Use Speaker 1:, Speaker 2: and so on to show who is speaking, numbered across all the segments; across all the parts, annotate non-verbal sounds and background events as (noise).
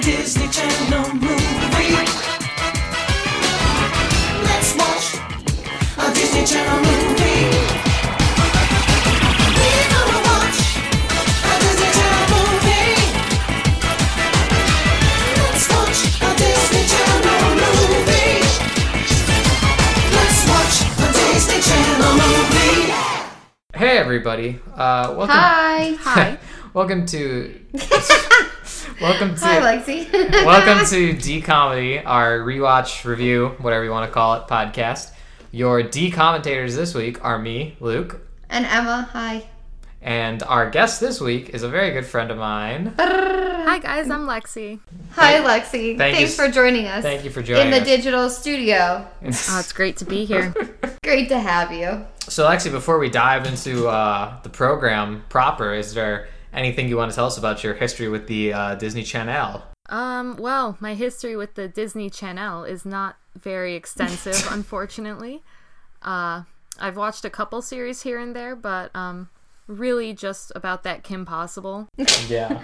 Speaker 1: Disney Channel movie. Let's watch a Disney Channel movie. We're gonna watch a Disney Channel movie. Let's watch a Disney Channel movie. Let's watch a Disney Channel movie.
Speaker 2: Hey everybody! Uh, welcome.
Speaker 3: Hi. Hi.
Speaker 2: (laughs) welcome to.
Speaker 3: (laughs)
Speaker 2: welcome to.
Speaker 3: Hi, Lexi.
Speaker 2: welcome to D Comedy, our rewatch review, whatever you want to call it, podcast. Your D commentators this week are me, Luke,
Speaker 3: (laughs) and Emma. Hi.
Speaker 2: and our guest this week is a very good friend of mine.
Speaker 4: Hi guys, I'm Lexi.
Speaker 3: Hi, Lexi.
Speaker 2: thank you
Speaker 3: Thanks
Speaker 2: s-
Speaker 3: for joining us.
Speaker 2: Thank you for
Speaker 3: In
Speaker 2: joining
Speaker 3: the Ah,
Speaker 2: us.
Speaker 3: digital studio.
Speaker 4: Oh, it's great to be here.
Speaker 3: Great to have you.
Speaker 2: so, actually, before we dive into uh, the program proper, is there anything you want to tell us about your history with the uh, Disney Channel?
Speaker 4: (laughs) Um, well, my history with the Disney Channel is not very extensive, unfortunately. Uh, I've watched a couple series here and there, but um, really just about that Kim Possible,
Speaker 2: Yeah,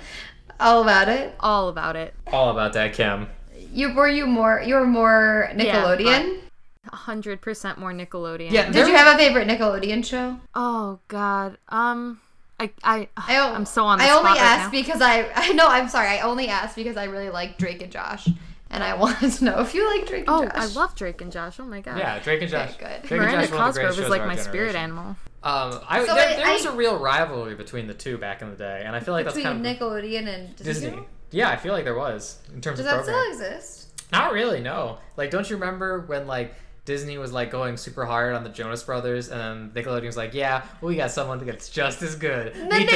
Speaker 3: All about it.
Speaker 4: all about it,
Speaker 2: all about that, Kim.
Speaker 3: You were you more you were more
Speaker 4: Yeah,
Speaker 3: Nickelodeon.
Speaker 4: hundred percent more Nickelodeon.
Speaker 2: Yeah,
Speaker 3: Did you have a favorite Nickelodeon show?
Speaker 4: Oh God. Um, I I,
Speaker 3: I o-
Speaker 4: I'm so on. The
Speaker 3: I
Speaker 4: spot
Speaker 3: only
Speaker 4: right
Speaker 3: asked
Speaker 4: now.
Speaker 3: because I (laughs) I know I'm sorry. I only asked because I really like Drake and Josh, and I (laughs) wanted to know if you like Drake and
Speaker 4: Oh,
Speaker 3: Josh.
Speaker 4: I love Drake and Josh. Oh my God.
Speaker 2: Yeah, Drake and Josh.
Speaker 3: Okay, good.
Speaker 2: Drake and
Speaker 4: Miranda
Speaker 2: Josh were one of the
Speaker 4: Cosgrove
Speaker 2: greatest
Speaker 4: is
Speaker 2: shows
Speaker 4: like
Speaker 2: of
Speaker 4: my
Speaker 2: our
Speaker 4: spirit
Speaker 2: generation.
Speaker 4: animal. (laughs)
Speaker 2: Um, I,
Speaker 3: So
Speaker 2: there,
Speaker 3: wait,
Speaker 2: there was
Speaker 3: I-
Speaker 2: a real rivalry between the two back in the day, and I feel like
Speaker 3: between
Speaker 2: that's kind of
Speaker 3: Nickelodeon and
Speaker 2: Disney. Yeah, I feel like there was in terms
Speaker 3: Does
Speaker 2: of
Speaker 3: that
Speaker 2: programming.
Speaker 3: still exist?
Speaker 2: Not really, no. Like, don't you remember when like Disney was like going super hard on the Jonas Brothers, and then Nickelodeon was like, "Yeah, we got someone that's just as good."
Speaker 3: The
Speaker 2: We could-"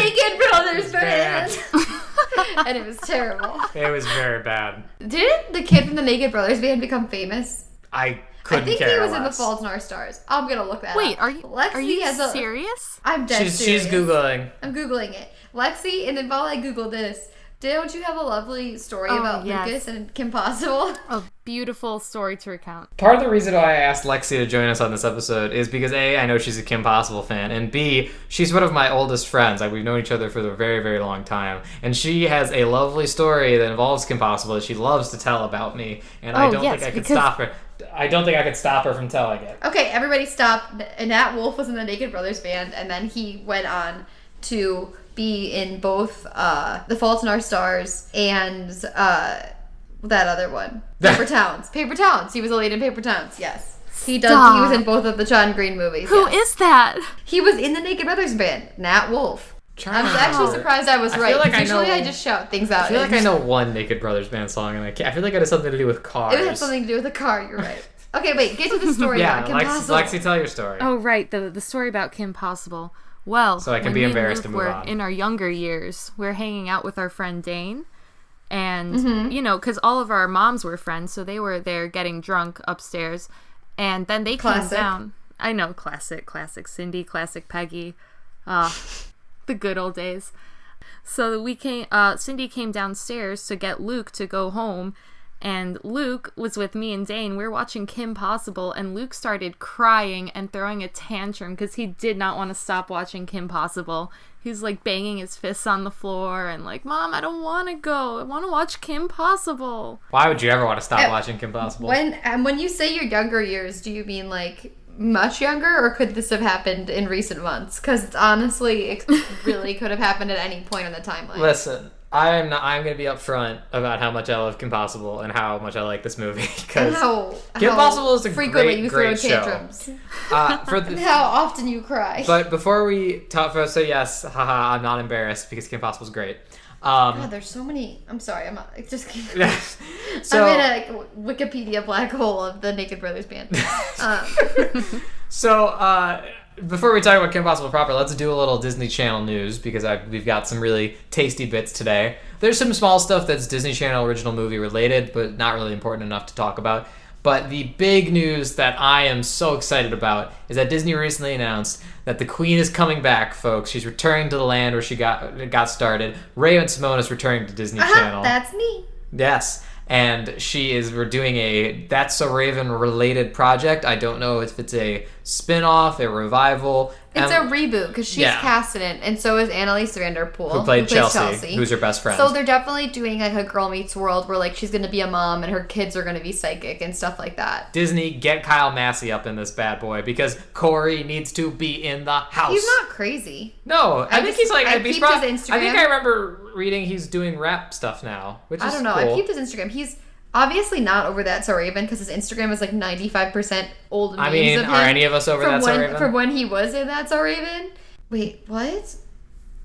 Speaker 2: (laughs)
Speaker 3: Naked Brothers
Speaker 2: bad.
Speaker 3: band, (laughs) and it was terrible.
Speaker 2: It was very bad.
Speaker 3: Didn't the kid from the Naked Brothers band become famous?
Speaker 2: I couldn't
Speaker 3: I think
Speaker 2: care
Speaker 3: he was in the
Speaker 2: less.
Speaker 3: Fault in Our Stars. I'm gonna look that
Speaker 4: Wait,
Speaker 3: up.
Speaker 4: are you
Speaker 3: Lexi
Speaker 4: are you
Speaker 3: has a-
Speaker 4: serious?
Speaker 3: I'm dead
Speaker 2: She's she's
Speaker 3: serious.
Speaker 2: googling.
Speaker 3: I'm googling it. Lexi, and then while I google this, don't you have a lovely story
Speaker 4: Oh,
Speaker 3: about
Speaker 4: yes.
Speaker 3: Lucas and Kim Possible? (laughs)
Speaker 4: A beautiful story to recount.
Speaker 2: Part of the reason why I asked Lexi to join us on this episode is because A, I know she's a Kim Possible fan, and B, she's one of my oldest friends. Like we've known each other for a very, very long time. And she has a lovely story that involves Kim Possible that she loves to tell about me. And I
Speaker 4: Oh,
Speaker 2: don't
Speaker 4: yes,
Speaker 2: think I could
Speaker 4: because-
Speaker 2: stop her. I don't think I could stop her from telling it.
Speaker 3: Okay, everybody stop. And Nat Wolf was in the Naked Brothers band, and then he went on to be in both uh, The Fault in Our Stars and uh, that other
Speaker 2: (laughs)
Speaker 3: one, Paper Towns. Paper Towns. He was a lead in Paper Towns. Yes, he does. He was in
Speaker 4: Stop.
Speaker 3: both of the John Green movies.
Speaker 4: Who
Speaker 3: yes.
Speaker 4: is that?
Speaker 3: He was in the Naked Brothers band. Nat Wolf. I was actually surprised I was
Speaker 2: I feel
Speaker 3: right.
Speaker 2: like
Speaker 3: 'cause
Speaker 2: I
Speaker 3: usually
Speaker 2: know-
Speaker 3: I just shout things out.
Speaker 2: I feel like
Speaker 3: and-
Speaker 2: I know one Naked Brothers band song, and I, can't, I feel like it has something to do with cars.
Speaker 3: (laughs) It would have something to do with a car. You're right. Okay, wait. Get to the
Speaker 2: (laughs)
Speaker 3: story.
Speaker 2: yeah,
Speaker 3: now. Kim
Speaker 2: Lexi,
Speaker 3: Possible.
Speaker 2: Lexi, tell your story.
Speaker 4: Oh right, the the story about Kim Possible. Well,
Speaker 2: So I can
Speaker 4: when
Speaker 2: be
Speaker 4: me and
Speaker 2: embarrassed to
Speaker 4: Luke
Speaker 2: move
Speaker 4: were
Speaker 2: on.
Speaker 4: In our younger years, we're hanging out with our friend Dane, and you know, because all of our moms were friends, so they were there getting drunk upstairs, and then they
Speaker 3: Classic.
Speaker 4: came down. I know, classic, classic Cindy, classic Peggy, ah, the good old days. So we came. Uh, Cindy came downstairs to get Luke to go home, and Luke was with me and Dane. We were watching Kim Possible, and Luke started crying and throwing a tantrum because he did not want to stop watching Kim Possible. He was like banging his fists on the floor and like, "Mom, I don't want to go. I want to watch Kim Possible."
Speaker 2: Why would you ever want to stop
Speaker 3: Uh,
Speaker 2: watching Kim Possible?
Speaker 3: When and when you say your younger years, do you mean like much younger, or could this have happened in recent months? Because honestly, it really could have happened at any point on the timeline.
Speaker 2: Listen, I'm not, I'm gonna be upfront about how much I love Kim Possible and how much I like this movie (laughs)
Speaker 3: and
Speaker 2: because
Speaker 3: how,
Speaker 2: Kim
Speaker 3: how
Speaker 2: Possible is a
Speaker 3: frequently
Speaker 2: great,
Speaker 3: you
Speaker 2: great
Speaker 3: throw
Speaker 2: show.
Speaker 3: tantrums.
Speaker 2: uh, for
Speaker 3: And
Speaker 2: the.
Speaker 3: (laughs) how often you cry.
Speaker 2: But before we talk, so yes, haha, I'm not embarrassed because Kim Possible's great.
Speaker 3: God,
Speaker 2: Um,
Speaker 3: there's so many. I'm sorry. I'm not, it just.
Speaker 2: (laughs) so
Speaker 3: I'm in a like, Wikipedia black hole of the Naked Brothers
Speaker 2: (laughs)
Speaker 3: band. (laughs) um,
Speaker 2: so uh, before we talk about Kim Possible proper, let's do a little Disney Channel news because I, we've got some really tasty bits today. There's some small stuff that's Disney Channel original movie related, but not really important enough to talk about. But the big news that I am so excited about is that Disney recently announced that the Queen is coming back, folks. She's returning to the
Speaker 3: Uh-huh,
Speaker 2: land where she got got started. Ray and Simone is returning to Disney Channel.
Speaker 3: that's me.
Speaker 2: Yes, and she is we're doing a That's So Raven related project. I don't know if it's a spin off, a revival.
Speaker 3: It's
Speaker 2: and-
Speaker 3: a reboot because she's
Speaker 2: Yeah.
Speaker 3: cast in it, and so is Annalise Vanderpool,
Speaker 2: who played Chelsea, who's her best friend.
Speaker 3: So they're definitely doing like a Girl Meets World, where like she's gonna be a mom and her kids are gonna be psychic and stuff like that.
Speaker 2: Disney, get Kyle Massey up in this bad boy because Corey needs to be in the house.
Speaker 3: He's not crazy.
Speaker 2: No, I,
Speaker 3: I
Speaker 2: think
Speaker 3: just-
Speaker 2: he's like. he's
Speaker 3: I peeped his
Speaker 2: prob- I think
Speaker 3: Instagram.
Speaker 2: I remember reading he's doing rap stuff now, which
Speaker 3: I
Speaker 2: is
Speaker 3: don't know.
Speaker 2: Cool.
Speaker 3: I peeped his Instagram. He's obviously not over that so Raven because his Instagram is like ninety five percent old.
Speaker 2: I
Speaker 3: memes
Speaker 2: mean,
Speaker 3: of him
Speaker 2: are any of us over
Speaker 3: from
Speaker 2: that So
Speaker 3: when,
Speaker 2: Raven?
Speaker 3: From when he was in that so Raven. Wait, what?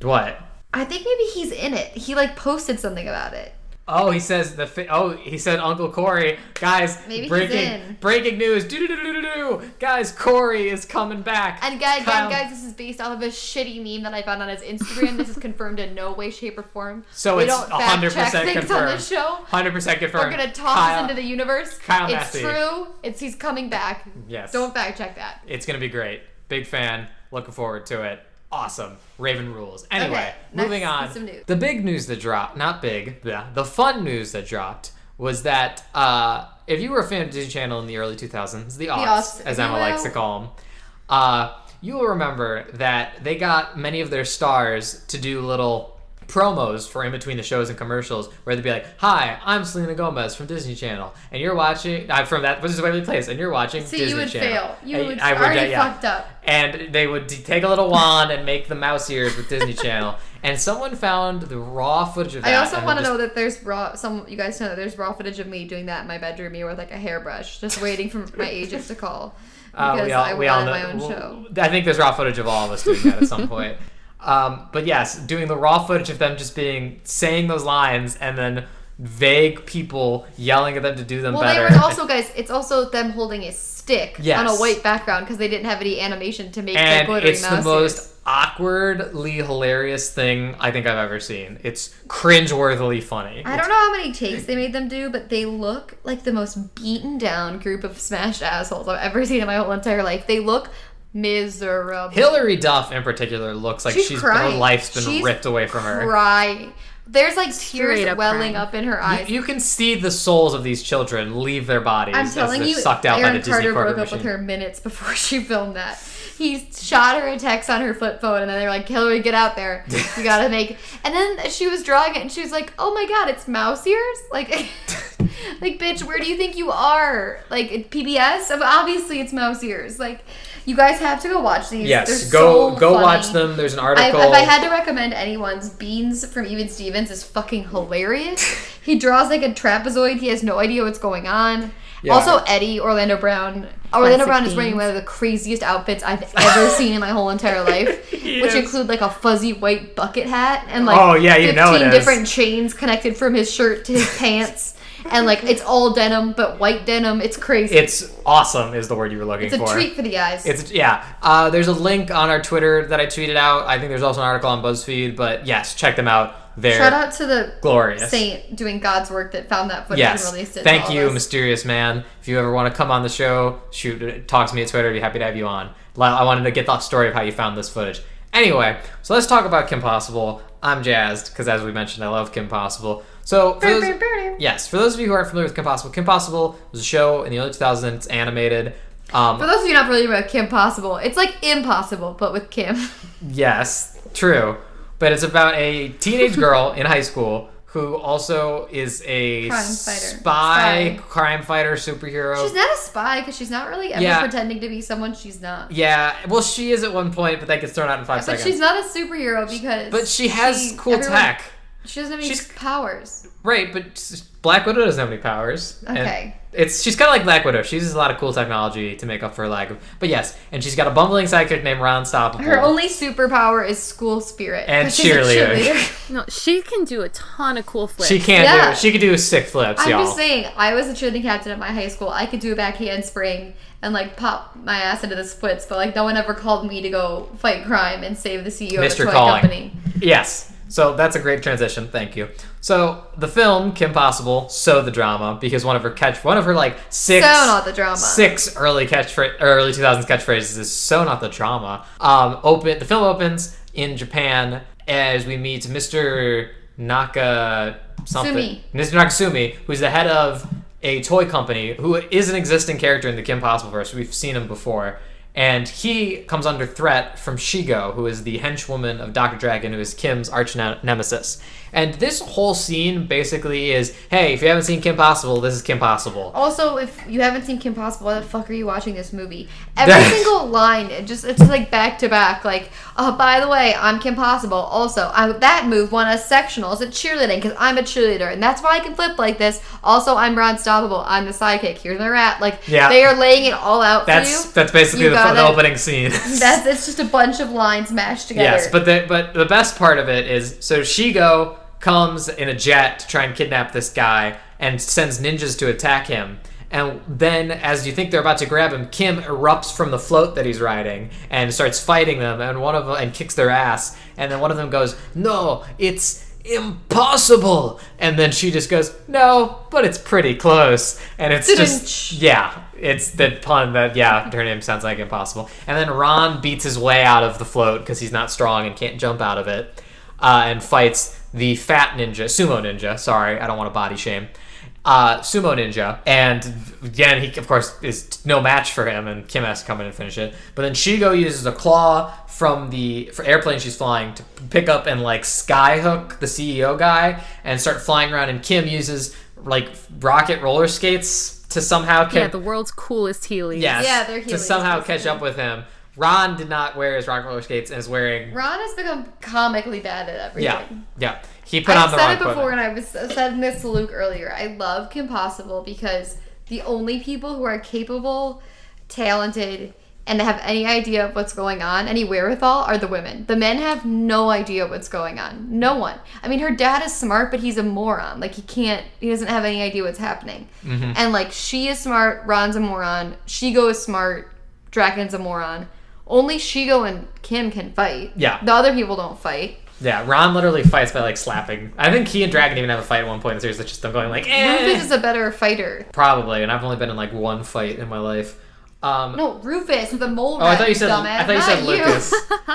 Speaker 2: What?
Speaker 3: I think maybe he's in it. He like posted something about it.
Speaker 2: Oh, he says the. Fi- oh, he said Uncle Corey. Guys,
Speaker 3: Maybe he's
Speaker 2: breaking
Speaker 3: in.
Speaker 2: breaking news. Do do do do do do. Guys, Corey is coming back.
Speaker 3: And guys,
Speaker 2: Kyle-
Speaker 3: again, guys, this is based off of a shitty meme that I found on his Instagram. this is (laughs) confirmed in no way, shape, or form.
Speaker 2: So
Speaker 3: we
Speaker 2: it's
Speaker 3: don't fact
Speaker 2: 100%
Speaker 3: check things on
Speaker 2: confirmed.
Speaker 3: this show.
Speaker 2: Hundred percent confirmed.
Speaker 3: We're gonna toss
Speaker 2: Kyle-
Speaker 3: this into the universe.
Speaker 2: Kyle
Speaker 3: it's
Speaker 2: Massey.
Speaker 3: true. It's he's coming back.
Speaker 2: Yes.
Speaker 3: Don't fact check that.
Speaker 2: It's gonna be great. Big fan. Looking forward to it. Awesome. Raven rules. Anyway,
Speaker 3: next
Speaker 2: moving
Speaker 3: is
Speaker 2: on.
Speaker 3: some news.
Speaker 2: The big news that dropped, not big, yeah, the fun news that dropped was that uh, if you were a fan of Disney Channel in the early 2000s, the aughts,
Speaker 3: aughts,
Speaker 2: as
Speaker 3: if
Speaker 2: Emma
Speaker 3: you will.
Speaker 2: likes to call them, uh, you will remember that they got many of their stars to do little promos for in between the shows and commercials where they'd be like, Hi, I'm Selena Gomez from Disney Channel, and you're watching, I'm from that, which is Waverly Place, and you're watching
Speaker 3: So
Speaker 2: Disney
Speaker 3: you would
Speaker 2: Channel.
Speaker 3: fail. You
Speaker 2: And
Speaker 3: would
Speaker 2: I
Speaker 3: already
Speaker 2: yeah.
Speaker 3: fucked up.
Speaker 2: And they would d- take a little wand and make the mouse ears with Disney Channel.
Speaker 3: (laughs)
Speaker 2: And someone found the raw footage of that.
Speaker 3: I also
Speaker 2: and
Speaker 3: want to
Speaker 2: just-
Speaker 3: know that there's raw. Some you guys know that there's raw footage of me doing that in my bedroom here with like a hairbrush, just waiting for
Speaker 2: (laughs)
Speaker 3: my agents to call
Speaker 2: uh,
Speaker 3: because I wanted my own
Speaker 2: well,
Speaker 3: show.
Speaker 2: I think there's raw footage of all of us doing that at some
Speaker 3: (laughs)
Speaker 2: point. Um, but yes, doing the raw footage of them just being saying those lines and then vague people yelling at them to do them
Speaker 3: Well,
Speaker 2: better.
Speaker 3: they were also guys. It's also them holding a stick
Speaker 2: Yes.
Speaker 3: on a white background because they didn't have any animation to make the
Speaker 2: and
Speaker 3: glittery
Speaker 2: it's the
Speaker 3: mouse
Speaker 2: most
Speaker 3: ears.
Speaker 2: awkwardly hilarious thing I think I've ever seen. It's cringeworthily funny.
Speaker 3: I don't know how many takes they made them do, but they look like the most beaten down group of smashed assholes I've ever seen in my whole entire life. They look miserable.
Speaker 2: Hillary Duff in particular looks like she's,
Speaker 3: She's crying.
Speaker 2: her life's been
Speaker 3: She's
Speaker 2: ripped away from her.
Speaker 3: Crying. There's like tears
Speaker 4: Straight up
Speaker 3: welling
Speaker 4: crying.
Speaker 3: up in her
Speaker 2: You-
Speaker 3: eyes.
Speaker 2: You, can see the souls of these children leave their bodies
Speaker 3: I'm
Speaker 2: as
Speaker 3: telling
Speaker 2: they're
Speaker 3: you,
Speaker 2: sucked out by
Speaker 3: Aaron
Speaker 2: the Disney
Speaker 3: Carter
Speaker 2: corporate
Speaker 3: broke up with
Speaker 2: machine.
Speaker 3: her minutes (laughs) before she filmed that. He shot her a text on her flip phone, and then they were like, "Hillary, get out there!
Speaker 2: (laughs)
Speaker 3: You gotta make." And then she was drawing it, and she was like, "Oh my god, it's mouse ears! Like, (laughs) like bitch, where do you think you are? Like at PBS? Ob- Obviously, it's mouse ears. Like, you guys have to go watch these.
Speaker 2: Yes,
Speaker 3: They're
Speaker 2: go
Speaker 3: so
Speaker 2: go
Speaker 3: funny.
Speaker 2: watch them. There's an
Speaker 3: I, if
Speaker 2: article.
Speaker 3: I had to recommend anyone's Beans from Even Stevens is fucking hilarious. he draws like a trapezoid. He has no idea what's going on.
Speaker 2: Yeah.
Speaker 3: Also, Eddie Orlando Brown. Orlando Brown is wearing
Speaker 4: Beans.
Speaker 3: one of the craziest outfits I've
Speaker 2: (laughs)
Speaker 3: ever seen in my whole entire life,
Speaker 2: He
Speaker 3: which
Speaker 2: is.
Speaker 3: include like a fuzzy white bucket hat and like
Speaker 2: Oh, yeah, you know it is.
Speaker 3: different chains connected from his shirt to his pants, and like it's all denim but white denim. It's crazy.
Speaker 2: it's awesome is the word you were looking
Speaker 3: It's a
Speaker 2: for.
Speaker 3: treat for the eyes.
Speaker 2: It's yeah. Uh, there's a link on our Twitter that I tweeted out. I think there's also an article on BuzzFeed, but yes, check them out. They're
Speaker 3: Shout out to the
Speaker 2: glorious.
Speaker 3: saint doing God's work that found that footage
Speaker 2: Yes.
Speaker 3: and released it. to
Speaker 2: Thank
Speaker 3: all
Speaker 2: you,
Speaker 3: of us.
Speaker 2: mysterious man. If you ever want to come on the show, shoot, talk to me at Twitter. I'd be happy to have you on. Li- I wanted to get the story of how you found this footage. Anyway, so let's talk about Kim Possible. I'm jazzed because, as we mentioned, I love Kim Possible. So, for those, yes, for those of you who aren't familiar with Kim Possible, Kim Possible was a show in the early 2000s, animated. Um,
Speaker 3: For those of you not familiar with Kim Possible, it's like impossible, but
Speaker 2: (laughs)
Speaker 3: with Kim.
Speaker 2: Yes, true. But it's about a teenage
Speaker 3: (laughs)
Speaker 2: girl in high school who also is a
Speaker 3: Crime fighter.
Speaker 2: spy,
Speaker 3: Spy.
Speaker 2: crime fighter superhero.
Speaker 3: She's not a spy because she's not really ever
Speaker 2: Yeah.
Speaker 3: pretending to be someone she's not.
Speaker 2: yeah, well, she is at one point, but that gets thrown out in five
Speaker 3: But
Speaker 2: seconds.
Speaker 3: she's not a superhero because.
Speaker 2: but she has cool
Speaker 3: everyone-
Speaker 2: tech,
Speaker 3: She doesn't have any
Speaker 2: She's-
Speaker 3: powers.
Speaker 2: right? But s- Black Widow doesn't have any powers. and
Speaker 3: Okay.
Speaker 2: it's she's kind of like Black Widow. She uses a lot of cool technology to make up for her lack of. But yes, and she's got a bumbling sidekick named Ron Stoppable.
Speaker 3: Her only superpower is school spirit.
Speaker 2: Oh. And
Speaker 3: (laughs) 'cause she's a
Speaker 2: cheerleader. (laughs)
Speaker 4: No, she can do a ton of cool flips.
Speaker 2: she can't
Speaker 3: Yeah.
Speaker 2: do. She could do sick flips,
Speaker 3: I'm
Speaker 2: y'all.
Speaker 3: just saying, I was a cheerleading captain at my high school. I could do a back handspring and like pop my ass into the splits, but like no one ever called me to go fight crime and save the CEO of
Speaker 2: Mr.
Speaker 3: the toy
Speaker 2: Calling.
Speaker 3: company.
Speaker 2: Yes. So that's a great transition. Thank you. So the film Kim Possible, so the drama because one of her catch, one of her like six,
Speaker 3: So not the drama.
Speaker 2: six early catchphrase, early two thousands catchphrases is so not the drama. Um, open the film opens in Japan as we meet Mr. Naka something.
Speaker 3: Sumi.
Speaker 2: Mr. Nakasumi, who's the head of a toy company, who is an existing character in the Kim Possible verse. We've seen him before. And he comes under threat from Shigo, who is the henchwoman of Dr. Dragon, who is Kim's arch ne- nemesis. And this whole scene basically is hey, if you haven't seen Kim Possible, this is Kim Possible.
Speaker 3: Also, if you haven't seen Kim Possible, why the fuck are you watching this
Speaker 2: (laughs)
Speaker 3: movie? Every single line, it just it's like back to back. Like, oh, by the way, I'm Kim Possible. Also, I, that move won us sectionals at cheerleading because I'm a cheerleader, and that's why I can flip like this. Also, I'm Ron Stoppable. I'm the sidekick. Here's my rat. Like,
Speaker 2: Yeah.
Speaker 3: they are laying it all out
Speaker 2: That's
Speaker 3: for you.
Speaker 2: that's basically
Speaker 3: You
Speaker 2: the, fu- the
Speaker 3: gotta-
Speaker 2: opening scene.
Speaker 3: (laughs) That's it's just a bunch of lines mashed together.
Speaker 2: (laughs) Yes, but the but the best part of it is so Shigo comes in a jet to try and kidnap this guy and sends ninjas to attack him. And then, as you think they're about to grab him, Kim erupts from the float that he's riding and starts fighting them. And one of them and kicks their ass. And then one of them goes, "No, it's." Impossible, and then she just goes, "No, but it's pretty close." And it's just
Speaker 3: Didn't.
Speaker 2: yeah, it's the pun that yeah, her name sounds like impossible. And then Ron beats his way out of the float because he's not strong and can't jump out of it, uh, and fights the fat ninja, sumo ninja. Sorry, I don't want to body shame. Uh, sumo ninja, and again, he of course is no match for him, and Kim has to come in and finish it. But then Shigo uses a claw from the for airplane she's flying to pick up and like skyhook the CEO guy and start flying around, and Kim uses like rocket roller skates to somehow catch
Speaker 4: Yeah, the world's coolest Heelys.
Speaker 2: yes,
Speaker 3: Yeah, they're
Speaker 2: to
Speaker 3: Heelys,
Speaker 2: somehow
Speaker 3: basically.
Speaker 2: catch up with him. Ron did not wear his rocket roller skates and is wearing
Speaker 3: Ron has become comically bad at everything.
Speaker 2: yeah yeah he put on
Speaker 3: I've
Speaker 2: the
Speaker 3: said
Speaker 2: wrong
Speaker 3: it before,
Speaker 2: equipment.
Speaker 3: and I was saying this to Luke earlier. I love Kim Possible because the only people who are capable, talented, and have any idea of what's going on, any wherewithal, are the women. The men have no idea what's going on. No one. I mean, her dad is smart, but he's a moron. Like he can't. He doesn't have any idea what's happening.
Speaker 2: Mm-hmm.
Speaker 3: And like she is smart, Ron's a moron. Shigo is smart, Draken's a moron. Only Shigo and Kim can fight.
Speaker 2: Yeah.
Speaker 3: The other people don't fight.
Speaker 2: Yeah, Ron literally fights by like slapping. I think he and Dragon even have a fight at one point in the series that's just them going like
Speaker 3: Rufus
Speaker 2: eh.
Speaker 3: is a better fighter.
Speaker 2: probably. And I've only been in like one fight in my life. Um,
Speaker 3: No, Rufus, the mole.
Speaker 2: oh, I thought you said
Speaker 3: dumbass.
Speaker 2: I thought you said
Speaker 3: Not (laughs)
Speaker 2: Lucas,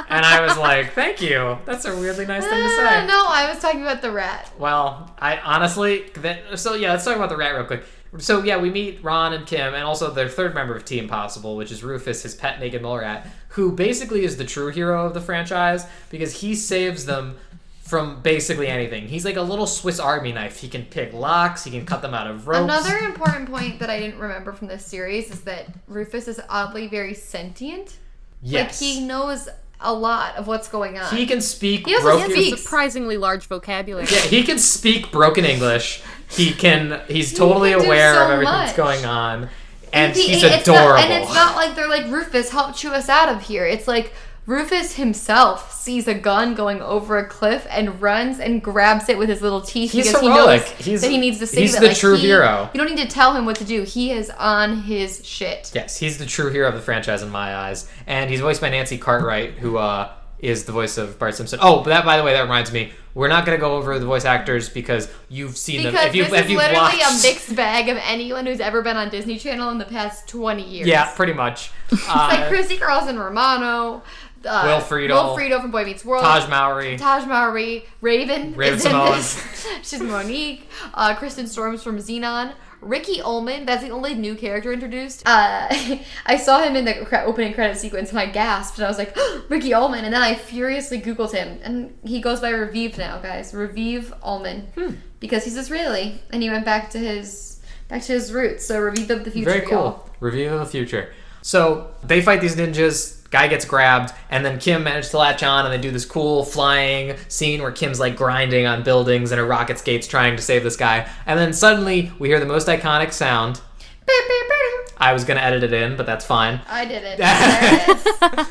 Speaker 2: and I was like, thank you. That's a weirdly nice thing to say.
Speaker 3: Ah, no, I was talking about the rat.
Speaker 2: Well, I honestly, that, so yeah, let's talk about the rat real quick. So yeah, we meet Ron and Kim, and also their third member of Team Possible, which is Rufus, his pet naked mole rat, who basically is the true hero of the franchise because he saves them from basically anything. He's like a little Swiss Army knife. He can pick locks. He can cut them out of ropes.
Speaker 3: Another important point that I didn't remember from this series is that Rufus is oddly very sentient.
Speaker 2: yes,
Speaker 3: Like he knows a lot of what's going on.
Speaker 2: he can speak.
Speaker 3: He doesn't
Speaker 2: broken-
Speaker 4: He
Speaker 3: speak.
Speaker 4: has a surprisingly large vocabulary.
Speaker 2: Yeah, he can speak broken English. He can. He's totally
Speaker 3: can do
Speaker 2: aware
Speaker 3: so
Speaker 2: of everything that's
Speaker 3: much.
Speaker 2: going on, and
Speaker 3: He-
Speaker 2: he's
Speaker 3: it's
Speaker 2: adorable.
Speaker 3: Not, and it's not like they're like Rufus help chew us out of here. It's like Rufus himself sees a gun going over a cliff and runs and grabs it with his little teeth
Speaker 2: He's
Speaker 3: because
Speaker 2: heroic.
Speaker 3: he knows
Speaker 2: He's-
Speaker 3: that he needs to save
Speaker 2: he's
Speaker 3: it.
Speaker 2: the
Speaker 3: Like,
Speaker 2: true
Speaker 3: he-
Speaker 2: hero.
Speaker 3: You don't need to tell him what to do. He is on his shit.
Speaker 2: Yes, he's the true hero of the franchise in my eyes, and he's voiced by Nancy Cartwright, who uh, is the voice of Bart Simpson. Oh, but that by the way, that reminds me, we're not going to go over the voice actors because you've seen them.
Speaker 3: Because
Speaker 2: If you
Speaker 3: this
Speaker 2: if
Speaker 3: is
Speaker 2: you've
Speaker 3: literally
Speaker 2: watched,
Speaker 3: a mixed bag of anyone who's ever been on Disney Channel in the past 20 years.
Speaker 2: yeah, pretty much.
Speaker 3: It's like
Speaker 2: Uh,
Speaker 3: Chrissy Carlson Romano, uh,
Speaker 2: Wilfredo.
Speaker 3: Wilfredo from Boy Meets World,
Speaker 2: Taj Mowry.
Speaker 3: Taj Mowry, Raven,
Speaker 2: Raven
Speaker 3: is in
Speaker 2: Simone.
Speaker 3: this. (laughs) She's Monique. Uh, Kristen Storms from Xenon. Ricky Ullman, that's the only new character introduced. Uh, (laughs) I saw him in the cre- opening credit sequence and I gasped and I was like, (gasps) Ricky Ullman. And then I furiously Googled him. And he goes by Revive now, guys. Revive Ullman.
Speaker 2: Hmm.
Speaker 3: Because he's Israeli and he went back to his back to his roots. So Revive of the Future.
Speaker 2: Very
Speaker 3: y'all.
Speaker 2: cool. Review of the future. So they fight these ninjas. Guy gets grabbed, and then Kim managed to latch on, and they do this cool flying scene where Kim's like grinding on buildings and her rocket skates trying to save this guy. And then suddenly we hear the most iconic sound.
Speaker 3: Beep, beep, beep.
Speaker 2: I was gonna edit it in, but that's fine.
Speaker 3: I
Speaker 2: (laughs)
Speaker 3: did it. There it is.
Speaker 2: Uh,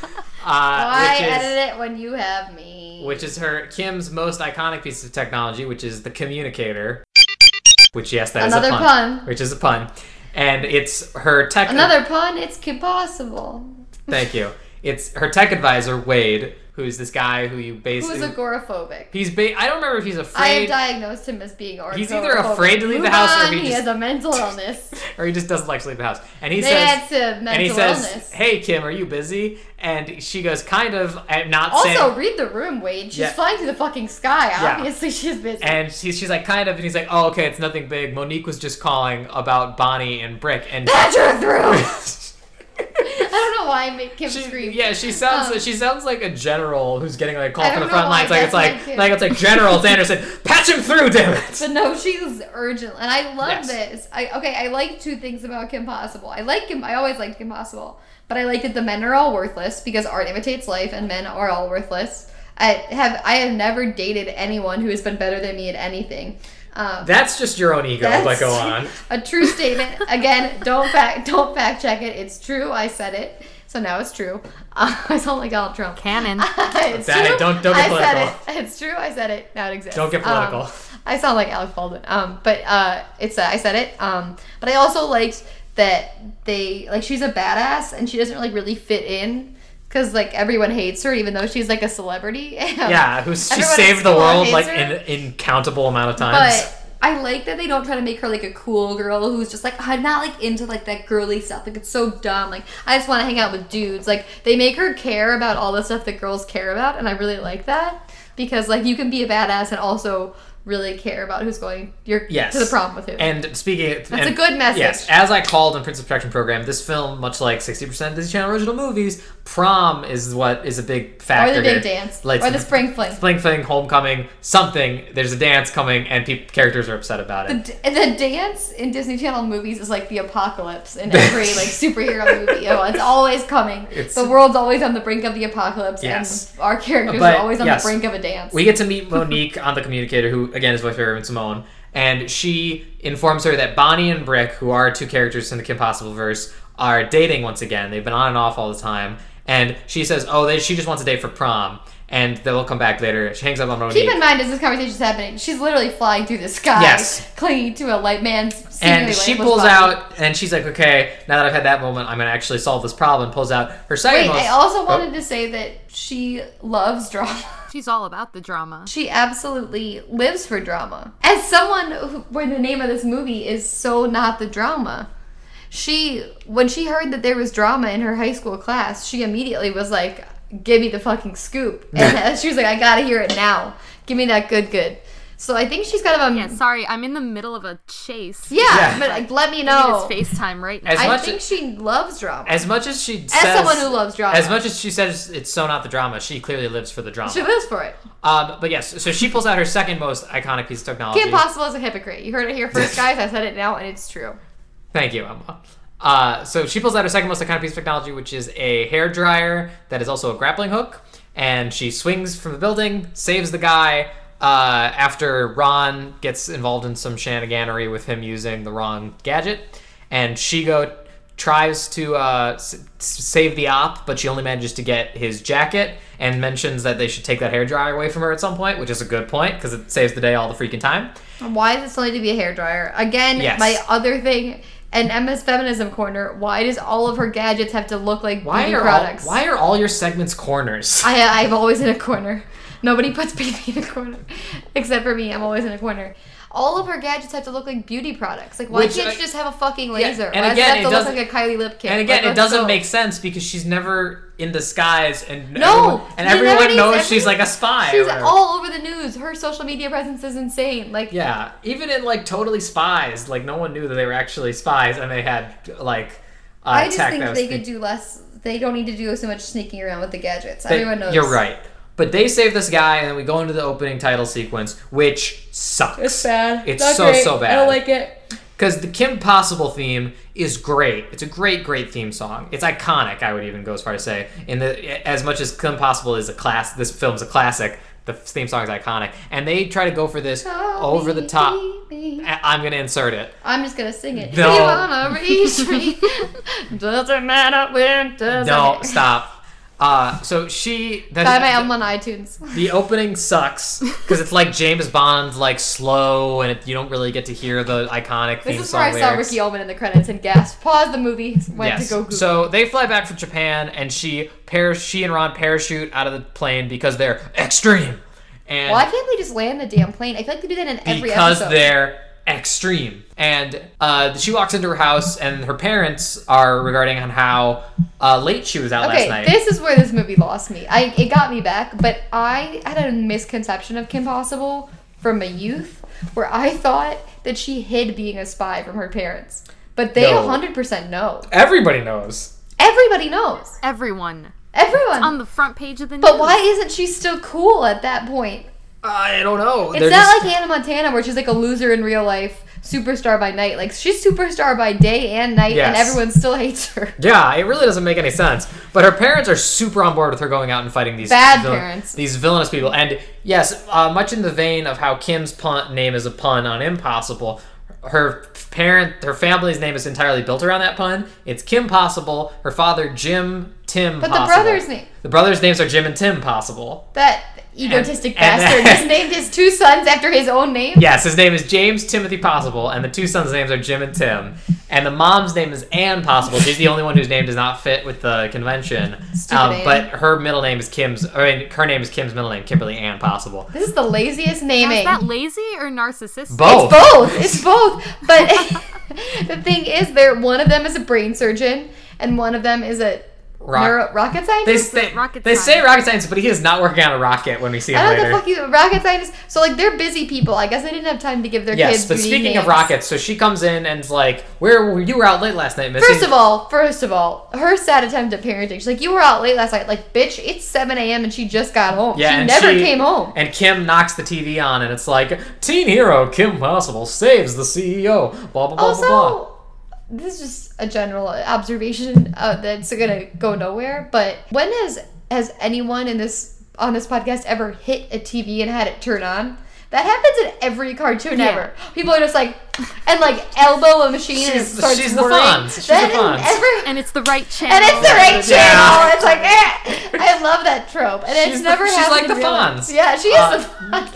Speaker 3: Why
Speaker 2: which is,
Speaker 3: edit it when you have me?
Speaker 2: Which is her Kim's most iconic piece of technology, which is the communicator. Which yes, that is
Speaker 3: Another
Speaker 2: a pun,
Speaker 3: pun.
Speaker 2: Which is a pun, and it's her tech. (laughs)
Speaker 3: Another pun, it's impossible.
Speaker 2: Thank you. It's her tech advisor Wade, who's this guy who you basically
Speaker 3: Who's agoraphobic?
Speaker 2: he's ba- I don't remember if he's
Speaker 3: I have
Speaker 2: afraid
Speaker 3: diagnosed him as being agoraphobic.
Speaker 2: He's either afraid to leave the
Speaker 3: Move
Speaker 2: house or
Speaker 3: on,
Speaker 2: he just-
Speaker 3: has
Speaker 2: (laughs)
Speaker 3: a mental illness.
Speaker 2: or he just doesn't like to leave the house. And he says
Speaker 3: That's a mental
Speaker 2: and he says,
Speaker 3: illness.
Speaker 2: "Hey Kim, are you busy?" And she goes, "Kind of." I'm not
Speaker 3: also,
Speaker 2: saying.
Speaker 3: read the room, Wade. She's
Speaker 2: Yeah.
Speaker 3: flying through the fucking sky.
Speaker 2: Yeah.
Speaker 3: Obviously, she's busy.
Speaker 2: And she's, she's like, kind of, and he's like, oh, okay, it's nothing big. Monique was just calling about Bonnie and Brick, and
Speaker 3: Badger
Speaker 2: (laughs)
Speaker 3: through. I don't know why I make Kim
Speaker 2: she,
Speaker 3: scream.
Speaker 2: yeah, she sounds
Speaker 3: Um,
Speaker 2: she sounds like a general who's getting like a
Speaker 3: I
Speaker 2: call from
Speaker 3: don't
Speaker 2: the front
Speaker 3: know why,
Speaker 2: lines. Like it's
Speaker 3: that's
Speaker 2: like
Speaker 3: my kid.
Speaker 2: like it's like General
Speaker 3: (laughs)
Speaker 2: Sanderson, patch him through, damn it.
Speaker 3: But no, she's urgent, and I love
Speaker 2: Yes.
Speaker 3: this. I okay, I like two things about Kim Possible. I like Kim. I always liked Kim Possible, but I like that the men are all worthless because art imitates life, and men are all worthless. I have I have never dated anyone who has been better than me at anything. Um,
Speaker 2: That's just your own ego.
Speaker 3: That's
Speaker 2: But go on.
Speaker 3: (laughs) a true statement. Again, don't fact don't fact check it. It's true. I said it, so now it's true. (laughs) Uh, I sound like Donald Trump.
Speaker 4: (laughs) Canon.
Speaker 3: (laughs) it's
Speaker 2: That-
Speaker 3: true.
Speaker 2: don't- don't get
Speaker 3: I
Speaker 2: political.
Speaker 3: Said it. It's true. I said it. Now it exists.
Speaker 2: Don't get
Speaker 3: Um,
Speaker 2: political.
Speaker 3: I sound like Alec Baldwin. Um, but uh, it's uh, I said it. Um, but I also liked that they like she's a badass and she doesn't like really fit in because like everyone hates her even though she's like a celebrity. (laughs)
Speaker 2: yeah, who's she
Speaker 3: Everyone at
Speaker 2: saved the
Speaker 3: school
Speaker 2: world
Speaker 3: hates
Speaker 2: like
Speaker 3: her.
Speaker 2: an incountable amount of times.
Speaker 3: But I like that they don't try to make her like a cool girl who's just like I'm not like into like that girly stuff. Like it's so dumb. Like I just want to hang out with dudes. Like they make her care about all the stuff that girls care about, and I really like that because like you can be a badass and also really care about who's going your
Speaker 2: Yes.
Speaker 3: to the prom with who.
Speaker 2: And speaking, of,
Speaker 3: That's a good message.
Speaker 2: Yes, as I called in Prince Protection Program, this film, much like sixty percent of Disney Channel original movies, prom is what is a big factor.
Speaker 3: or the big
Speaker 2: here.
Speaker 3: dance,
Speaker 2: Like,
Speaker 3: or the spring fling.
Speaker 2: Fling fling, homecoming, something. There's a dance coming, and peop characters are upset about it.
Speaker 3: The, d- the dance in Disney Channel movies is like the apocalypse in
Speaker 2: (laughs)
Speaker 3: every like superhero movie. Oh, it's always coming.
Speaker 2: It's-
Speaker 3: the world's always on the brink of the apocalypse,
Speaker 2: Yes.
Speaker 3: and our characters
Speaker 2: But,
Speaker 3: are always on
Speaker 2: yes.
Speaker 3: the brink of a dance.
Speaker 2: We get to meet Monique on the communicator, who again is voiced by Raven Simone, and she informs her that Bonnie and Brick, who are two characters in the Kim Possible verse, are dating once again. They've been on and off all the time, and she says, "Oh, they, she just wants a date for prom." And they'll come back later. She hangs up on Monique.
Speaker 3: Keep in mind as this conversation's happening, she's literally flying through the sky,
Speaker 2: Yes.
Speaker 3: clinging to a light man's. seemingly
Speaker 2: and she
Speaker 3: lifeless
Speaker 2: pulls
Speaker 3: body.
Speaker 2: out, and she's like, "Okay, now that I've had that moment, I'm gonna actually solve this problem." Pulls out her second.
Speaker 3: Wait,
Speaker 2: most-
Speaker 3: I also
Speaker 2: Oh.
Speaker 3: wanted to say that she loves drama. (laughs)
Speaker 4: She's all about the drama.
Speaker 3: She absolutely lives for drama. As someone who, where the name of this movie is so not the drama, she when she heard that there was drama in her high school class, she immediately was like, "Give me the fucking scoop!" (laughs) And she was like, "I gotta hear it now. Give me that good good." So I think she's kind of a yeah,
Speaker 4: Sorry, I'm in the middle of a chase.
Speaker 2: Yeah.
Speaker 3: but like, let me
Speaker 4: No.
Speaker 3: know.
Speaker 4: It's FaceTime right now.
Speaker 2: As
Speaker 3: I
Speaker 2: much
Speaker 3: think
Speaker 2: as-
Speaker 3: she loves drama.
Speaker 2: As much as she
Speaker 3: As
Speaker 2: says,
Speaker 3: someone who loves drama.
Speaker 2: as much as she says it's so not the drama, she clearly lives for the drama.
Speaker 3: she lives for it.
Speaker 2: Um, but yes, so she pulls out her second most iconic piece of technology.
Speaker 3: Kim Possible is a hypocrite. You heard it here first, guys. I said it now, and it's true.
Speaker 2: Thank you, Emma. Uh, so she pulls out her second most iconic piece of technology, which is a hair dryer that is also a grappling hook, and she swings from the building, saves the guy. Uh, after Ron gets involved in some shenaniganery with him using the wrong gadget, and she go tries to uh, s- s- save the op, but she only manages to get his jacket and mentions that they should take that hair dryer away from her at some point, which is a good point because it saves the day all the freaking time.
Speaker 3: Why does it still need to be a hairdryer? Again,
Speaker 2: Yes.
Speaker 3: my other thing, and Emma's feminism corner. Why does all of her gadgets have to look like
Speaker 2: Why
Speaker 3: beauty
Speaker 2: are
Speaker 3: products?
Speaker 2: all, why are all your segments corners?
Speaker 3: I, I'm always in a corner. Nobody puts (laughs) baby in a corner, except for me. I'm always in a corner. All of her gadgets have to look like beauty products. Like, why
Speaker 2: Which,
Speaker 3: can't
Speaker 2: uh,
Speaker 3: she just have a fucking laser?
Speaker 2: and
Speaker 3: why
Speaker 2: again,
Speaker 3: does it have
Speaker 2: it
Speaker 3: to look
Speaker 2: doesn't-
Speaker 3: like a Kylie lip kit?
Speaker 2: And again,
Speaker 3: Like,
Speaker 2: it
Speaker 3: let's
Speaker 2: doesn't
Speaker 3: go.
Speaker 2: make sense because she's never in disguise, and
Speaker 3: No,
Speaker 2: everyone, and
Speaker 3: you
Speaker 2: everyone
Speaker 3: notice
Speaker 2: knows
Speaker 3: every-
Speaker 2: she's like a spy. or
Speaker 3: She's
Speaker 2: whatever.
Speaker 3: all over the news. Her social media presence is insane. Like,
Speaker 2: yeah, even in like totally spies, like no one knew that they were actually spies, and they had like. Uh,
Speaker 3: I just
Speaker 2: tech
Speaker 3: think
Speaker 2: that was
Speaker 3: they could do less. They don't need to do so much sneaking around with the gadgets.
Speaker 2: They-
Speaker 3: Everyone knows.
Speaker 2: You're right. But they save this guy, and then we go into the opening title sequence, which sucks.
Speaker 3: It's bad.
Speaker 2: It's
Speaker 3: Not
Speaker 2: so
Speaker 3: great.
Speaker 2: so bad.
Speaker 3: I don't like it.
Speaker 2: Because the Kim Possible theme is great. It's a great, great theme song. It's iconic. I would even go as far to say, in the as much as Kim Possible is a class, this film's a classic. The theme song is iconic, and they try to go for this over the top.
Speaker 3: Baby.
Speaker 2: I- I'm gonna insert it.
Speaker 3: I'm just gonna sing it.
Speaker 2: No. (laughs)
Speaker 3: You (laughs) wanna reach me? doesn't matter when. Doesn't
Speaker 2: No, stop. Uh, so she that
Speaker 3: Buy my album on iTunes.
Speaker 2: the opening sucks because it's like James Bond, like slow, and it, you don't really get to hear the iconic theme
Speaker 3: This is
Speaker 2: song
Speaker 3: where I saw
Speaker 2: lyrics.
Speaker 3: Ricky Ullman in the credits and gasped. Pause the movie. Went
Speaker 2: yes.
Speaker 3: to go Google.
Speaker 2: So they fly back from Japan, and she par- she and Ron parachute out of the plane because they're extreme. And
Speaker 3: Why can't they just land the damn plane? I feel like they do that in every
Speaker 2: because
Speaker 3: episode.
Speaker 2: they're extreme. And uh, she walks into her house, and her parents are regarding on how uh, late she was out
Speaker 3: Okay,
Speaker 2: last night.
Speaker 3: this is where this movie lost me. I it got me back, but I had a misconception of Kim Possible from a youth where I thought that she hid being a spy from her parents. But they
Speaker 2: No.
Speaker 3: 100% know.
Speaker 2: Everybody knows.
Speaker 3: Everybody knows.
Speaker 4: Everyone
Speaker 3: Everyone.
Speaker 4: on the front page of the news.
Speaker 3: but why isn't she still cool at that point?
Speaker 2: I don't know.
Speaker 3: It's not like Hannah Montana where she's like a loser in real life, superstar by night. Like she's superstar by day and night and
Speaker 2: Yes.
Speaker 3: everyone still hates her.
Speaker 2: Yeah, it really doesn't make any sense. But her parents are super on board with her going out and fighting these
Speaker 3: Bad parents.
Speaker 2: these villainous people. And yes, uh, much in the vein of how Kim's pun- name is a pun on impossible, her parent, her family's name is entirely built around that pun. It's Kim Possible. Her father, Jim Tim.
Speaker 3: But the
Speaker 2: Possible.
Speaker 3: brother's name-
Speaker 2: The brothers' names are Jim and Tim Possible.
Speaker 3: (laughs) That egotistic
Speaker 2: And-
Speaker 3: bastard
Speaker 2: and- (laughs)
Speaker 3: just named his two sons after his own name.
Speaker 2: Yes, his name is James Timothy Possible, and the two sons' names are Jim and Tim. And the mom's name is Anne Possible. She's the only one whose name does not fit with the convention. Um,
Speaker 3: Stupid Anne.
Speaker 2: but her middle name is Kim's. Or I mean, her name is Kim's middle name, Kimberly Ann Possible.
Speaker 3: This is the laziest
Speaker 4: Now,
Speaker 3: naming.
Speaker 4: is that lazy or narcissistic?
Speaker 2: Both.
Speaker 3: It's both. It's both. But (laughs) the thing is, there one of them is a brain surgeon, and one of them is a
Speaker 2: Rock-
Speaker 3: neuro- rocket
Speaker 2: They,
Speaker 3: scientist.
Speaker 2: say,
Speaker 4: rocket
Speaker 2: they say
Speaker 4: science.
Speaker 2: rocket science, but he is not working on a rocket when we see him
Speaker 3: I don't know
Speaker 2: later.
Speaker 3: what Oh, the fuck he's a rocket scientist. So like they're busy people. I guess they didn't have time to give their
Speaker 2: yes,
Speaker 3: kids.
Speaker 2: but
Speaker 3: unique
Speaker 2: speaking of
Speaker 3: names.
Speaker 2: rockets, so she comes in and's like, "Where were you? Were out late last night, missing?"
Speaker 3: First of all, first of all, her sad attempt at parenting. She's like, "You were out late last night." Like, bitch, it's seven a.m. and she just got home.
Speaker 2: Yeah,
Speaker 3: she
Speaker 2: and
Speaker 3: never came home.
Speaker 2: And Kim knocks the TV on, and it's like, "Teen hero Kim Possible saves the CEO." Blah blah blah
Speaker 3: also,
Speaker 2: blah Oh, blah.
Speaker 3: this is just a general observation uh, that's gonna go nowhere. But when has has anyone in this on this podcast ever hit a TV and had it turn on? That happens in every cartoon
Speaker 4: Yeah.
Speaker 3: ever. People are just like, and like elbow a machine and it
Speaker 2: She's the-
Speaker 3: starts
Speaker 2: she's the
Speaker 3: whirring.
Speaker 2: Fonz. She's
Speaker 3: That
Speaker 2: the
Speaker 3: is
Speaker 2: Fonz.
Speaker 3: every-
Speaker 4: And it's the right channel.
Speaker 3: and it's the right
Speaker 2: Yeah.
Speaker 3: channel. It's like, eh. I love that trope, and
Speaker 2: She's
Speaker 3: it's
Speaker 2: the-
Speaker 3: never
Speaker 2: she's
Speaker 3: happened
Speaker 2: like
Speaker 3: in
Speaker 2: the
Speaker 3: real life.
Speaker 2: Fonz.
Speaker 3: Yeah, she is
Speaker 2: Uh,
Speaker 3: the Fonz.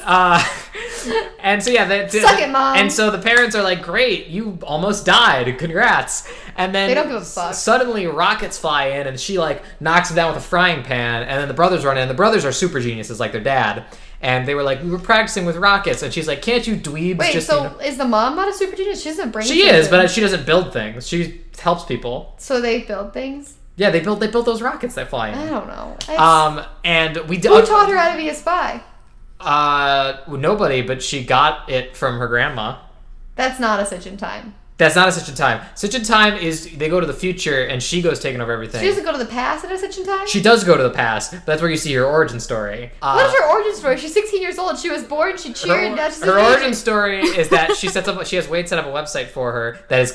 Speaker 2: Uh, (laughs) and so yeah, that,
Speaker 3: Suck it, Mom.
Speaker 2: And so the parents are like, "Great, you almost died. Congrats!" And then
Speaker 3: They don't give a fuck.
Speaker 2: s- Suddenly, rockets fly in, and she like knocks him down with a frying pan. And then the brothers run in. The brothers are super geniuses, like their dad. And they were like, "We were practicing with rockets," and she's like, "Can't you dweebs
Speaker 3: Wait,
Speaker 2: just?"
Speaker 3: so
Speaker 2: you know-"
Speaker 3: is the mom not a super genius? She's a brain.
Speaker 2: she is,
Speaker 3: surgeon.
Speaker 2: but she doesn't build things. She helps people.
Speaker 3: so they build things.
Speaker 2: Yeah, they build they build those rockets that fly
Speaker 3: I
Speaker 2: in.
Speaker 3: don't know. It's-
Speaker 2: Um, and we d-
Speaker 3: Uh, Who taught her how to be a spy?
Speaker 2: Uh, nobody, but she got it from her grandma.
Speaker 3: That's not a such in time.
Speaker 2: That's not a such a time. Such a time is they go to the future and she goes taking over everything.
Speaker 3: She doesn't go to the past at a such in time.
Speaker 2: she does go to the past. but That's where you see her origin story. Uh,
Speaker 3: what is her origin story? She's 16 years old. She was born. She cheered. now she's a
Speaker 2: her
Speaker 3: teenager.
Speaker 2: origin story is that she sets up she has Wade set up a website for her that is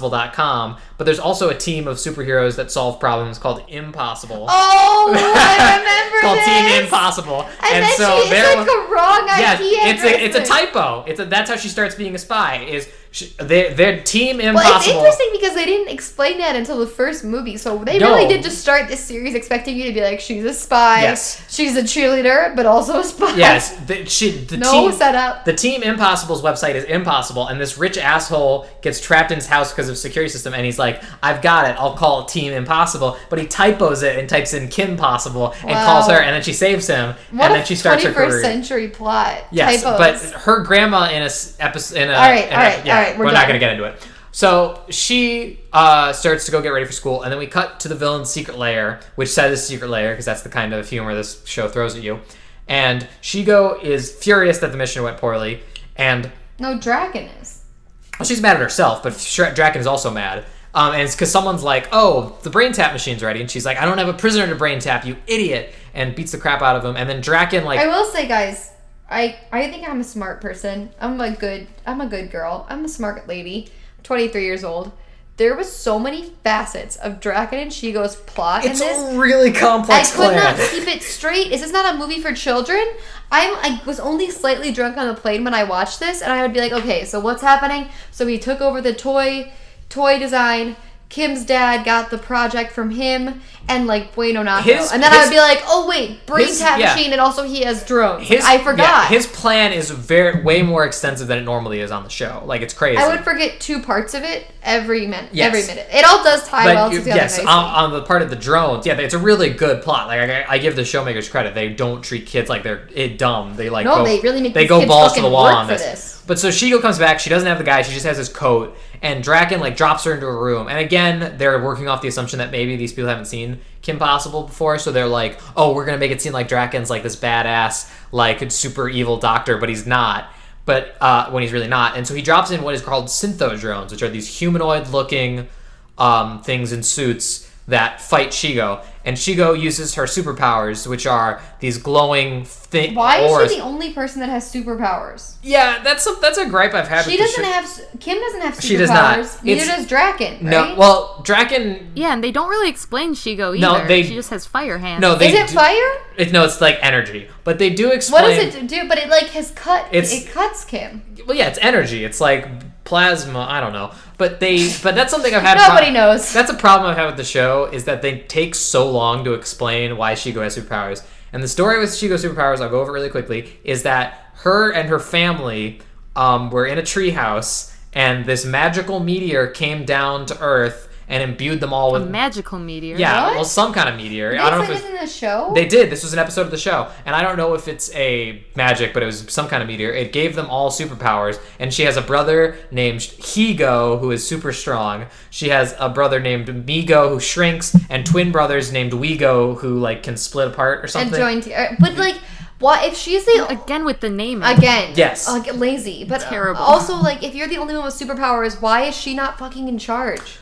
Speaker 2: kimpossible.com, but there's also a team of superheroes that solve problems called Impossible. (laughs)
Speaker 3: Oh, I remember
Speaker 2: it's called
Speaker 3: this.
Speaker 2: Team Impossible.
Speaker 3: And, then she,
Speaker 2: there
Speaker 3: it's like
Speaker 2: was-
Speaker 3: a wrong
Speaker 2: yeah,
Speaker 3: idea.
Speaker 2: it's a it's a typo. It's a, that's how she starts being a spy. Is she, their their team Impossible?
Speaker 3: Well, it's interesting because they didn't explain that until the first movie, so they
Speaker 2: No.
Speaker 3: really did just start this series expecting you to be like, she's a spy,
Speaker 2: Yes.
Speaker 3: she's a cheerleader, but also a spy.
Speaker 2: Yes, the, she, the
Speaker 3: No
Speaker 2: team
Speaker 3: setup.
Speaker 2: The Team Impossible's website is impossible, and this rich asshole gets trapped in his house because of security system, and he's like, "I've got it. I'll call it Team Impossible," but he typos it and types in Kim Possible and
Speaker 3: Wow.
Speaker 2: calls her, and then she saves him,
Speaker 3: What
Speaker 2: and
Speaker 3: a
Speaker 2: then she starts her
Speaker 3: 21st
Speaker 2: career.
Speaker 3: century plot.
Speaker 2: Yes,
Speaker 3: Typos.
Speaker 2: but her grandma in a episode. In a,
Speaker 3: All right,
Speaker 2: in a-
Speaker 3: all right,
Speaker 2: yeah,
Speaker 3: all right,
Speaker 2: We're,
Speaker 3: we're
Speaker 2: not
Speaker 3: done.
Speaker 2: gonna get into it. So she uh, starts to go get ready for school, and then we cut to the villain's secret lair, which says it's secret lair because that's the kind of humor this show throws at you. And Shigo is furious that the mission went poorly, and
Speaker 3: no, Dragonus.
Speaker 2: well, she's mad at herself, but Shre- Draken is also mad. Um, and it's because someone's like, oh, the brain tap machine's ready. And she's like, I don't have a prisoner to brain tap, you idiot. And beats the crap out of him. And then Draken, like,
Speaker 3: I will say, guys, I I think I'm a smart person. I'm a good I'm a good girl. I'm a smart lady. 23 years old. There was so many facets of Draken and Shigo's plot
Speaker 2: it's
Speaker 3: in this.
Speaker 2: a really
Speaker 3: I
Speaker 2: complex
Speaker 3: could
Speaker 2: plan.
Speaker 3: not keep it straight. Is this not a movie for children? I'm I was only slightly drunk on the plane when I watched this, and I would be like, okay, so what's happening? So he took over the toy toy design Kim's dad got the project from him and like Bueno Nacho.
Speaker 2: His-
Speaker 3: and then I
Speaker 2: his-
Speaker 3: would be like, oh wait, Brain
Speaker 2: his-
Speaker 3: Tat
Speaker 2: yeah.
Speaker 3: Machine, and also he has drones.
Speaker 2: His,
Speaker 3: I forgot.
Speaker 2: yeah, his plan is very way more extensive than it normally is on the show. Like it's crazy.
Speaker 3: I would forget two parts of it every minute.
Speaker 2: Yes.
Speaker 3: Every minute. It all does tie
Speaker 2: but
Speaker 3: well
Speaker 2: you-
Speaker 3: together.
Speaker 2: yes, um, on,
Speaker 3: nicely.
Speaker 2: on the part of the drones, yeah, it's a really good plot. Like I, I give the showmakers credit; they don't treat kids like they're it dumb. They like
Speaker 3: No,
Speaker 2: go,
Speaker 3: they really make
Speaker 2: they
Speaker 3: these
Speaker 2: go
Speaker 3: kids
Speaker 2: balls to the
Speaker 3: fucking
Speaker 2: wall
Speaker 3: work
Speaker 2: on
Speaker 3: for
Speaker 2: this.
Speaker 3: this.
Speaker 2: But so Shigo comes back; she doesn't have the guy; she just has his coat. And Draken like drops her into a room, and again, they're working off the assumption that maybe these people haven't seen Kim Possible before, so they're like, "Oh, we're gonna make it seem like Draken's like this badass, like super evil doctor, but he's not." But uh, when he's really not, and so he drops in what is called syntho drones, which are these humanoid-looking um, things in suits that fight Shigo, and Shigo uses her superpowers, which are these glowing things.
Speaker 3: Why is she the only person that has superpowers?
Speaker 2: Yeah, that's a, that's a gripe I've had.
Speaker 3: She
Speaker 2: with
Speaker 3: doesn't
Speaker 2: the show.
Speaker 3: have. s- Kim doesn't have superpowers.
Speaker 2: She does not.
Speaker 3: Neither
Speaker 2: It's-
Speaker 3: does Draken.
Speaker 2: No,
Speaker 3: right?
Speaker 2: well, Draken.
Speaker 4: Yeah, and they don't really explain Shigo either.
Speaker 2: No, they-
Speaker 4: she just has fire hands.
Speaker 2: No, they
Speaker 3: is it
Speaker 2: do-
Speaker 3: fire?
Speaker 2: It, no, it's like energy, but they do explain.
Speaker 3: What does it do? But it like has cut.
Speaker 2: It's-
Speaker 3: it cuts Kim.
Speaker 2: Well, yeah, it's energy. It's like plasma. I don't know, but they. But that's something I've had.
Speaker 3: Nobody knows.
Speaker 2: That's a problem I've had with the show is that they take so long to explain why Shigo has superpowers. And the story with Shigo superpowers, I'll go over it really quickly, is that her and her family um, were in a treehouse, and this magical meteor came down to Earth and imbued them all with.
Speaker 4: a magical meteor.
Speaker 2: yeah,
Speaker 3: What?
Speaker 2: well, some kind of meteor. I
Speaker 3: I
Speaker 2: don't know
Speaker 3: do
Speaker 2: if it was,
Speaker 3: in the show.
Speaker 2: they did. This was an episode of the show, and I don't know if it's a magic, but it was some kind of meteor. It gave them all superpowers, and she has a brother named Higo who is super strong. She has a brother named Migo who shrinks, and twin brothers named Wego who like can split apart or
Speaker 3: and
Speaker 2: something.
Speaker 3: joined here. But like, what if she's the
Speaker 4: Again with the name.
Speaker 3: again?
Speaker 2: Yes.
Speaker 3: Like, lazy, but
Speaker 4: Terrible.
Speaker 3: Also, like, if you're the only one with superpowers, why is she not fucking in charge?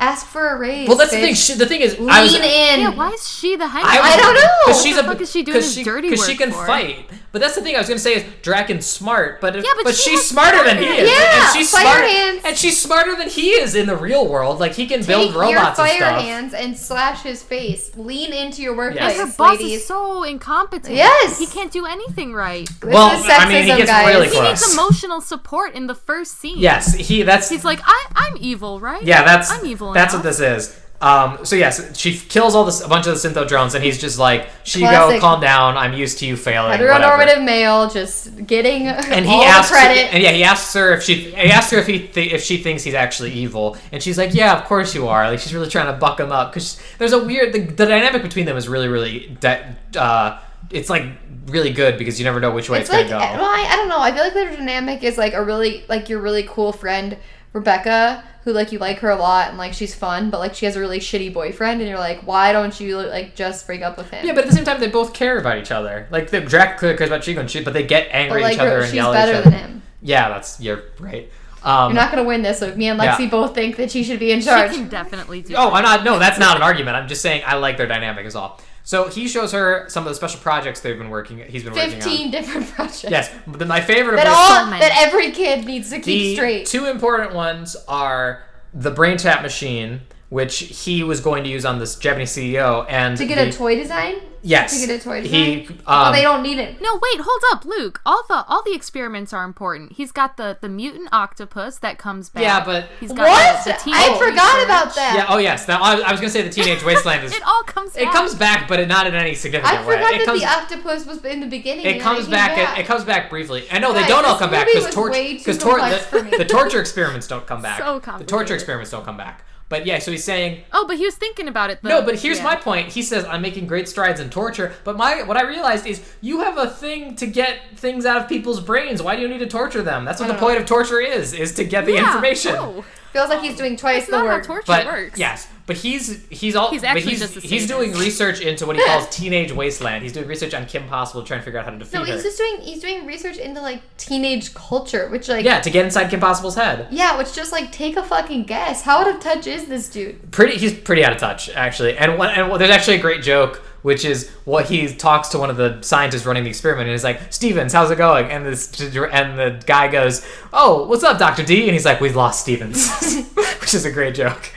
Speaker 3: Ask for a raise.
Speaker 2: well, that's the
Speaker 3: bitch.
Speaker 2: thing. She, the thing is,
Speaker 3: Lean
Speaker 2: I was,
Speaker 3: in.
Speaker 4: Yeah, why is she the head?
Speaker 3: I don't know.
Speaker 2: Because
Speaker 3: What
Speaker 2: she's
Speaker 4: the
Speaker 2: a,
Speaker 4: fuck is she doing
Speaker 2: cause
Speaker 4: this
Speaker 2: she,
Speaker 4: dirty
Speaker 2: Because she
Speaker 4: work
Speaker 2: can
Speaker 4: for?
Speaker 2: fight. But that's the thing I was going to say is Draken's smart, but, if,
Speaker 4: Yeah, but she
Speaker 2: she's
Speaker 4: has
Speaker 2: smarter than he
Speaker 4: fire
Speaker 2: is.
Speaker 3: hands.
Speaker 2: and she's
Speaker 3: Yeah, fire
Speaker 2: smarter,
Speaker 3: hands.
Speaker 2: And she's smarter than he is in the real world. Like he can build
Speaker 3: Take
Speaker 2: robots
Speaker 3: your
Speaker 2: and
Speaker 3: fire
Speaker 2: stuff.
Speaker 3: hands and slash his face. Lean into your
Speaker 2: Yes.
Speaker 3: workplace,
Speaker 4: Her boss
Speaker 3: ladies.
Speaker 4: is so incompetent.
Speaker 3: Yes.
Speaker 4: He can't do anything right.
Speaker 3: this
Speaker 2: Well,
Speaker 3: is sexism,
Speaker 2: I mean, he gets
Speaker 3: guys.
Speaker 2: really
Speaker 4: He needs
Speaker 2: Gross.
Speaker 4: emotional support in the first scene.
Speaker 2: Yes, he. That's
Speaker 4: He's like, I, I'm evil, right?
Speaker 2: yeah. That's
Speaker 4: I'm evil.
Speaker 2: That's
Speaker 4: enough.
Speaker 2: what this is. Um, so yes, she f- kills all this a bunch of the syntho drones, and he's just like, "She go,
Speaker 3: Classic.
Speaker 2: calm down. I'm used to you failing." whatever."
Speaker 3: Heteronormative male, just getting
Speaker 2: and he
Speaker 3: all
Speaker 2: asks
Speaker 3: the credit.
Speaker 2: and yeah, he asks her if she he asks her if he th- if she thinks he's actually evil, and she's like, "Yeah, of course you are." Like she's really trying to buck him up because there's a weird the, the dynamic between them is really really de- uh, it's like really good because you never know which way it's,
Speaker 3: it's like e,
Speaker 2: gonna go.
Speaker 3: well, I, I don't know. I feel like their dynamic is like a really like your really cool friend Rebecca, who like you like her a lot and like she's fun, but like she has a really shitty boyfriend, and you're like, why don't you like just break up with him?
Speaker 2: yeah, but at the same time, they both care about each other. Like the Drac clearly cares about Chico and she, but they get angry at
Speaker 3: but like
Speaker 2: each other and
Speaker 3: she's
Speaker 2: yell at each
Speaker 3: better
Speaker 2: other.
Speaker 3: than him.
Speaker 2: Yeah, that's you're right. Um,
Speaker 3: You're not gonna win this. So me and Lexi
Speaker 2: Yeah.
Speaker 3: both think that she should be in charge.
Speaker 4: She can definitely do.
Speaker 2: Oh, I'm not. No, that's not an argument. I'm just saying I like their dynamic is all. So he shows her some of the special projects they've been working. He's been working on.
Speaker 3: Fifteen different (laughs) projects.
Speaker 2: Yes, but then my favorite.
Speaker 3: That
Speaker 2: of which-
Speaker 4: so
Speaker 3: all
Speaker 4: many.
Speaker 3: that every kid needs to keep
Speaker 2: the
Speaker 3: straight.
Speaker 2: two important ones are the brain tap machine, which he was going to use on this Japanese CEO, and
Speaker 3: to get a
Speaker 2: the-
Speaker 3: toy design.
Speaker 2: Yes,
Speaker 3: to get a toy
Speaker 2: He.
Speaker 3: design?
Speaker 2: Um,
Speaker 3: Well, they don't need it.
Speaker 4: No, wait, hold up, Luke. All the all the experiments are important. He's got the the mutant octopus that comes back.
Speaker 2: Yeah, but-
Speaker 4: he's got
Speaker 3: What?
Speaker 4: The, the teenage
Speaker 3: I forgot
Speaker 4: research.
Speaker 3: about that.
Speaker 2: Yeah. Oh yes. Now I, I was gonna say the
Speaker 3: (laughs)
Speaker 2: teenage wasteland is.
Speaker 4: (laughs) it all comes.
Speaker 2: it
Speaker 4: back.
Speaker 2: comes back, but it, not in any significant
Speaker 3: I
Speaker 2: way.
Speaker 3: forgot
Speaker 2: it
Speaker 3: that
Speaker 2: comes,
Speaker 3: the octopus was in the beginning.
Speaker 2: it
Speaker 3: and then
Speaker 2: comes
Speaker 3: came
Speaker 2: back, It, it comes back briefly. I know they
Speaker 3: Guys,
Speaker 2: don't all
Speaker 3: this
Speaker 2: come back
Speaker 3: movie
Speaker 2: because
Speaker 3: was
Speaker 2: torture
Speaker 3: way too
Speaker 2: because tor-
Speaker 3: complex for
Speaker 2: the,
Speaker 3: me.
Speaker 2: the torture experiments don't come back.
Speaker 4: So
Speaker 2: the
Speaker 4: complicated.
Speaker 2: torture experiments don't come back. But yeah, so he's saying
Speaker 4: Oh, but he was thinking about it. though.
Speaker 2: No, but here's
Speaker 4: Yeah.
Speaker 2: my point. He says I'm making great strides in torture, but my what I realized is you have a thing to get things out of people's brains. Why do you need to torture them? That's what the
Speaker 3: don't know.
Speaker 2: point of torture is, is to get the
Speaker 4: Yeah,
Speaker 2: information.
Speaker 4: no.
Speaker 3: Feels like he's doing twice
Speaker 4: That's
Speaker 3: the
Speaker 4: not how
Speaker 3: work.
Speaker 4: torture
Speaker 2: But
Speaker 4: works.
Speaker 2: yes, but he's he's all
Speaker 4: He's
Speaker 2: but
Speaker 4: actually
Speaker 2: he's,
Speaker 4: just a
Speaker 2: he's
Speaker 4: sadist.
Speaker 2: doing research into what he
Speaker 4: (laughs)
Speaker 2: calls teenage wasteland. He's doing research on Kim Possible, trying to figure out how to defeat
Speaker 3: no,
Speaker 2: her.
Speaker 3: he's just doing he's doing research into like teenage culture, which like
Speaker 2: yeah, to get inside Kim Possible's head.
Speaker 3: yeah, which just like take a fucking guess. How out of touch is this dude?
Speaker 2: pretty he's pretty out of touch actually and one and there's actually a great joke which is what he talks to one of the scientists running the experiment and is like stevens how's it going and this and the guy goes oh what's up dr d and he's like we've lost stevens (laughs) which is a great joke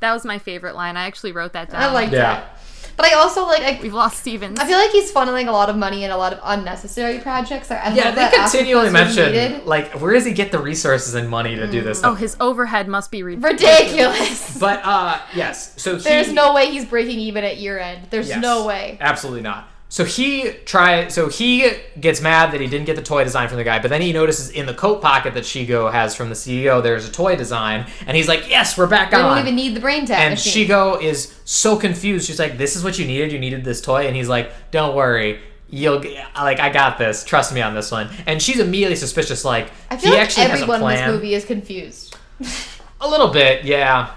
Speaker 4: That was my favorite line. I actually wrote that down.
Speaker 3: I like
Speaker 2: yeah
Speaker 3: that. But I also like I,
Speaker 4: We've lost Stevens.
Speaker 3: I feel like he's funneling a lot of money in a lot of unnecessary projects. Like, I
Speaker 2: Yeah,
Speaker 3: love
Speaker 2: they
Speaker 3: that
Speaker 2: continually
Speaker 3: octopus was
Speaker 2: mention
Speaker 3: needed. Mm,
Speaker 2: like where does he get the resources and money to do this
Speaker 4: oh,
Speaker 2: stuff?
Speaker 4: his overhead must be
Speaker 2: (laughs)
Speaker 4: ridiculous.
Speaker 3: ridiculous.
Speaker 2: But uh yes, so
Speaker 3: There's
Speaker 2: he,
Speaker 3: no way he's breaking even at year end. There's
Speaker 2: yes,
Speaker 3: no way.
Speaker 2: Absolutely not. So he try so he gets mad that he didn't get the toy design from the guy, but then he notices in the coat pocket that Shigo has from the CEO there's a toy design, and he's like, "Yes, we're back
Speaker 3: They
Speaker 2: on."
Speaker 3: don't even need the brain tap
Speaker 2: and
Speaker 3: machine.
Speaker 2: Shigo is so confused. She's like, "This is what you needed. You needed this toy." And he's like, "Don't worry, you'll g- like I got this. Trust me on this one." And she's immediately suspicious. Like
Speaker 3: I feel
Speaker 2: he
Speaker 3: like
Speaker 2: actually has a
Speaker 3: everyone in
Speaker 2: plan.
Speaker 3: this movie is confused.
Speaker 2: A little bit, yeah.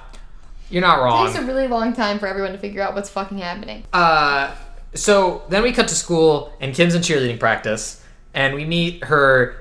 Speaker 2: You're not
Speaker 3: It
Speaker 2: wrong.
Speaker 3: takes a really long time for everyone to figure out what's fucking happening.
Speaker 2: Uh, so then we cut to school and Kim's in cheerleading practice, and we meet her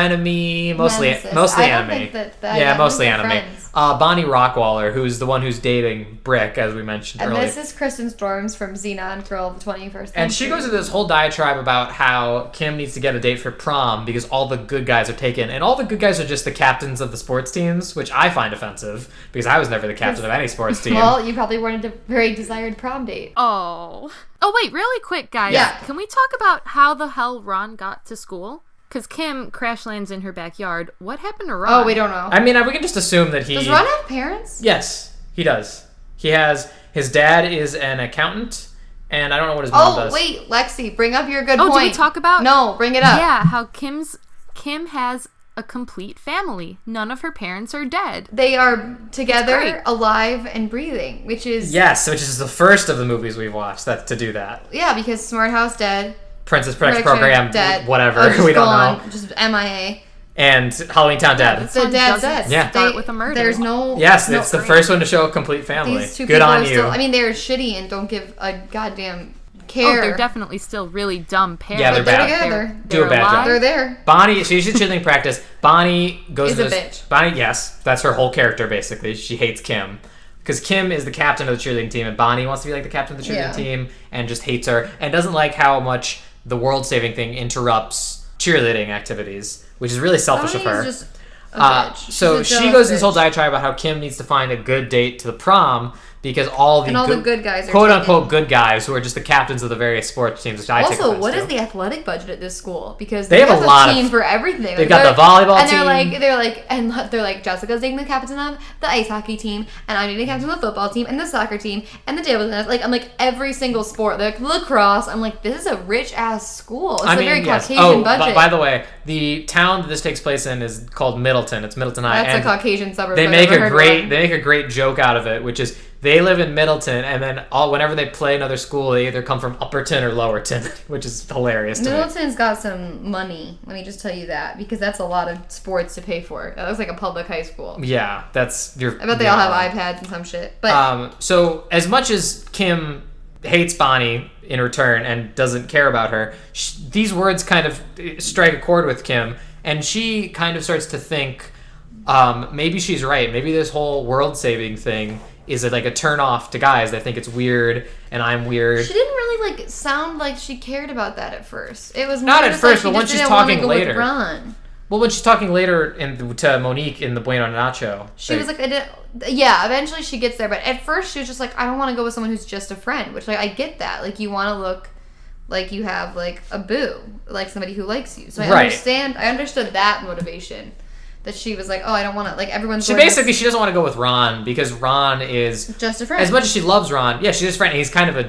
Speaker 2: frenemy, mostly
Speaker 3: Nemesis.
Speaker 2: mostly
Speaker 3: I don't
Speaker 2: anime.
Speaker 3: think that- that- I
Speaker 2: yeah,
Speaker 3: don't
Speaker 2: mostly
Speaker 3: think
Speaker 2: anime.
Speaker 3: they're friends.
Speaker 2: Uh, Bonnie Rockwaller, who's the one who's dating Brick, as we mentioned
Speaker 3: And
Speaker 2: earlier.
Speaker 3: this is Kristen Storms from Xenon Girl of the 21st Century.
Speaker 2: and she goes into this whole diatribe about how Kim needs to get a date for prom because all the good guys are taken, and all the good guys are just the captains of the sports teams, which I find offensive because I was never the captain of any
Speaker 3: (laughs)
Speaker 2: sports team.
Speaker 3: Well, you probably weren't a very desired prom date.
Speaker 4: Oh. Oh, wait, really quick, guys.
Speaker 3: Yeah.
Speaker 4: Can we talk about how the hell Ron got to school? Because Kim crash lands in her backyard. What happened to Ron?
Speaker 3: Oh, we don't know.
Speaker 2: I mean, we can just assume that he
Speaker 3: Does Ron have parents?
Speaker 2: Yes, he does. He has his dad is an accountant, and I don't know what his mom
Speaker 3: Oh,
Speaker 2: does.
Speaker 3: wait, Lexi, bring up your good
Speaker 4: Oh, did
Speaker 3: point.
Speaker 4: we talk about-
Speaker 3: No, bring it up.
Speaker 4: Yeah, how Kim's Kim has a complete family. None of her parents are dead.
Speaker 3: They are
Speaker 4: It's
Speaker 3: together,
Speaker 4: great.
Speaker 3: alive, and breathing, which is.
Speaker 2: Yes, which is the first of the movies we've watched that to do that.
Speaker 3: Yeah, because Smart House dead.
Speaker 2: Princess Protection
Speaker 3: Production
Speaker 2: Program,
Speaker 3: dead.
Speaker 2: whatever
Speaker 3: Oh,
Speaker 2: (laughs)
Speaker 3: just
Speaker 2: we don't
Speaker 3: gone,
Speaker 2: know,
Speaker 3: Just MIA.
Speaker 2: and Halloween Town dead.
Speaker 4: This
Speaker 3: The
Speaker 4: one
Speaker 3: dad's
Speaker 4: doesn't
Speaker 3: dead.
Speaker 2: Yeah.
Speaker 4: start with a murder.
Speaker 3: There's no.
Speaker 2: Yes,
Speaker 3: no,
Speaker 2: it's the first one to show a complete family.
Speaker 3: These two
Speaker 2: Good
Speaker 3: people
Speaker 2: on
Speaker 3: are
Speaker 2: you.
Speaker 3: still. I mean, they're shitty and don't give a goddamn
Speaker 4: Oh,
Speaker 3: care.
Speaker 4: they're definitely still really dumb parents.
Speaker 2: Yeah, they're
Speaker 3: They're
Speaker 2: bad.
Speaker 3: together.
Speaker 2: Do a bad job.
Speaker 3: They're there.
Speaker 2: Bonnie, so she's
Speaker 3: (laughs)
Speaker 2: cheerleading practice. Bonnie goes
Speaker 3: Is
Speaker 2: to
Speaker 3: a
Speaker 2: this-
Speaker 3: bitch.
Speaker 2: Bonnie, yes, that's her whole character basically. She hates Kim because Kim is the captain of the cheerleading team, and Bonnie wants to be like the captain of the cheerleading
Speaker 3: Yeah.
Speaker 2: team, and just hates her and doesn't like how much the world saving thing interrupts cheerleading activities, which is really selfish
Speaker 3: Bonnie
Speaker 2: of her.
Speaker 3: is just a
Speaker 2: Uh,
Speaker 3: bitch.
Speaker 2: so
Speaker 3: She's
Speaker 2: she
Speaker 3: a jealous
Speaker 2: goes in this
Speaker 3: bitch.
Speaker 2: whole diatribe about how Kim needs to find a good date to the prom because all the
Speaker 3: And all the good guys are
Speaker 2: quote
Speaker 3: taken.
Speaker 2: unquote good guys who are just the captains of the various sports teams. Which I take
Speaker 3: Also,
Speaker 2: offense
Speaker 3: what
Speaker 2: to.
Speaker 3: is the athletic budget at this school? Because
Speaker 2: They have a lot of-
Speaker 3: team for everything.
Speaker 2: They've got the volleyball
Speaker 3: and they're
Speaker 2: team.
Speaker 3: like they're like and (laughs) look, they're like Jessica's taking the captain of the ice hockey team, and I'm taking the captain of the football team, and the soccer team, and the table tennis. Like I'm like every single sport. They're like lacrosse. I'm like this is a rich ass school. It's a very
Speaker 2: yes.
Speaker 3: Caucasian
Speaker 2: oh, bu-
Speaker 3: budget.
Speaker 2: by the way, the town that this takes place in is called Middleton. It's Middleton High.
Speaker 3: that's a
Speaker 2: and
Speaker 3: Caucasian suburb.
Speaker 2: They
Speaker 3: if I've
Speaker 2: make
Speaker 3: ever
Speaker 2: a
Speaker 3: heard
Speaker 2: great
Speaker 3: one.
Speaker 2: they make a great joke out of it, which is they live in Middleton, and then all whenever they play another school, they either come from Upperton or Lowerton, (laughs) which is hilarious to me.
Speaker 3: Middleton's got some money. Let me just tell you that because that's a lot of sports to pay for. That looks like a public high school.
Speaker 2: Yeah, that's your.
Speaker 3: I bet they all have iPads and some shit. But
Speaker 2: Um, so as much as Kim hates Bonnie in return and doesn't care about her, sh these words kind of eh, strike a chord with Kim, and she kind of starts to think um, maybe she's right. Maybe this whole world saving thing is like a turn off to guys. They think it's weird, and I'm weird.
Speaker 3: She didn't really like sound like she cared about that at first. It was
Speaker 2: Not
Speaker 3: more
Speaker 2: at
Speaker 3: just like
Speaker 2: first, but
Speaker 3: she just
Speaker 2: once she's
Speaker 3: didn't wanna
Speaker 2: talking
Speaker 3: go with
Speaker 2: later.
Speaker 3: Ron.
Speaker 2: Well, when she's talking later in to Monique in the Bueno Nacho,
Speaker 3: She was like, I did, yeah. Eventually, she gets there, but at first, she was just like, I don't want to go with someone who's just a friend. Which, like, I get that. Like, you want to look like you have like a boo, like somebody who likes you. So I
Speaker 2: Right.
Speaker 3: understand. I understood that motivation. That she was like, oh, I don't want to like everyone's.
Speaker 2: she
Speaker 3: doing this,
Speaker 2: basically she doesn't want to go with Ron because Ron is
Speaker 3: just a friend.
Speaker 2: as much as she loves Ron, yeah, she's his friend. He's kind of a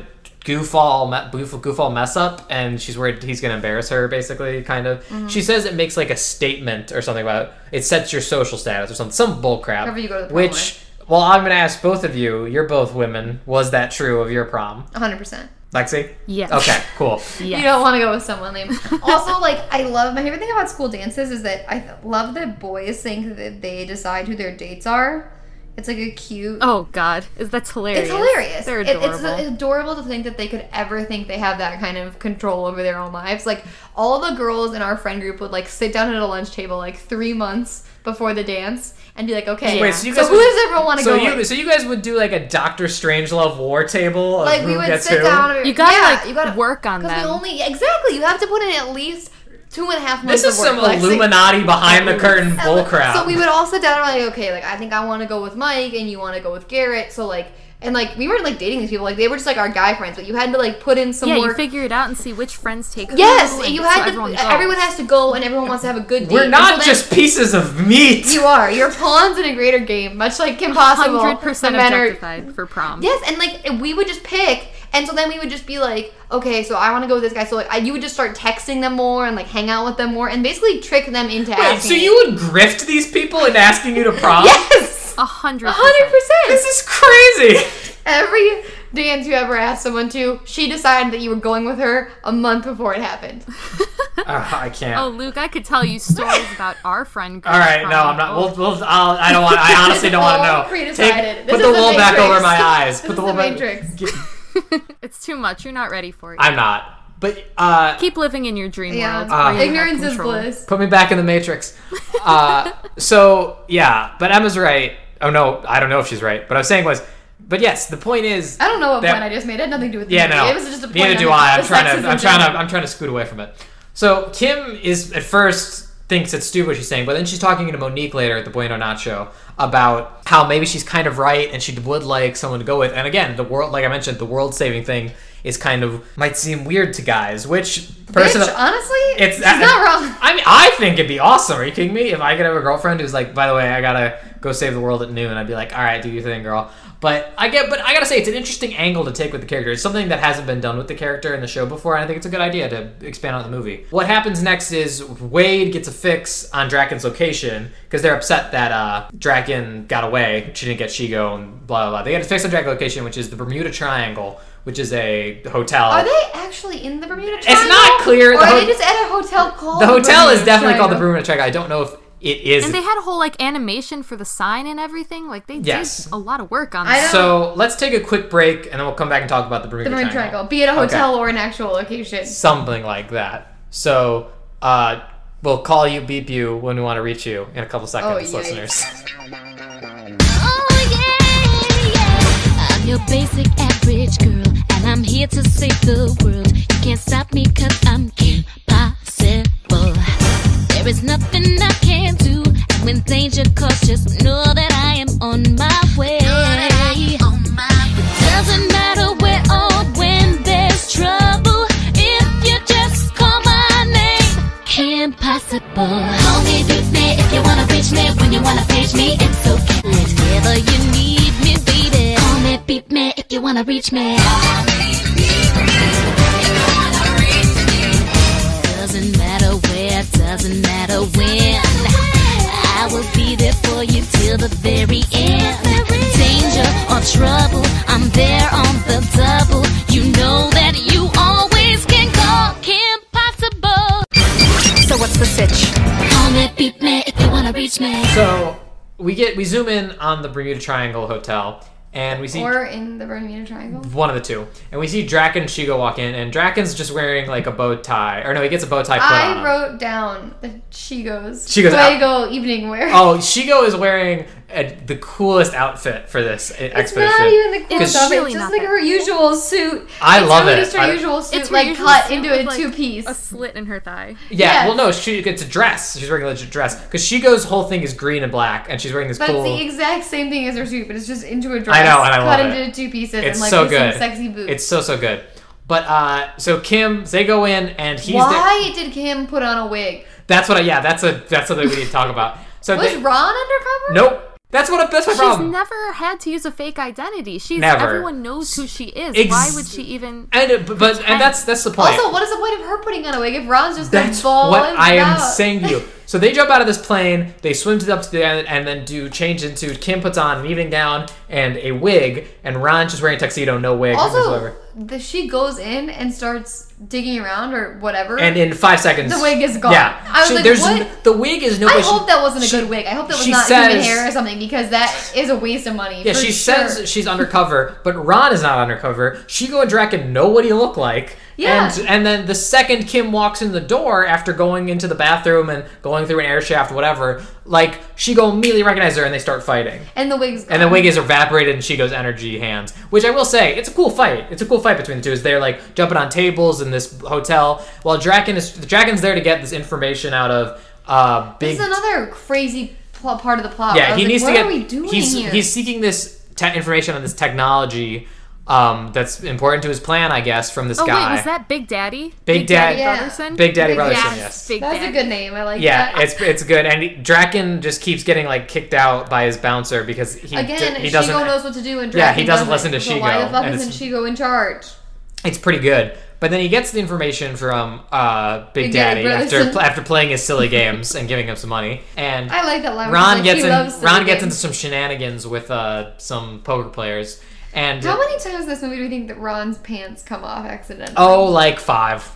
Speaker 2: goofball, me- goof- goofball mess up, and she's worried he's going to embarrass her. Basically, kind of.
Speaker 3: Mm-hmm.
Speaker 2: She says it makes like a statement or something about it sets your social status or something, some bull crap.
Speaker 3: Whenever you go to the prom
Speaker 2: which, well, I'm going to ask both of you. You're both women. Was that true of your prom,
Speaker 3: one hundred percent.
Speaker 2: Lexi?
Speaker 4: Yes.
Speaker 2: Okay, cool.
Speaker 3: (laughs)
Speaker 4: Yes.
Speaker 3: You don't want to go with someone lame. (laughs) also, like I love my favorite thing about school dances is that I th- love that boys think that they decide who their dates are. It's like a cute.
Speaker 4: Oh God, is that's hilarious?
Speaker 3: it's hilarious.
Speaker 4: They're
Speaker 3: It-
Speaker 4: adorable.
Speaker 3: it's adorable to think that they could ever think they have that kind of control over their own lives. Like all the girls in our friend group would like sit down at a lunch table like three months before the dance and be like, okay,
Speaker 2: Wait, so
Speaker 3: so,
Speaker 2: you guys
Speaker 3: who
Speaker 2: would-
Speaker 3: does everyone want to
Speaker 2: So
Speaker 3: go?
Speaker 2: you,
Speaker 3: with?
Speaker 2: so you guys would do like a Doctor Strangelove war table of
Speaker 3: Like
Speaker 2: who
Speaker 3: we would
Speaker 2: gets
Speaker 3: sit
Speaker 2: who?
Speaker 3: down.
Speaker 4: You gotta,
Speaker 3: yeah,
Speaker 4: like,
Speaker 3: you gotta
Speaker 4: work on
Speaker 3: 'cause we
Speaker 4: them.
Speaker 3: only exactly. You have to put in at least two and a half months.
Speaker 2: This is
Speaker 3: of work, uh,
Speaker 2: some
Speaker 3: Lexi.
Speaker 2: Illuminati behind the
Speaker 3: (laughs)
Speaker 2: curtain
Speaker 3: And,
Speaker 2: bull
Speaker 3: like,
Speaker 2: crap.
Speaker 3: So we would all sit down and we're like, okay, like I think I want to go with Mike and you want to go with Garrett. So like And like we weren't like dating these people, like they were just like our guy friends, but you had to like put in some
Speaker 4: yeah, you
Speaker 3: work.
Speaker 4: figure it out and see which friends take. who,
Speaker 3: yes,
Speaker 4: and
Speaker 3: you
Speaker 4: so
Speaker 3: had to. uh,
Speaker 4: Everyone,
Speaker 3: Everyone,
Speaker 4: goes.
Speaker 3: has to go, and everyone wants to have a good date.
Speaker 2: We're
Speaker 3: And so
Speaker 2: not
Speaker 3: then-
Speaker 2: just pieces of meat.
Speaker 3: You are. You're pawns in a greater game, much like Kim Possible.
Speaker 4: hundred percent
Speaker 3: the men are-
Speaker 4: objectified for prom.
Speaker 3: Yes, and like we would just pick, and so then we would just be like, okay, so I want to go with this guy. So like I, you would just start texting them more and like hang out with them more, and basically trick them into
Speaker 2: Wait,
Speaker 3: asking.
Speaker 2: so you would grift these people and asking you to prom?
Speaker 3: (laughs) Yes,
Speaker 4: A hundred.
Speaker 3: hundred
Speaker 4: percent.
Speaker 2: This
Speaker 3: percent.
Speaker 2: is crazy.
Speaker 3: Every dance you ever asked someone to, she decided that you were going with her a month before it happened.
Speaker 2: (laughs) Uh, I can't.
Speaker 4: Oh, Luke, I could tell you stories about
Speaker 2: (laughs)
Speaker 4: our friend. group
Speaker 2: All right, no,
Speaker 4: prom.
Speaker 2: I'm not. We'll, we'll, I'll, I don't want.
Speaker 3: (laughs)
Speaker 2: I honestly don't want
Speaker 3: All
Speaker 2: to know.
Speaker 3: pre-decided. This
Speaker 2: put
Speaker 3: is
Speaker 2: the
Speaker 3: the
Speaker 2: wool back
Speaker 3: Matrix.
Speaker 2: over my eyes.
Speaker 3: (laughs) This
Speaker 2: Put the
Speaker 3: is
Speaker 2: wool
Speaker 3: the
Speaker 2: back.
Speaker 3: Matrix.
Speaker 2: (laughs) Get-
Speaker 4: (laughs) it's too much. You're not ready for it.
Speaker 2: I'm Ah. not. But uh,
Speaker 4: Keep living in your dream
Speaker 3: Yeah,
Speaker 4: world. where you have
Speaker 3: ignorance is
Speaker 4: Ah. control.
Speaker 3: bliss.
Speaker 2: put me back in the
Speaker 3: (laughs)
Speaker 2: Matrix. Uh, so yeah, but Emma's right. Oh no, I don't know if she's right. But I was saying was, but yes, the point is.
Speaker 3: I don't know what
Speaker 2: That-
Speaker 3: point I just made. It had nothing to do with the
Speaker 2: Yeah,
Speaker 3: movie.
Speaker 2: no.
Speaker 3: It was just a point.
Speaker 2: Neither
Speaker 3: on
Speaker 2: do
Speaker 3: the- (laughs)
Speaker 2: I. I'm
Speaker 3: the
Speaker 2: trying to.
Speaker 3: sexism
Speaker 2: I'm trying to.
Speaker 3: joke.
Speaker 2: I'm trying to scoot away from it. So Kim is at first thinks it's stupid what she's saying, but then she's talking to Monique later at the Bueno Not show about how maybe she's kind of right and she would like someone to go with. And again, the world, like I mentioned, the world saving thing is kind of might seem weird to guys, which personally.
Speaker 3: Bitch, honestly,
Speaker 2: It's
Speaker 3: it's
Speaker 2: I-
Speaker 3: not wrong.
Speaker 2: I mean, I think it'd be awesome. Are you kidding me? If I could have a girlfriend who's like, by the way, I gotta go save the world at noon, I'd be like, all right, do your thing, girl. But I get, but I gotta say, it's an interesting angle to take with the character. It's something that hasn't been done with the character in the show before, and I think it's a good idea to expand on the movie. What happens next is Wade gets a fix on Draken's location because they're upset that uh, Draken got away. She didn't get Shigo and blah blah blah. They get a fix on Draken's location, which is the Bermuda Triangle, which is a hotel.
Speaker 3: Are they actually in the Bermuda Triangle?
Speaker 2: not clear.
Speaker 3: Or
Speaker 2: The
Speaker 3: are
Speaker 2: ho-
Speaker 3: they just at a hotel called
Speaker 2: the hotel is
Speaker 3: Bermuda
Speaker 2: definitely called the
Speaker 3: Triangle?
Speaker 2: Bermuda Triangle. I don't know if it is.
Speaker 4: And they had a whole like animation for the sign and everything. Like they
Speaker 2: Yes.
Speaker 4: did a lot of work on
Speaker 3: I
Speaker 4: that.
Speaker 2: So let's take a quick break and then we'll come back and talk about the Bermuda,
Speaker 3: The Bermuda
Speaker 2: Triangle.
Speaker 3: Triangle, be it a hotel or an actual location.
Speaker 2: Something like that. So uh, we'll call you, beep you when we want to reach you in a couple seconds,
Speaker 3: yikes.
Speaker 2: listeners.
Speaker 5: Oh yeah, yeah. I'm your basic average girl, and I'm here to save the world. You can't stop me cause I'm impossible. There is nothing I can do. And when danger calls, just know that I am on my way. It doesn't matter where or when there's trouble. If you just call my name, impossible. Call me, beat me if you wanna reach me. When you wanna page me, it's okay. Whenever you need me, baby. Call me, beat me if you wanna reach me. Doesn't matter where, doesn't matter when. I will be there for you till the very end. Danger or trouble, I'm there on the double. You know that you always can call Kim Possible.
Speaker 6: So what's the sitch?
Speaker 5: Call me, beat me if you wanna reach me.
Speaker 2: so we get we zoom in on the Bermuda Triangle Hotel and we see
Speaker 3: Or in the Bermuda Triangle.
Speaker 2: one of the two. And we see Draken and Shigo walk in and Draken's just wearing like a bow tie. Or no, he gets a bow tie put on.
Speaker 3: I
Speaker 2: him.
Speaker 3: wrote down the Chigo's
Speaker 2: Chigo's out-
Speaker 3: Fuego evening wear.
Speaker 2: Oh, Shigo is wearing uh the coolest outfit for this
Speaker 3: (laughs)
Speaker 2: e-
Speaker 3: It's
Speaker 2: expedition.
Speaker 3: not even the coolest
Speaker 2: Because-
Speaker 3: outfit.
Speaker 4: really
Speaker 3: It's just
Speaker 4: not
Speaker 3: like
Speaker 4: that
Speaker 3: her usual suit.
Speaker 2: I
Speaker 3: it's
Speaker 2: love
Speaker 3: really
Speaker 2: it.
Speaker 3: Just her
Speaker 2: I-
Speaker 3: usual suit,
Speaker 4: It's
Speaker 3: like
Speaker 4: usually
Speaker 3: cut
Speaker 4: suit
Speaker 3: into
Speaker 4: with,
Speaker 3: a
Speaker 4: like,
Speaker 3: two piece.
Speaker 4: A slit in her thigh.
Speaker 2: Yeah,
Speaker 3: Yes.
Speaker 2: well, no, she it's a dress. She's wearing a legit dress because she goes whole thing is green and black, and she's wearing this
Speaker 3: But
Speaker 2: cool.
Speaker 3: it's the exact same thing as her suit, but it's just into a dress.
Speaker 2: I know, and I
Speaker 3: cut
Speaker 2: love
Speaker 3: into
Speaker 2: it.
Speaker 3: two pieces
Speaker 2: it's
Speaker 3: and like
Speaker 2: so
Speaker 3: with
Speaker 2: good.
Speaker 3: some sexy boots.
Speaker 2: It's so so good. But uh, so Kim, they go in, and he's
Speaker 3: Why did Kim put on a wig?
Speaker 2: The, that's what I yeah. That's a that's something we need to talk about. So
Speaker 3: Was
Speaker 2: they-
Speaker 3: Ron undercover?
Speaker 2: nope. That's what that's my
Speaker 4: She's
Speaker 2: problem.
Speaker 4: never had to use a fake identity. She's
Speaker 2: Never.
Speaker 4: everyone knows who she is.
Speaker 2: Ex-
Speaker 4: Why would she even?
Speaker 2: and uh, but, but and that's that's the point.
Speaker 3: Also, what is the point of her putting on a wig if Ron's just gonna
Speaker 2: That's
Speaker 3: ball
Speaker 2: what
Speaker 3: and
Speaker 2: I am
Speaker 3: out?
Speaker 2: saying to you. So they jump out of this plane, they swim to the, up to the island, and then do change into Kim puts on an evening gown and a wig, and Ron just wearing a tuxedo, no wig
Speaker 3: (laughs) Also,
Speaker 2: whatsoever.
Speaker 3: the, she goes in and starts digging around or whatever.
Speaker 2: And in five seconds,
Speaker 3: The wig is gone.
Speaker 2: Yeah,
Speaker 3: I was like, what?
Speaker 2: n- the wig is no.
Speaker 3: I
Speaker 2: way she-
Speaker 3: hope that wasn't a
Speaker 2: she-
Speaker 3: good wig. I hope that was
Speaker 2: she
Speaker 3: not human
Speaker 2: says-
Speaker 3: hair or something because that is a waste of money.
Speaker 2: Yeah,
Speaker 3: for
Speaker 2: she
Speaker 3: sure.
Speaker 2: says she's undercover, but Ron is not undercover. Shigo and Draken know what he look like.
Speaker 3: Yeah.
Speaker 2: And, and then the second Kim walks in the door after going into the bathroom and going through an air shaft, whatever, like Shigo immediately recognizes her and they start fighting.
Speaker 3: and the wig's gone.
Speaker 2: And the wig is evaporated in Shigo's energy hands. Which I will say, it's a cool fight. It's a cool fight between the two. Is they're like jumping on tables in this hotel while Draken is the Draken's there to get this information out of uh big
Speaker 3: This is another crazy pl- part of the plot. where I
Speaker 2: Yeah,
Speaker 3: was
Speaker 2: he
Speaker 3: like,
Speaker 2: needs
Speaker 3: what
Speaker 2: to get
Speaker 3: What are we doing
Speaker 2: he's
Speaker 3: here?
Speaker 2: he's seeking this te- information on this technology um, that's important to his plan, I guess, from this
Speaker 4: Oh
Speaker 2: guy.
Speaker 4: wait, was that Big Daddy?
Speaker 2: Big Daddy-
Speaker 3: Yeah.
Speaker 4: Brotherson.
Speaker 2: Big Daddy Brotherson,
Speaker 4: Daddy-
Speaker 2: yes.
Speaker 4: Big
Speaker 3: That's
Speaker 4: Daddy.
Speaker 3: a good name. I like
Speaker 2: yeah,
Speaker 3: that.
Speaker 2: it's it's good, and he, Draken just keeps getting like kicked out by his bouncer because he
Speaker 3: Again,
Speaker 2: d- he doesn't.
Speaker 3: Shigo knows what to do, and
Speaker 2: Yeah, he doesn't
Speaker 3: Draken
Speaker 2: listen
Speaker 3: doesn't.
Speaker 2: to
Speaker 3: So why
Speaker 2: Shigo,
Speaker 3: the fuck
Speaker 2: and
Speaker 3: isn't
Speaker 2: it's-
Speaker 3: Shigo in charge?
Speaker 2: (laughs) It's pretty good, but then he gets the information from uh, Big,
Speaker 3: Big Daddy
Speaker 2: Daddy, after
Speaker 3: Brotherson.
Speaker 2: pl- after playing his silly games and giving him some money, and
Speaker 3: I like that line. where
Speaker 2: Ron
Speaker 3: he's like,
Speaker 2: gets
Speaker 3: he
Speaker 2: in,
Speaker 3: loves
Speaker 2: Ron
Speaker 3: Squid
Speaker 2: gets
Speaker 3: Game.
Speaker 2: into some shenanigans with uh, some poker players, and
Speaker 3: How many times in this movie do we think that Ron's pants come off accidentally?
Speaker 2: oh, like five,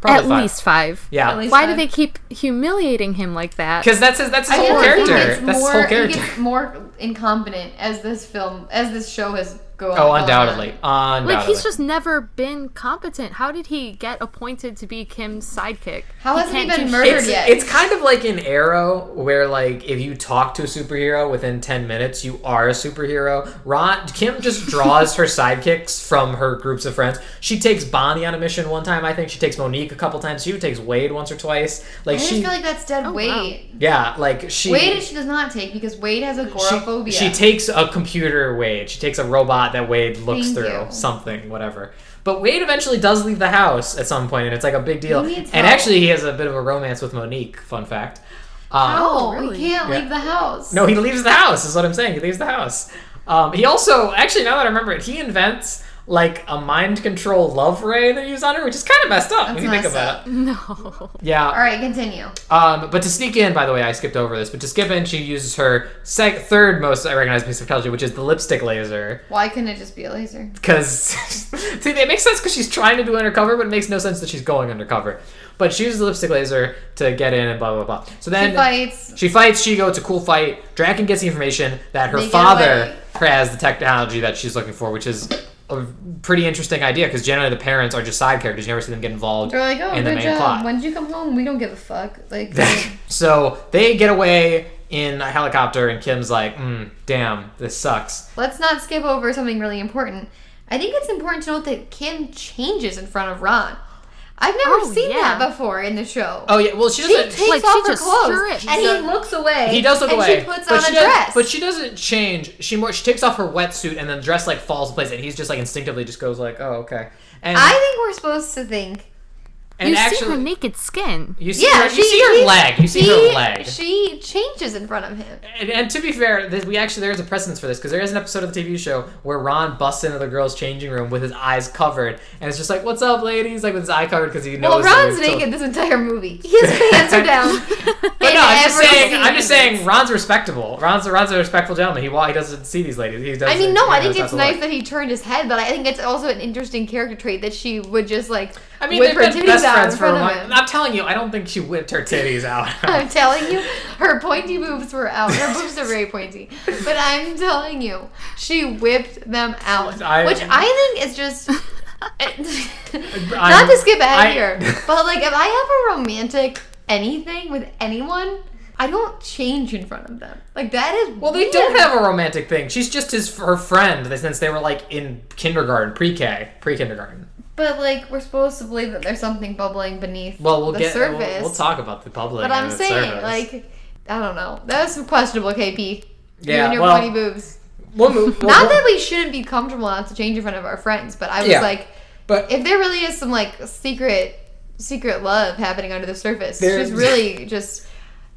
Speaker 2: probably
Speaker 4: At
Speaker 2: five.
Speaker 4: least five.
Speaker 2: yeah,
Speaker 3: At least
Speaker 4: Why
Speaker 3: five.
Speaker 4: do they keep humiliating him like that?
Speaker 2: because that's his that's his
Speaker 3: I feel
Speaker 2: whole
Speaker 3: like he
Speaker 2: character.
Speaker 3: gets
Speaker 2: That's his
Speaker 3: more-
Speaker 2: whole character.
Speaker 3: He gets (laughs) more incompetent as this film, as this show has gone.
Speaker 2: Oh,
Speaker 3: on.
Speaker 2: undoubtedly, undoubtedly.
Speaker 4: Like he's just never been competent. How did he get appointed to be Kim's sidekick?
Speaker 3: How hasn't he
Speaker 4: can't
Speaker 3: been
Speaker 4: do
Speaker 3: murdered
Speaker 2: it's,
Speaker 3: yet?
Speaker 2: it's kind of like an arrow where like if you talk to a superhero within 10 minutes you are a superhero ron kim just draws her sidekicks from her groups of friends she takes bonnie on a mission one time i think she takes monique a couple times she takes wade once or twice like
Speaker 3: I just
Speaker 2: she
Speaker 3: feel like that's dead Wade.
Speaker 2: yeah like she
Speaker 3: Wade she does not take because Wade has agoraphobia.
Speaker 2: she takes a computer Wade. She takes a robot that Wade looks
Speaker 3: Thank
Speaker 2: through,
Speaker 3: you.
Speaker 2: something, whatever. But Wade eventually does leave the house at some point, and it's like a big deal.
Speaker 3: He needs
Speaker 2: And
Speaker 3: help.
Speaker 2: actually, he has a bit of a romance with Monique. Fun fact. Uh,
Speaker 3: oh,
Speaker 4: really?
Speaker 3: he can't
Speaker 2: Yeah.
Speaker 3: leave the house.
Speaker 2: No, he leaves the house. Is what I'm saying. He leaves the house. Um, he also, actually, now that I remember it, he invents like a mind control love ray that he was on her, which is kind of messed up when
Speaker 3: That's
Speaker 2: you think
Speaker 3: messed
Speaker 2: about it.
Speaker 4: No.
Speaker 2: Yeah.
Speaker 3: All right, continue.
Speaker 2: Um, but to sneak in, by the way, I skipped over this. But to skip in, she uses her sec- third most recognized piece of technology, which is the lipstick laser.
Speaker 3: Why couldn't it just be a laser?
Speaker 2: Because (laughs) see, it makes sense because she's trying to do undercover, but it makes no sense that she's going undercover. But she uses the lipstick laser to get in and blah blah blah. So then
Speaker 3: She fights.
Speaker 2: She fights Shigo. It's a cool fight. Draken gets the information that her
Speaker 3: They get away.
Speaker 2: father has the technology that she's looking for, which is a pretty interesting idea because generally the parents are just side characters. You never see them get involved
Speaker 3: They're like, oh,
Speaker 2: in the
Speaker 3: good
Speaker 2: main
Speaker 3: job.
Speaker 2: plot.
Speaker 3: When did you come home? We don't give a fuck.
Speaker 2: (laughs)
Speaker 3: Like,
Speaker 2: so they get away in a helicopter, and Kim's like, mm, "Damn, this sucks."
Speaker 3: let's not skip over something really important. I think it's important to note that Kim changes in front of Ron. I've never
Speaker 4: Oh,
Speaker 3: seen
Speaker 4: yeah.
Speaker 3: that before in the show.
Speaker 2: Oh yeah, well she
Speaker 3: She
Speaker 2: doesn't.
Speaker 3: takes
Speaker 4: Like, she
Speaker 3: off her
Speaker 4: just
Speaker 3: clothes
Speaker 4: strips.
Speaker 3: and he
Speaker 2: So-
Speaker 3: looks away.
Speaker 2: He does look
Speaker 3: and
Speaker 2: away.
Speaker 3: She puts
Speaker 2: but
Speaker 3: on
Speaker 2: she
Speaker 3: a
Speaker 2: does-
Speaker 3: dress.
Speaker 2: but she doesn't change. She more she takes off her wetsuit and then the dress like falls in place, and he's just like instinctively just goes like, "Oh okay." And
Speaker 3: I think we're supposed to think.
Speaker 2: and
Speaker 4: you see her
Speaker 2: actually
Speaker 4: naked skin.
Speaker 2: you see
Speaker 3: Yeah,
Speaker 2: her, you
Speaker 3: she-
Speaker 2: see her
Speaker 3: he-
Speaker 2: leg. You see
Speaker 3: he-
Speaker 2: her leg.
Speaker 3: She changes in front of him.
Speaker 2: and, and to be fair, th- we actually there is a precedence for this because there is an episode of the TV show where Ron busts into the girls' changing room with his eyes covered, and it's just like, "What's up, ladies?" Like with his eye covered because he
Speaker 3: Well,
Speaker 2: knows. that
Speaker 3: Ron's
Speaker 2: we've told-
Speaker 3: naked this entire
Speaker 4: (laughs)
Speaker 3: movie. His pants
Speaker 2: (laughs)
Speaker 3: are down.
Speaker 2: But
Speaker 3: in
Speaker 2: no, I'm just
Speaker 3: every
Speaker 2: saying.
Speaker 3: scene.
Speaker 2: I'm just saying. Ron's respectable. Ron's Ron's a respectful gentleman. He wa- he doesn't see these ladies. He doesn't,
Speaker 3: I mean, no,
Speaker 2: he
Speaker 3: I
Speaker 2: knows
Speaker 3: think
Speaker 2: how
Speaker 3: it's
Speaker 2: to look.
Speaker 3: nice that he turned his head, but I think it's also an interesting character trait that she would just like
Speaker 2: I mean,
Speaker 3: whip
Speaker 2: they've
Speaker 3: her
Speaker 2: been
Speaker 3: titties
Speaker 2: best
Speaker 3: out
Speaker 2: friends
Speaker 3: in
Speaker 2: for a
Speaker 3: front of
Speaker 2: long.
Speaker 3: him.
Speaker 2: I'm telling you, I don't think she whipped her titties out.
Speaker 3: (laughs) I'm telling you, her pointy boobs were out. Her boobs are very pointy, but I'm telling you, she whipped them out,
Speaker 2: I-
Speaker 3: which I think is just. Not
Speaker 2: I'm-
Speaker 3: to skip
Speaker 2: (laughs)
Speaker 3: ahead
Speaker 2: I-
Speaker 3: here, but like if I have a romantic anything with anyone, I don't change in front of them. Like that is
Speaker 2: well, they don't have a romantic thing. She's just his her friend they- since they were like in kindergarten, pre-K, pre-kindergarten.
Speaker 3: But like we're supposed to believe that there's something bubbling beneath
Speaker 2: Well, we'll
Speaker 3: the
Speaker 2: get we'll,
Speaker 3: surface.
Speaker 2: we'll talk about the public. and
Speaker 3: But I'm
Speaker 2: its
Speaker 3: saying,
Speaker 2: surface.
Speaker 3: like, I don't know. That was some questionable KP. you
Speaker 2: Yeah,
Speaker 3: and your
Speaker 2: well,
Speaker 3: pointy boobs.
Speaker 2: we'll move. we'll-
Speaker 3: Not that we shouldn't be comfortable enough to change in front of our friends, but I was
Speaker 2: Yeah.
Speaker 3: like,
Speaker 2: but
Speaker 3: if there really is some like secret, secret love happening under the surface,
Speaker 2: There-
Speaker 3: she's really just.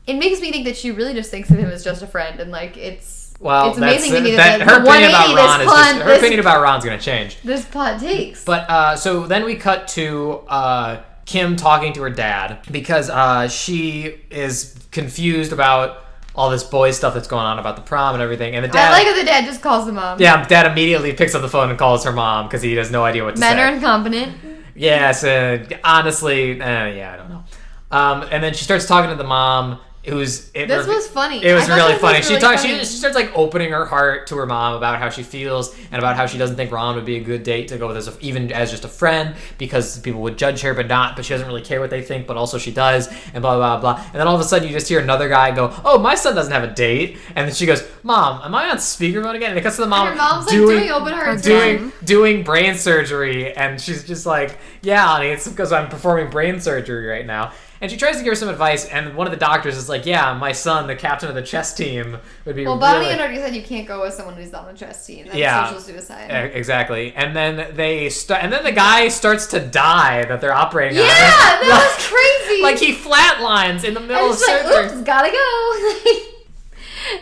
Speaker 3: It makes me think that she really just thinks of him as just a friend, and like it's.
Speaker 2: well,
Speaker 3: it's
Speaker 2: that's,
Speaker 3: amazing to me
Speaker 2: that,
Speaker 3: that,
Speaker 2: her
Speaker 3: the
Speaker 2: opinion
Speaker 3: 180
Speaker 2: about Ron is
Speaker 3: this
Speaker 2: just,
Speaker 3: plot,
Speaker 2: her
Speaker 3: this,
Speaker 2: opinion about Ron's gonna change.
Speaker 3: this plot takes.
Speaker 2: But uh, so then we cut to uh, Kim talking to her dad because uh, she is confused about all this boy stuff that's going on about the prom and everything. And the
Speaker 3: I
Speaker 2: dad,
Speaker 3: like how the dad just calls the mom.
Speaker 2: yeah, dad immediately picks up the phone and calls her mom because he has no idea what to
Speaker 3: Men
Speaker 2: say.
Speaker 3: are incompetent.
Speaker 2: Yes, uh, honestly, uh, yeah, I don't know. Um, and then she starts talking to the mom, who's it
Speaker 3: This
Speaker 2: rev-
Speaker 3: was funny.
Speaker 2: It was
Speaker 3: I thought
Speaker 2: really
Speaker 3: this was
Speaker 2: funny. she
Speaker 3: really
Speaker 2: talks. She,
Speaker 3: funny.
Speaker 2: she starts like opening her heart to her mom about how she feels and about how she doesn't think Ron would be a good date to go with as a, even as just a friend because people would judge her, but not. But she doesn't really care what they think, but also she does, and blah blah blah. And then all of a sudden, you just hear another guy go, "Oh, my son doesn't have a date," and then she goes, "Mom, am I on speakerphone again?" And it cuts to the mom
Speaker 3: Her mom's like
Speaker 2: doing
Speaker 3: doing open heart surgery.
Speaker 2: doing doing brain surgery and she's just like yeah honey it's because i'm performing brain surgery right now And she tries to give her some advice, and one of the doctors is like, "Yeah, my son, the captain of the chess team, would be
Speaker 3: Well, Bonnie
Speaker 2: really-
Speaker 3: had already said you can't go with someone who's not on trust team. That's
Speaker 2: Yeah.
Speaker 3: social suicide.
Speaker 2: Eh, Exactly. And then they start, and then the guy starts to die that they're operating
Speaker 3: Yeah,
Speaker 2: on.
Speaker 3: that was crazy.
Speaker 2: like he flatlines in the middle
Speaker 3: I
Speaker 2: of
Speaker 3: was just
Speaker 2: surgery.
Speaker 3: like, oops, gotta go. (laughs)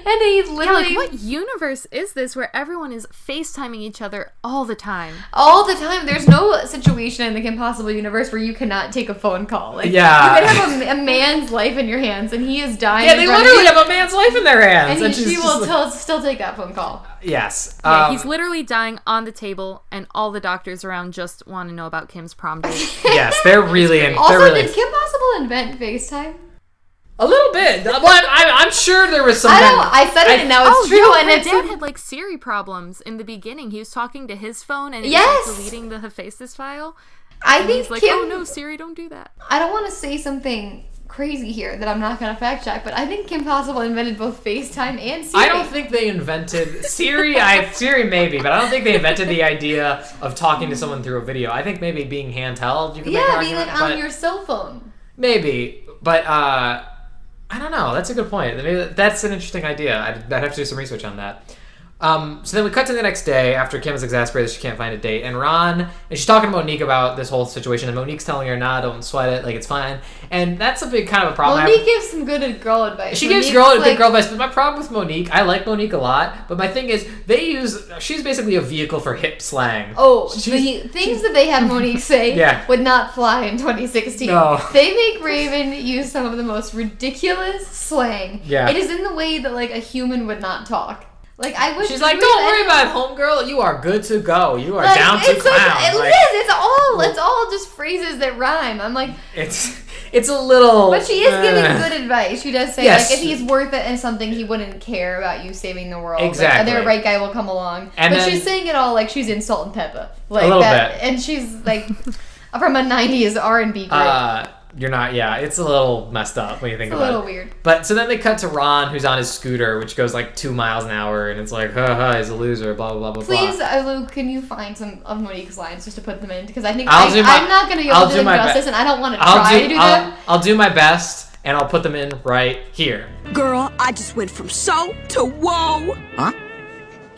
Speaker 3: and he
Speaker 4: Yeah,
Speaker 3: literally
Speaker 4: like what universe is this where everyone is FaceTiming each other all the time?
Speaker 3: all the time. There's no situation in the impossible universe where you cannot take a phone call. Like,
Speaker 2: Yeah.
Speaker 3: you could have a, a man's life in your hands, and he is dying.
Speaker 2: yeah,
Speaker 3: in
Speaker 2: they
Speaker 3: front of
Speaker 2: literally
Speaker 3: you,
Speaker 2: have a man's life in their hands.
Speaker 3: And,
Speaker 2: And
Speaker 3: he,
Speaker 2: she's
Speaker 3: she
Speaker 2: just
Speaker 3: will
Speaker 2: like-
Speaker 3: tell- still take that phone call.
Speaker 2: Yes.
Speaker 4: Yeah,
Speaker 2: um,
Speaker 4: he's literally dying on the table, and all the doctors around just want to know about Kim's prom date.
Speaker 2: yes, they're really in.
Speaker 3: Also,
Speaker 2: they're really
Speaker 3: did Kim Possible invent FaceTime?
Speaker 2: a little bit. Well, I'm, I'm, I'm sure there was some.
Speaker 3: I don't. I said it, and now it's
Speaker 4: oh,
Speaker 3: true.
Speaker 4: no,
Speaker 3: and
Speaker 4: her
Speaker 3: it's
Speaker 4: dad had like Siri problems in the beginning. He was talking to his phone and he
Speaker 3: Yes!
Speaker 4: was like, deleting the Hephaestus file.
Speaker 3: I think
Speaker 4: He's like,
Speaker 3: Kim.
Speaker 4: oh no, Siri, don't do that.
Speaker 3: I don't want to say something crazy here that I'm not gonna fact check, but I think Kim Possible invented both FaceTime and Siri.
Speaker 2: I don't think they invented Siri. I Siri maybe, but I don't think they invented the idea of talking to someone through a video. I think maybe being handheld, you can make an
Speaker 3: Yeah, being like
Speaker 2: argument,
Speaker 3: on
Speaker 2: but-
Speaker 3: your cell phone.
Speaker 2: Maybe, but uh, I don't know. That's a good point. Maybe that's an interesting idea. I'd, I'd have to do some research on that. Um, so then we cut to the next day after Kim is exasperated she can't find a date, and Ron and she's talking to Monique about this whole situation, and Monique's telling her, "Nah, don't sweat it. Like it's fine." And that's a big kind of a problem. I have-
Speaker 3: Monique gives some good girl advice.
Speaker 2: she gives
Speaker 3: Monique's
Speaker 2: girl good
Speaker 3: like-
Speaker 2: girl advice, but my problem with Monique, I like Monique a lot, but my thing is they use she's basically a vehicle for hip slang.
Speaker 3: Oh,
Speaker 2: She's-
Speaker 3: the things that they
Speaker 2: (laughs)
Speaker 3: have Monique say
Speaker 2: Yeah.
Speaker 3: would not fly in 2016.
Speaker 2: No.
Speaker 3: They make Raven use some of the most ridiculous slang.
Speaker 2: Yeah.
Speaker 3: It is in the way that like a human would not talk. Like I wish
Speaker 2: she's
Speaker 3: we
Speaker 2: like,
Speaker 3: wish
Speaker 2: "Don't worry
Speaker 3: anyone-
Speaker 2: about it, homegirl. You are good to go. You are
Speaker 3: Like,
Speaker 2: down to
Speaker 3: it's so-
Speaker 2: clown."
Speaker 3: It
Speaker 2: Like-
Speaker 3: is, It's all. It's all just phrases that rhyme. I'm like,
Speaker 2: It's it's a little.
Speaker 3: but she is giving
Speaker 2: uh,
Speaker 3: good advice. She does say
Speaker 2: Yes.
Speaker 3: like, if he's worth it and something, he wouldn't care about you saving the world.
Speaker 2: Exactly.
Speaker 3: Like, the right guy will come along.
Speaker 2: And
Speaker 3: but
Speaker 2: then-
Speaker 3: she's saying it all like she's in Salt and Pepper. Like
Speaker 2: little
Speaker 3: that,
Speaker 2: bit.
Speaker 3: And she's like, (laughs) from a '90s R&B group.
Speaker 2: Uh, you're not. Yeah, it's a little messed up when you think
Speaker 3: It's a
Speaker 2: about it.
Speaker 3: little weird.
Speaker 2: But so then they cut to Ron, who's on his scooter, which goes like two miles an hour, and it's like, huh, huh, he's a loser, blah blah blah blah.
Speaker 3: Please,
Speaker 2: blah.
Speaker 3: uh, Luke, can you find some of Monique's lines just to put them in? Because I think
Speaker 2: I'll
Speaker 3: I,
Speaker 2: do my-
Speaker 3: am not going to be able
Speaker 2: I'll
Speaker 3: to
Speaker 2: do
Speaker 3: do them
Speaker 2: my be-
Speaker 3: justice, and I don't want to
Speaker 2: I'll
Speaker 3: try
Speaker 2: do.
Speaker 3: to do
Speaker 2: I'll,
Speaker 3: them.
Speaker 2: I'll do my best, and I'll put them in right here.
Speaker 7: Girl, I just went from so to whoa.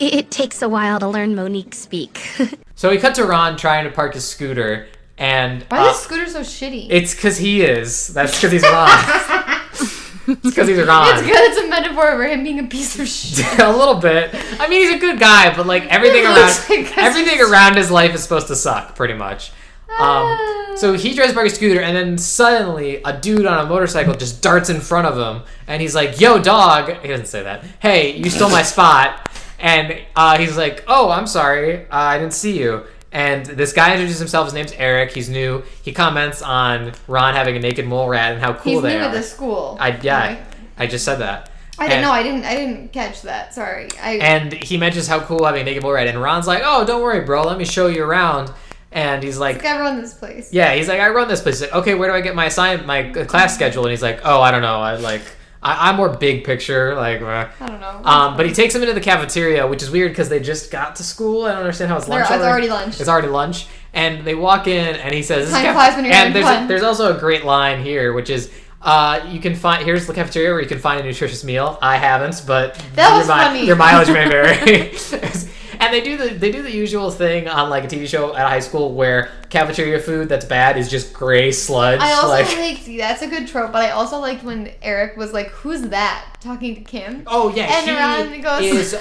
Speaker 5: It, it takes a while to learn Monique speak.
Speaker 2: So we cut to Ron trying to park his scooter, and
Speaker 3: Why
Speaker 2: uh,
Speaker 3: is Scooter so shitty? (laughs)
Speaker 2: it's because he is. That's because he's Ron. it's because he's Ron.
Speaker 3: it's good. It's a metaphor for him being a
Speaker 2: (laughs)
Speaker 3: piece of shit.
Speaker 2: a little bit. I mean, he's a good guy, but like everything
Speaker 3: It
Speaker 2: around,
Speaker 3: looks like that's-
Speaker 2: everything around his life is supposed to suck, pretty much.
Speaker 3: Ah.
Speaker 2: Um, so he drives by a scooter, and then suddenly a dude on a motorcycle just darts in front of him, and he's like, "Yo, dog!" He doesn't say that. Hey, you stole my spot, and uh, he's like, "Oh, I'm sorry, uh, I didn't see you." And this guy introduces himself. His name's Eric. He's new. He comments on Ron having a naked mole rat and how cool
Speaker 3: He's new
Speaker 2: they
Speaker 3: at
Speaker 2: are.
Speaker 3: the school.
Speaker 2: I yeah,
Speaker 3: Right?
Speaker 2: I just said that.
Speaker 3: I didn't
Speaker 2: And-
Speaker 3: know. I didn't. I didn't catch that. Sorry. I.
Speaker 2: and he mentions how cool having a naked bull ride. And Ron's like, "Oh, don't worry, bro. Let me show you around." And he's like,
Speaker 3: like, I run this place.
Speaker 2: "Yeah." He's like, "I run this place." He's like, "Okay, where do I get my assign my class schedule?" And he's like, "Oh, I don't know. I like, I- I'm more big picture. Like, uh."
Speaker 3: I don't know.
Speaker 2: um, but he takes him into the cafeteria, which is weird because they just got to school. I don't understand how it's lunch.
Speaker 3: it's already lunch.
Speaker 2: It's already lunch. And they walk in, and he says, "This is
Speaker 3: Time
Speaker 2: caf-"
Speaker 3: flies when you're
Speaker 2: And
Speaker 3: having
Speaker 2: there's
Speaker 3: fun.
Speaker 2: there's also a great line here, which is. Uh, you can find here's the cafeteria where you can find a nutritious meal. I haven't, but
Speaker 3: That
Speaker 2: your
Speaker 3: was
Speaker 2: mi-
Speaker 3: funny.
Speaker 2: Your mileage may vary.
Speaker 3: (laughs)
Speaker 2: and they do the they do the usual thing on like a TV show at high school where cafeteria food that's bad is just gray sludge.
Speaker 3: I also
Speaker 2: like,
Speaker 3: (laughs) liked. that's a good trope. But I also liked when Eric was like, "Who's that?" talking to Kim.
Speaker 2: Oh yeah,
Speaker 3: And
Speaker 2: he
Speaker 3: Ron goes-
Speaker 2: is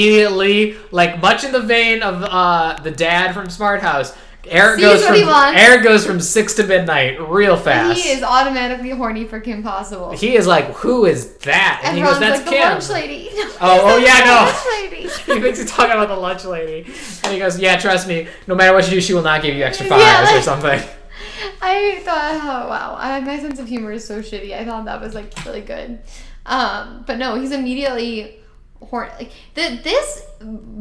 Speaker 2: immediately like much in the vein of uh, the dad from Smart House. Eric
Speaker 3: Sees
Speaker 2: goes
Speaker 3: what
Speaker 2: from
Speaker 3: he wants.
Speaker 2: Eric goes from six to midnight real fast.
Speaker 3: (laughs) He is automatically horny for Kim Possible.
Speaker 2: He is like, who is that? And,
Speaker 3: and
Speaker 2: he
Speaker 3: Ron's
Speaker 2: goes, that's
Speaker 3: like the lunch
Speaker 2: Kim.
Speaker 3: lady. (laughs) No,
Speaker 2: oh,
Speaker 3: he's like,
Speaker 2: yeah,
Speaker 3: "The
Speaker 2: no."
Speaker 3: Lunch
Speaker 2: (laughs)
Speaker 3: lady.
Speaker 2: he thinks he's talking about the lunch lady, and he goes, yeah, trust me. No matter what you do, she will not give you extra
Speaker 3: Yeah,
Speaker 2: fives or
Speaker 3: like-
Speaker 2: something.
Speaker 3: I thought, oh, wow, I, my sense of humor is so shitty. I thought that was like really good, um, but no, he's immediately horny. Like the, this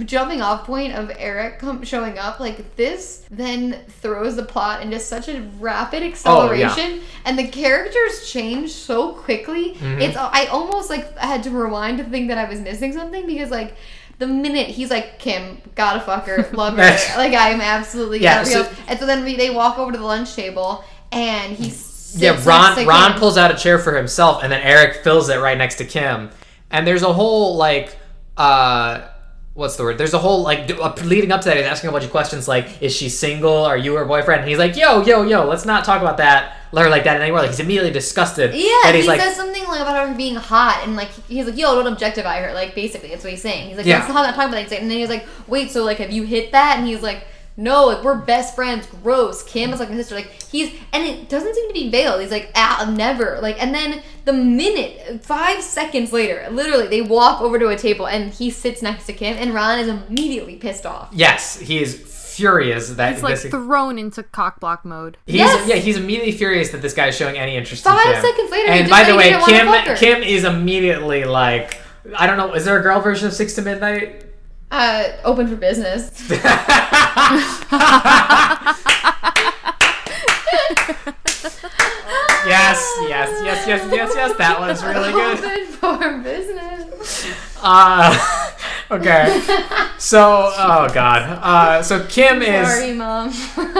Speaker 3: jumping off point of Eric com- showing up, like this, then throws the plot into such a rapid acceleration, and the characters change so quickly. It's I almost like had to rewind to think that I was missing something because like. The minute he's like Kim, gotta fuck her, love her, like I am absolutely
Speaker 2: Yeah,
Speaker 3: yeah,
Speaker 2: so-
Speaker 3: and so then we, they walk over to the lunch table, and he
Speaker 2: yeah,
Speaker 3: sits next
Speaker 2: Ron
Speaker 3: to
Speaker 2: Ron
Speaker 3: Kim.
Speaker 2: pulls out a chair for himself, and then Eric fills it right next to Kim. And there's a whole like, uh, what's the word? There's a whole like d- uh, leading up to that. He's asking a bunch of questions like, "Is she single? Are you her boyfriend?" And he's like, "Yo, yo, yo, let's not talk about that, her like that anymore." Like he's immediately disgusted.
Speaker 3: Yeah,
Speaker 2: and
Speaker 3: he
Speaker 2: he's like,
Speaker 3: says something like about her being hot, and like he's like, "Yo, don't objectify her." Like basically, that's what he's saying. He's like,
Speaker 2: Yeah.
Speaker 3: "Let's not talk about that." He's like- And then he's like, "Wait, so like, have you hit that?" And he's like, "No, like we're best friends. Gross. Kim is like my sister. Like he's and it doesn't seem to be veiled. He's like, ah, never. Like, and then the minute, five seconds later, literally, they walk over to a table, and he sits next to Kim, and Ron is immediately pissed off.
Speaker 2: "Yes, he is furious that
Speaker 4: It's like
Speaker 2: this-
Speaker 4: thrown into cockblock mode.
Speaker 2: He's,
Speaker 3: Yes.
Speaker 2: Yeah, he's immediately furious that this guy is showing any interest in
Speaker 3: Five
Speaker 2: Kim.
Speaker 3: seconds later, he
Speaker 2: and
Speaker 3: just
Speaker 2: by
Speaker 3: said
Speaker 2: the
Speaker 3: he
Speaker 2: way,
Speaker 3: didn't wanna fuck
Speaker 2: Kim
Speaker 3: her.
Speaker 2: Kim is immediately like, I don't know, is there a girl version of Six to Midnight?
Speaker 3: Uh, open for business. (laughs)
Speaker 2: (laughs)
Speaker 3: (laughs)
Speaker 2: Yes, yes, yes, yes, yes, yes. That one's really good.
Speaker 3: Open for business.
Speaker 2: Uh, (laughs) okay. So, oh god. Uh, so Kim is
Speaker 3: Sorry, mom.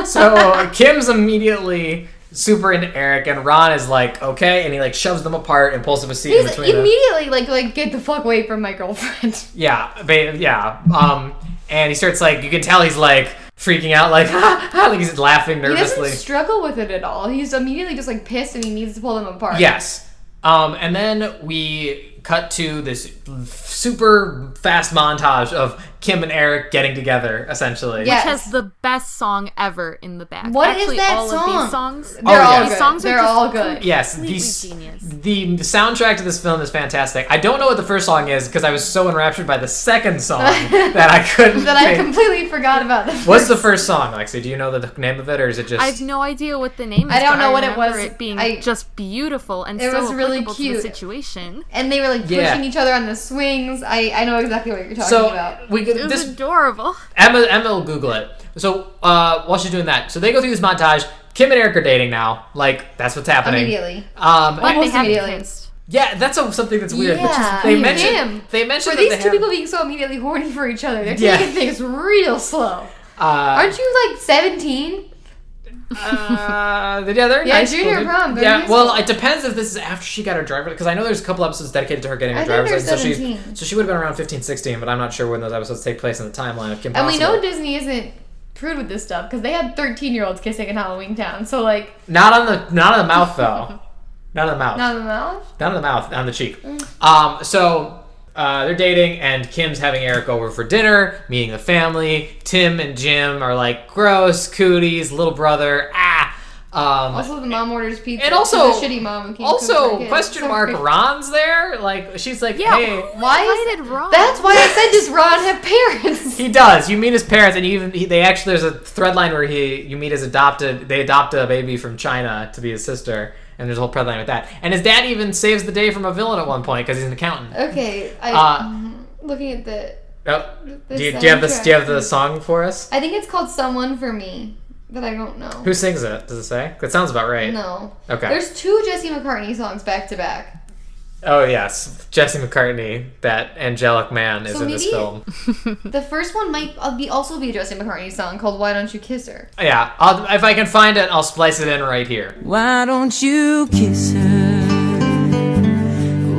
Speaker 2: so Kim's immediately super into Eric, and Ron is like, okay, and he like shoves them apart and pulls up a seat in
Speaker 3: He's
Speaker 2: between them.
Speaker 3: immediately like like get the fuck away from
Speaker 2: (laughs)
Speaker 3: my girlfriend.
Speaker 2: Yeah, ba- yeah. Um, and he starts like you can tell he's like freaking out, like (laughs) like he's laughing
Speaker 3: He doesn't
Speaker 2: nervously.
Speaker 3: struggle with it at all. He's immediately just like pissed and he needs to pull them apart.
Speaker 2: Yes. Um, and then we cut to this super fast montage of Kim and Eric getting together, essentially.
Speaker 3: Yeah.
Speaker 4: Has the best song ever in the back.
Speaker 3: What is
Speaker 4: Actually,
Speaker 3: that
Speaker 4: all of
Speaker 3: song?
Speaker 4: these songs.
Speaker 3: They're
Speaker 2: Oh,
Speaker 3: all
Speaker 2: yeah.
Speaker 3: good.
Speaker 4: Songs are
Speaker 3: They're
Speaker 4: just
Speaker 3: all good.
Speaker 2: Yes, the,
Speaker 4: Completely
Speaker 2: s-
Speaker 4: genius.
Speaker 2: the soundtrack to this film is fantastic. I don't know what the first song is because I was so enraptured by the second
Speaker 4: (laughs)
Speaker 2: song that I couldn't.
Speaker 3: That I
Speaker 2: think-
Speaker 3: completely forgot about them.
Speaker 2: What's the first song, Lexi? Do you know the name of it, or is it just?
Speaker 4: I have no idea what the name is.
Speaker 3: I don't
Speaker 4: but
Speaker 3: know what it
Speaker 4: remember
Speaker 3: was.
Speaker 4: It being
Speaker 3: I-
Speaker 4: just beautiful and
Speaker 3: It
Speaker 4: so
Speaker 3: was really
Speaker 4: applicable to
Speaker 3: cute.
Speaker 4: the situation.
Speaker 3: (laughs) And they were like
Speaker 2: Yeah.
Speaker 3: pushing each other on the swings. I I know exactly what you're talking
Speaker 2: so
Speaker 3: about.
Speaker 2: we
Speaker 4: It was
Speaker 2: this
Speaker 4: adorable.
Speaker 2: Emma, Emma will Google it. So uh, while she's doing that, so they go through this montage. Kim and Eric are dating now. Like that's what's happening.
Speaker 3: Immediately.
Speaker 2: Um,
Speaker 4: But they
Speaker 3: Almost
Speaker 4: haven't
Speaker 3: immediately.
Speaker 4: kissed.
Speaker 2: yeah, that's a, something that's weird. which is-
Speaker 3: Yeah.
Speaker 2: they
Speaker 3: Kim.
Speaker 2: mentioned they mentioned
Speaker 3: For
Speaker 2: that
Speaker 3: these
Speaker 2: they
Speaker 3: two
Speaker 2: have-
Speaker 3: people being so immediately horny for each other, they're
Speaker 2: Yeah.
Speaker 3: taking things real slow.
Speaker 2: Uh,
Speaker 3: Aren't you like 17?
Speaker 2: uh, yeah, they're in
Speaker 3: (laughs) Yeah,
Speaker 2: high school,
Speaker 3: junior
Speaker 2: dude.
Speaker 3: prom, they're in
Speaker 2: Yeah,
Speaker 3: high
Speaker 2: well,
Speaker 3: school.
Speaker 2: it depends if this is after she got her driver, because I know there's a couple episodes dedicated to her getting her
Speaker 3: I think
Speaker 2: driver's
Speaker 3: they're
Speaker 2: license. So she,
Speaker 3: 17.
Speaker 2: so she would have been around 15, 16, but I'm not sure when those episodes take place in the timeline of Kim.
Speaker 3: And we know
Speaker 2: Possible.
Speaker 3: Disney isn't prude with this stuff because they had 13 year olds kissing in Halloween Town. So, like,
Speaker 2: not on the not on the mouth
Speaker 3: (laughs)
Speaker 2: though, not on the mouth.
Speaker 3: not in the mouth.
Speaker 2: Down in the mouth, down the cheek. Um, so uh, they're dating, and Kim's having Eric over for dinner, meeting the family. Tim and Jim are like gross cooties, little brother. Ah. Um,
Speaker 3: Also, the mom orders pizza.
Speaker 2: and also-
Speaker 3: She's a shitty mom. Who can't cook for her
Speaker 2: also,
Speaker 3: kids.
Speaker 2: question mark.
Speaker 3: Sorry.
Speaker 2: Ron's there. Like she's like,
Speaker 4: Yeah.
Speaker 2: hey,
Speaker 3: Why,
Speaker 4: Why
Speaker 3: is
Speaker 4: did Ron?
Speaker 3: That's why I said, does Ron have parents?
Speaker 2: he does. You meet his parents, and you even he, they actually there's a thread line where he you meet his adopted. They adopt a baby from China to be his sister, and there's a whole thread line with that. And his dad even saves the day from a villain at one point because he's an accountant.
Speaker 3: okay, I, mm-hmm.
Speaker 2: Uh,
Speaker 3: looking at the.
Speaker 2: Oh,
Speaker 3: The
Speaker 2: do, you, do you have the do you have the
Speaker 3: soundtrack.
Speaker 2: song for us?
Speaker 3: I think it's called Someone for Me, but I don't know.
Speaker 2: Who sings it? Does it say? That sounds about right.
Speaker 3: no.
Speaker 2: Okay.
Speaker 3: There's two Jesse McCartney songs back to back.
Speaker 2: Oh yes, Jesse McCartney, that angelic man, is
Speaker 3: So
Speaker 2: in this
Speaker 3: maybe-
Speaker 2: film.
Speaker 3: The first one might uh, be also be a Jesse McCartney song called Why Don't You Kiss Her?
Speaker 2: yeah, I'll, if I can find it, I'll splice it in right here.
Speaker 8: Why don't you kiss her?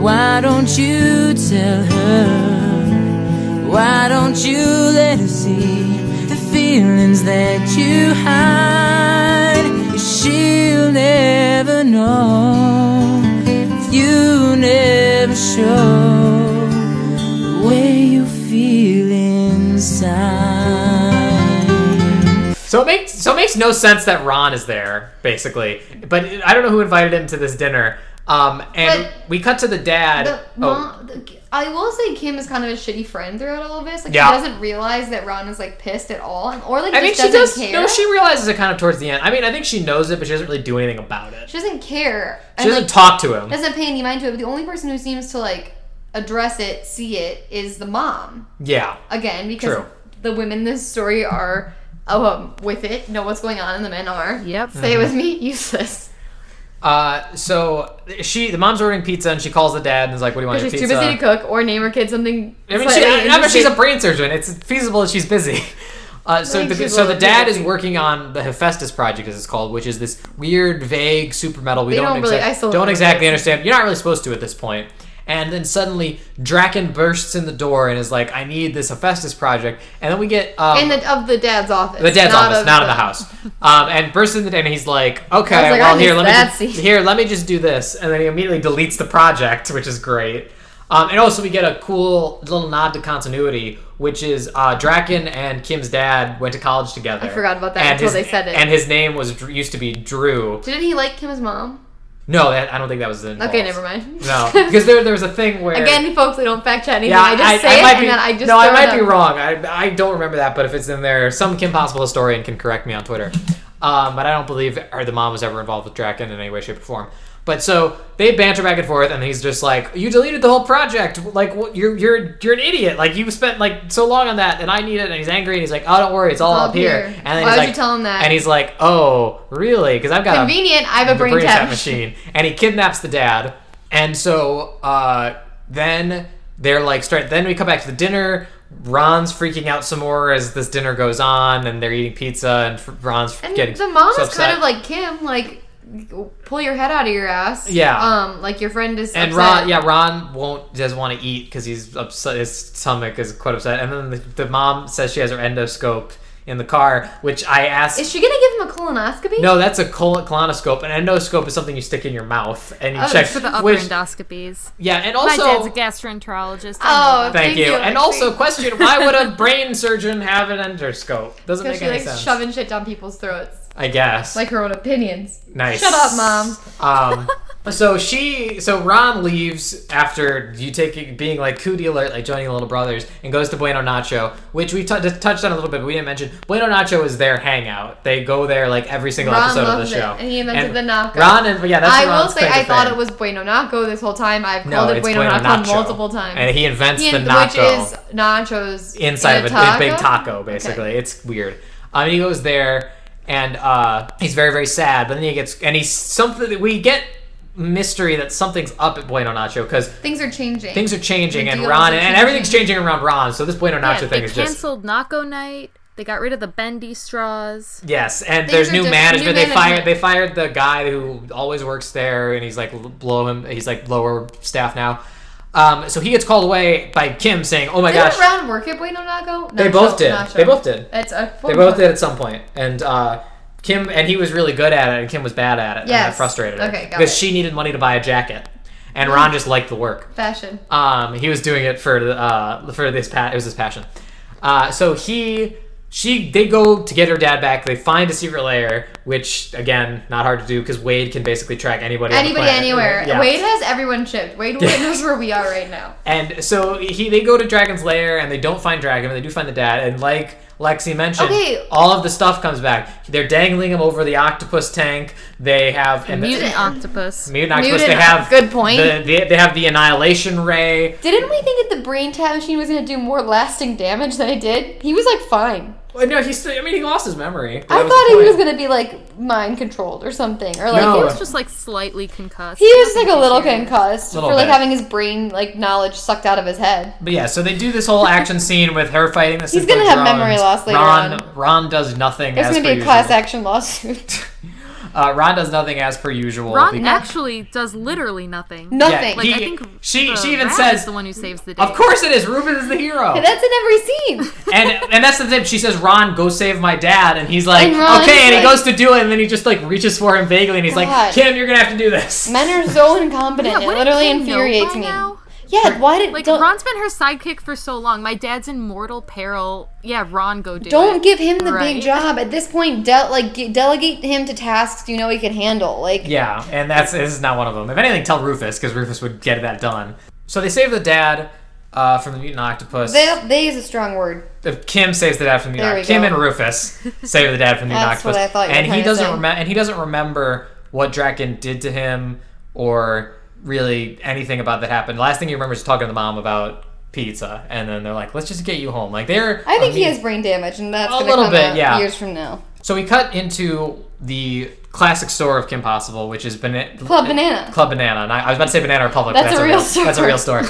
Speaker 8: Why don't you tell her? Why don't you let her see the feelings that you hide? She'll never know if you never show the way you feel inside.
Speaker 2: So it makes so it makes no sense that Ron is there, basically. But it- I don't know who invited him to this dinner. Um, and
Speaker 3: But-
Speaker 2: we cut to the dad.
Speaker 3: The
Speaker 2: oh,
Speaker 3: mom, the, I will say Kim is kind of a shitty friend throughout all of this. Like
Speaker 2: Yeah.
Speaker 3: she doesn't realize that Ron is like pissed at all, and or like
Speaker 2: I
Speaker 3: just
Speaker 2: mean, she
Speaker 3: doesn't
Speaker 2: does.
Speaker 3: care.
Speaker 2: No, she realizes it kind of towards the end. I mean, I think she knows it, but she doesn't really do anything about it.
Speaker 3: She doesn't care.
Speaker 2: She
Speaker 3: and,
Speaker 2: doesn't
Speaker 3: like,
Speaker 2: talk to him.
Speaker 3: doesn't pay any mind to it. But the only person who seems to like address it, see it, is the mom
Speaker 2: Yeah.
Speaker 3: again because
Speaker 2: True.
Speaker 3: the women in this story are um with it, know what's going on, and the men are.
Speaker 4: Yep.
Speaker 3: Say it with
Speaker 2: Mm-hmm.
Speaker 3: me, (laughs) useless.
Speaker 2: Uh, so she, the mom's ordering pizza, and she calls the dad and is like, "What do you want? Your
Speaker 3: She's
Speaker 2: pizza?"
Speaker 3: too busy to cook or name her kid something.
Speaker 2: I mean, she,
Speaker 3: slightly
Speaker 2: I, I mean, she's a
Speaker 3: interesting.
Speaker 2: brain surgeon. It's feasible that she's busy. (laughs) Uh, so,
Speaker 3: Thank
Speaker 2: the,
Speaker 3: you,
Speaker 2: so the
Speaker 3: Lord.
Speaker 2: dad is working on the Hephaestus project, as it's called, which is this weird, vague super metal. We
Speaker 3: They
Speaker 2: don't,
Speaker 3: don't really-
Speaker 2: exact-
Speaker 3: I still
Speaker 2: don't
Speaker 3: don't
Speaker 2: exactly understand. You're not really supposed to at this point. And then suddenly, Draken bursts in the door and is like, "I need this Hephaestus project." And then we get um,
Speaker 3: And the, of the dad's office.
Speaker 2: the dad's
Speaker 3: not
Speaker 2: office,
Speaker 3: of
Speaker 2: not in
Speaker 3: the-
Speaker 2: the house. Um, and bursts in the and he's like, "Okay,
Speaker 3: I was like, I
Speaker 2: well here, let
Speaker 3: miss
Speaker 2: me
Speaker 3: that
Speaker 2: just,
Speaker 3: scene.
Speaker 2: here, let me just do this," and then he immediately deletes the project, which is great. Um, and also, we get a cool little nod to continuity, which is uh, Draken and Kim's dad went to college together.
Speaker 3: I forgot about that
Speaker 2: And
Speaker 3: until
Speaker 2: his-
Speaker 3: they said it.
Speaker 2: And his name was used to be Drew.
Speaker 3: Didn't he like Kim's mom?
Speaker 2: No, that, I don't think that was the.
Speaker 3: Okay, never mind. (laughs)
Speaker 2: No, because there, there was a thing where
Speaker 3: Again, folks, I don't fact check anything. I just say
Speaker 2: might
Speaker 3: it,
Speaker 2: be-
Speaker 3: and then I just
Speaker 2: no, I
Speaker 3: throw it
Speaker 2: might be
Speaker 3: up.
Speaker 2: wrong. I, I don't remember that, but if it's in there, some Kim Possible historian can correct me on Twitter. Um, but I don't believe or the mom was ever involved with Draken in any way, shape, or form. But so they banter back and forth, and he's just like, "You deleted the whole project. Like what- you're you're you're an idiot. Like you spent like so long on that, and I need it." And he's angry, and he's like, "Oh, don't worry, it's all
Speaker 3: all
Speaker 2: up
Speaker 3: up
Speaker 2: here."
Speaker 3: here.
Speaker 2: And then he's
Speaker 3: Why would
Speaker 2: like,
Speaker 3: you tell him that?
Speaker 2: And he's like, "Oh, really? Because I've got a
Speaker 3: Convenient. I have a
Speaker 2: the
Speaker 3: brain,
Speaker 2: brain
Speaker 3: tap.
Speaker 2: tap machine, and he kidnaps the dad. And so uh, then they're like, start. Then we come back to the dinner. Ron's freaking out some more as this dinner goes on, and they're eating pizza, and fr- Ron's
Speaker 3: And
Speaker 2: getting
Speaker 3: the mom
Speaker 2: so
Speaker 3: is kind
Speaker 2: upset.
Speaker 3: of like Kim, like pull your head out of your ass.
Speaker 2: Yeah.
Speaker 3: Um, like your friend is.
Speaker 2: And
Speaker 3: upset.
Speaker 2: Ron, yeah, Ron won't doesn't want to eat because he's upset. His stomach is quite upset. And then the, the mom says she has her endoscope in the car, which I asked.
Speaker 3: Is she gonna give him a colonoscopy?
Speaker 2: no, that's a colon- colonoscope. An endoscope is something you stick in your mouth and you
Speaker 3: Oh,
Speaker 2: check
Speaker 4: for the upper
Speaker 2: which-
Speaker 4: endoscopies.
Speaker 2: yeah, and
Speaker 4: My
Speaker 2: also
Speaker 4: dad's a gastroenterologist.
Speaker 3: Oh,
Speaker 4: I know that.
Speaker 2: Thank
Speaker 3: Thank
Speaker 2: you.
Speaker 3: you,
Speaker 2: And
Speaker 3: Lexi.
Speaker 2: also, question: Why would
Speaker 3: (laughs)
Speaker 2: a brain surgeon have an endoscope? Doesn't
Speaker 3: Because
Speaker 2: make
Speaker 3: she
Speaker 2: any
Speaker 3: likes
Speaker 2: sense.
Speaker 3: shoving shit down people's throats,
Speaker 2: I guess.
Speaker 3: like her own opinions.
Speaker 2: nice.
Speaker 3: Shut up, mom.
Speaker 2: Um. So she, so Ron leaves after you taking being like cootie alert, like joining the Little Brothers, and goes to Bueno Nacho, which we t- just touched on a little bit, but we didn't mention. Bueno Nacho is their hangout. They go there like every single
Speaker 3: Ron
Speaker 2: episode of
Speaker 3: loves
Speaker 2: the
Speaker 3: it,
Speaker 2: show,
Speaker 3: and he invented the knockout.
Speaker 2: Ron and yeah, that's
Speaker 3: I
Speaker 2: Ron's
Speaker 3: will say, I
Speaker 2: favorite
Speaker 3: thought
Speaker 2: thing.
Speaker 3: it was Bueno Naco this whole time. I've
Speaker 2: no,
Speaker 3: called it
Speaker 2: it's
Speaker 3: Bueno, Naco multiple times.
Speaker 2: and he invents
Speaker 3: He-
Speaker 2: the
Speaker 3: which
Speaker 2: nacho,
Speaker 3: is nachos
Speaker 2: inside
Speaker 3: in
Speaker 2: of a, a big taco, basically.
Speaker 3: Okay.
Speaker 2: It's weird. Um, he goes there, and uh, he's very, very sad. But then he gets, and he's something that we get mystery that something's up at Bueno Nacho because
Speaker 3: Things are changing.
Speaker 2: things are changing,
Speaker 3: The
Speaker 2: and
Speaker 3: deals
Speaker 2: Ron,
Speaker 3: are
Speaker 2: and,
Speaker 3: changing.
Speaker 2: everything's changing around Ron. So this Bueno Nacho
Speaker 4: Yeah,
Speaker 2: thing
Speaker 4: they
Speaker 2: is just
Speaker 4: canceled Naco Night. They got rid of the bendy straws.
Speaker 2: Yes, and
Speaker 3: Things
Speaker 2: there's
Speaker 3: are
Speaker 2: new
Speaker 3: different-
Speaker 2: management.
Speaker 3: new
Speaker 2: they fired
Speaker 3: management.
Speaker 2: they fired the guy who always works there, and he's like l- below him. He's like lower staff now. Um, so he gets called away by Kim saying, "Oh my
Speaker 3: Didn't
Speaker 2: gosh,
Speaker 3: Ron work at Bueno Naco?
Speaker 2: They
Speaker 3: Nacho,
Speaker 2: both did.
Speaker 3: Nacho.
Speaker 2: They both did.
Speaker 3: It's a
Speaker 2: They both did at some point, and uh, Kim and he was really good at it, and Kim was bad at it, and that
Speaker 3: Yes.
Speaker 2: frustrated her
Speaker 3: Okay, got
Speaker 2: because
Speaker 3: it.
Speaker 2: she needed money to buy a jacket, and Ron just liked the work.
Speaker 3: fashion.
Speaker 2: Um, he was doing it for uh, for this pat. It was his passion. Uh, so he she they go to get her dad back. They find a secret lair, which again not hard to do because Wade can basically track anybody. on the
Speaker 3: Anybody,
Speaker 2: planet.
Speaker 3: anywhere.
Speaker 2: Yeah.
Speaker 3: Wade has everyone shipped.
Speaker 2: (laughs)
Speaker 3: Wade knows where we are right now.
Speaker 2: And so he they go to Dragon's Lair and they don't find Dragon, but they do find the dad. And like Lexi mentioned,
Speaker 3: Okay.
Speaker 2: all of the stuff comes back. They're dangling him over the octopus tank. They have and
Speaker 4: Mutant
Speaker 2: the,
Speaker 4: octopus.
Speaker 2: mutant octopus.
Speaker 3: Mutant-
Speaker 2: they have
Speaker 3: good point.
Speaker 2: The, they, they have the annihilation ray.
Speaker 3: Didn't we think that the brain tap machine was going to do more lasting damage than it did? He was like fine.
Speaker 2: Well, no, he's. Still, I mean, he lost his memory. That
Speaker 3: I
Speaker 2: the
Speaker 3: thought he
Speaker 2: point.
Speaker 3: was going to be like mind controlled or something, or like
Speaker 2: No.
Speaker 3: he
Speaker 4: He
Speaker 3: was.
Speaker 4: was just like slightly concussed.
Speaker 3: He was like a
Speaker 4: Nothing
Speaker 3: little
Speaker 4: too serious.
Speaker 3: concussed
Speaker 2: Little
Speaker 3: for like
Speaker 2: bit.
Speaker 3: having his brain like knowledge sucked out of his head.
Speaker 2: But yeah, so they do this whole action scene with her fighting this.
Speaker 3: He's gonna have memory loss later
Speaker 2: Ron,
Speaker 3: on.
Speaker 2: Ron does nothing.
Speaker 3: There's
Speaker 2: as
Speaker 3: going to
Speaker 2: per
Speaker 3: be a class
Speaker 2: usual. (laughs)
Speaker 3: action lawsuit. (laughs)
Speaker 2: Uh, Ron does nothing as per usual.
Speaker 4: Ron
Speaker 2: because-
Speaker 4: actually does literally nothing.
Speaker 3: Nothing.
Speaker 4: Like
Speaker 2: he-
Speaker 4: I think
Speaker 2: she-
Speaker 4: the
Speaker 2: she even
Speaker 4: rat
Speaker 2: says-
Speaker 4: is the one who saves the day.
Speaker 2: Of course it is. Ruben is the hero.
Speaker 3: That's in
Speaker 2: (laughs)
Speaker 3: every scene.
Speaker 2: and and that's the thing. She says, "Ron, go save my dad," and he's like,
Speaker 3: And Ron
Speaker 2: "Okay."
Speaker 3: is
Speaker 2: And he
Speaker 3: like-
Speaker 2: goes to do it, and then he just like reaches for him vaguely, and he's like,
Speaker 3: God.
Speaker 2: "Kim, you're gonna have to do this."
Speaker 3: Men are so incompetent.
Speaker 4: Yeah,
Speaker 3: it
Speaker 4: wouldn't
Speaker 3: literally
Speaker 4: Kim know
Speaker 3: infuriates
Speaker 4: by
Speaker 3: me.
Speaker 4: now?
Speaker 3: Yeah, why did
Speaker 4: Like
Speaker 3: don't,
Speaker 4: Ron's been her sidekick for so long. My dad's in mortal peril. Yeah, Ron, go do
Speaker 3: don't
Speaker 4: it.
Speaker 3: give him the
Speaker 4: Right.
Speaker 3: big job at this point? De- like ge- delegate him to tasks you know he can handle. Like
Speaker 2: (laughs) Yeah, and that's this is not one of them. If anything, tell Rufus because Rufus would get that done. So they save the dad uh, from the mutant octopus.
Speaker 3: they, they is a strong word.
Speaker 2: If Kim saves the dad from the
Speaker 3: There we
Speaker 2: octopus. Kim
Speaker 3: go.
Speaker 2: and
Speaker 3: (laughs)
Speaker 2: Rufus save the dad from the
Speaker 3: That's
Speaker 2: octopus.
Speaker 3: what I thought you were
Speaker 2: and he
Speaker 3: trying to
Speaker 2: doesn't
Speaker 3: say.
Speaker 2: remember. And he doesn't remember what Draken did to him or really anything about that happened. The last thing he remembers is talking to the mom about pizza, and then they're like, "Let's just get you home." Like they're.
Speaker 3: I think he
Speaker 2: imme-
Speaker 3: has brain damage, and that's
Speaker 2: A
Speaker 3: gonna
Speaker 2: little
Speaker 3: come
Speaker 2: bit,
Speaker 3: out
Speaker 2: yeah.
Speaker 3: years from now.
Speaker 2: So we cut into the classic store of Kim Possible, which is bana-
Speaker 3: Club Banana.
Speaker 2: Club Banana. And I, I was about to say Banana Republic. but
Speaker 3: That's a real store.
Speaker 2: That's a
Speaker 3: (laughs)
Speaker 2: real store.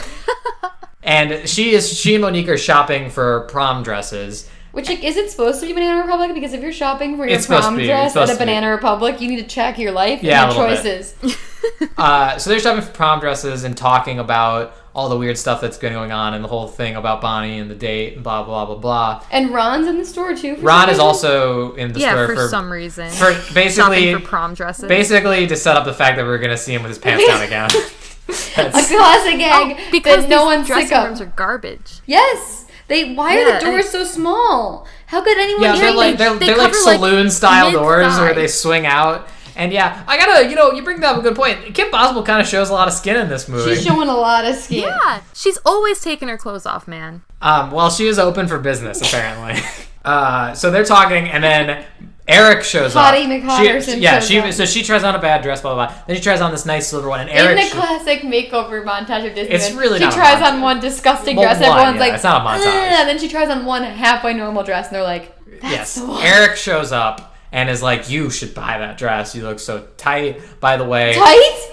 Speaker 2: and she is she and Monique are shopping for prom dresses.
Speaker 3: Which like isn't supposed to be Banana Republic because if you're shopping for your
Speaker 2: It's supposed
Speaker 3: prom
Speaker 2: to be,
Speaker 3: dress
Speaker 2: it's
Speaker 3: at
Speaker 2: supposed
Speaker 3: a
Speaker 2: to be.
Speaker 3: Banana Republic, you need to check your life
Speaker 2: Yeah, a
Speaker 3: and your
Speaker 2: little bit.
Speaker 3: choices.
Speaker 2: Uh, so they're shopping for prom dresses and talking about all the weird stuff that's been going on and the whole thing about Bonnie and the date and blah blah blah blah.
Speaker 3: And Ron's in the store too. For
Speaker 2: Ron
Speaker 3: some
Speaker 2: is
Speaker 3: reason.
Speaker 2: also in the
Speaker 4: yeah,
Speaker 2: store
Speaker 4: for,
Speaker 2: for
Speaker 4: some reason.
Speaker 2: for basically
Speaker 4: Shopping for prom dresses.
Speaker 2: basically to set up the fact that we're gonna see him with his pants down
Speaker 4: (laughs)
Speaker 2: again.
Speaker 3: a
Speaker 2: That's-
Speaker 3: classic (laughs) gag
Speaker 4: Oh, because
Speaker 3: that no
Speaker 4: no
Speaker 3: one
Speaker 4: one's
Speaker 3: sick
Speaker 4: dressing
Speaker 3: up.
Speaker 4: rooms are garbage.
Speaker 3: yes, they. Why
Speaker 4: Yeah,
Speaker 3: are the doors so small? How could anyone?
Speaker 2: yeah, they're
Speaker 3: read
Speaker 2: like they're,
Speaker 3: them?
Speaker 4: they
Speaker 2: they're like
Speaker 4: cover, like,
Speaker 2: saloon style doors where
Speaker 4: mid-thigh.
Speaker 2: they swing out. And yeah, I gotta you know you bring up a good point. Kim Possible kind of shows a lot of skin in this movie.
Speaker 3: She's showing a lot of skin.
Speaker 4: Yeah, she's always taking her clothes off, man.
Speaker 2: Um, well, she is open for business apparently. (laughs) uh, so they're talking, and then Eric shows
Speaker 3: Hottie
Speaker 2: up.
Speaker 3: McHotterson
Speaker 2: She- yeah,
Speaker 3: shows
Speaker 2: she
Speaker 3: up.
Speaker 2: so she tries on a bad dress, blah blah. blah. Then she tries on this nice silver one, and
Speaker 3: In
Speaker 2: Eric.
Speaker 3: the
Speaker 2: sh-
Speaker 3: classic makeover montage of Disney,
Speaker 2: It's
Speaker 3: when
Speaker 2: really
Speaker 3: she
Speaker 2: not a
Speaker 3: tries
Speaker 2: montage.
Speaker 3: on one disgusting
Speaker 2: Well,
Speaker 3: dress,
Speaker 2: one,
Speaker 3: everyone's
Speaker 2: yeah,
Speaker 3: like,
Speaker 2: it's not a montage.
Speaker 3: "Ugh," and then she tries on one halfway normal dress, and they're like, "That's
Speaker 2: yes,
Speaker 3: the one."
Speaker 2: Eric shows up and is like, "You should buy that dress. You look so tight." By the way,
Speaker 3: tight."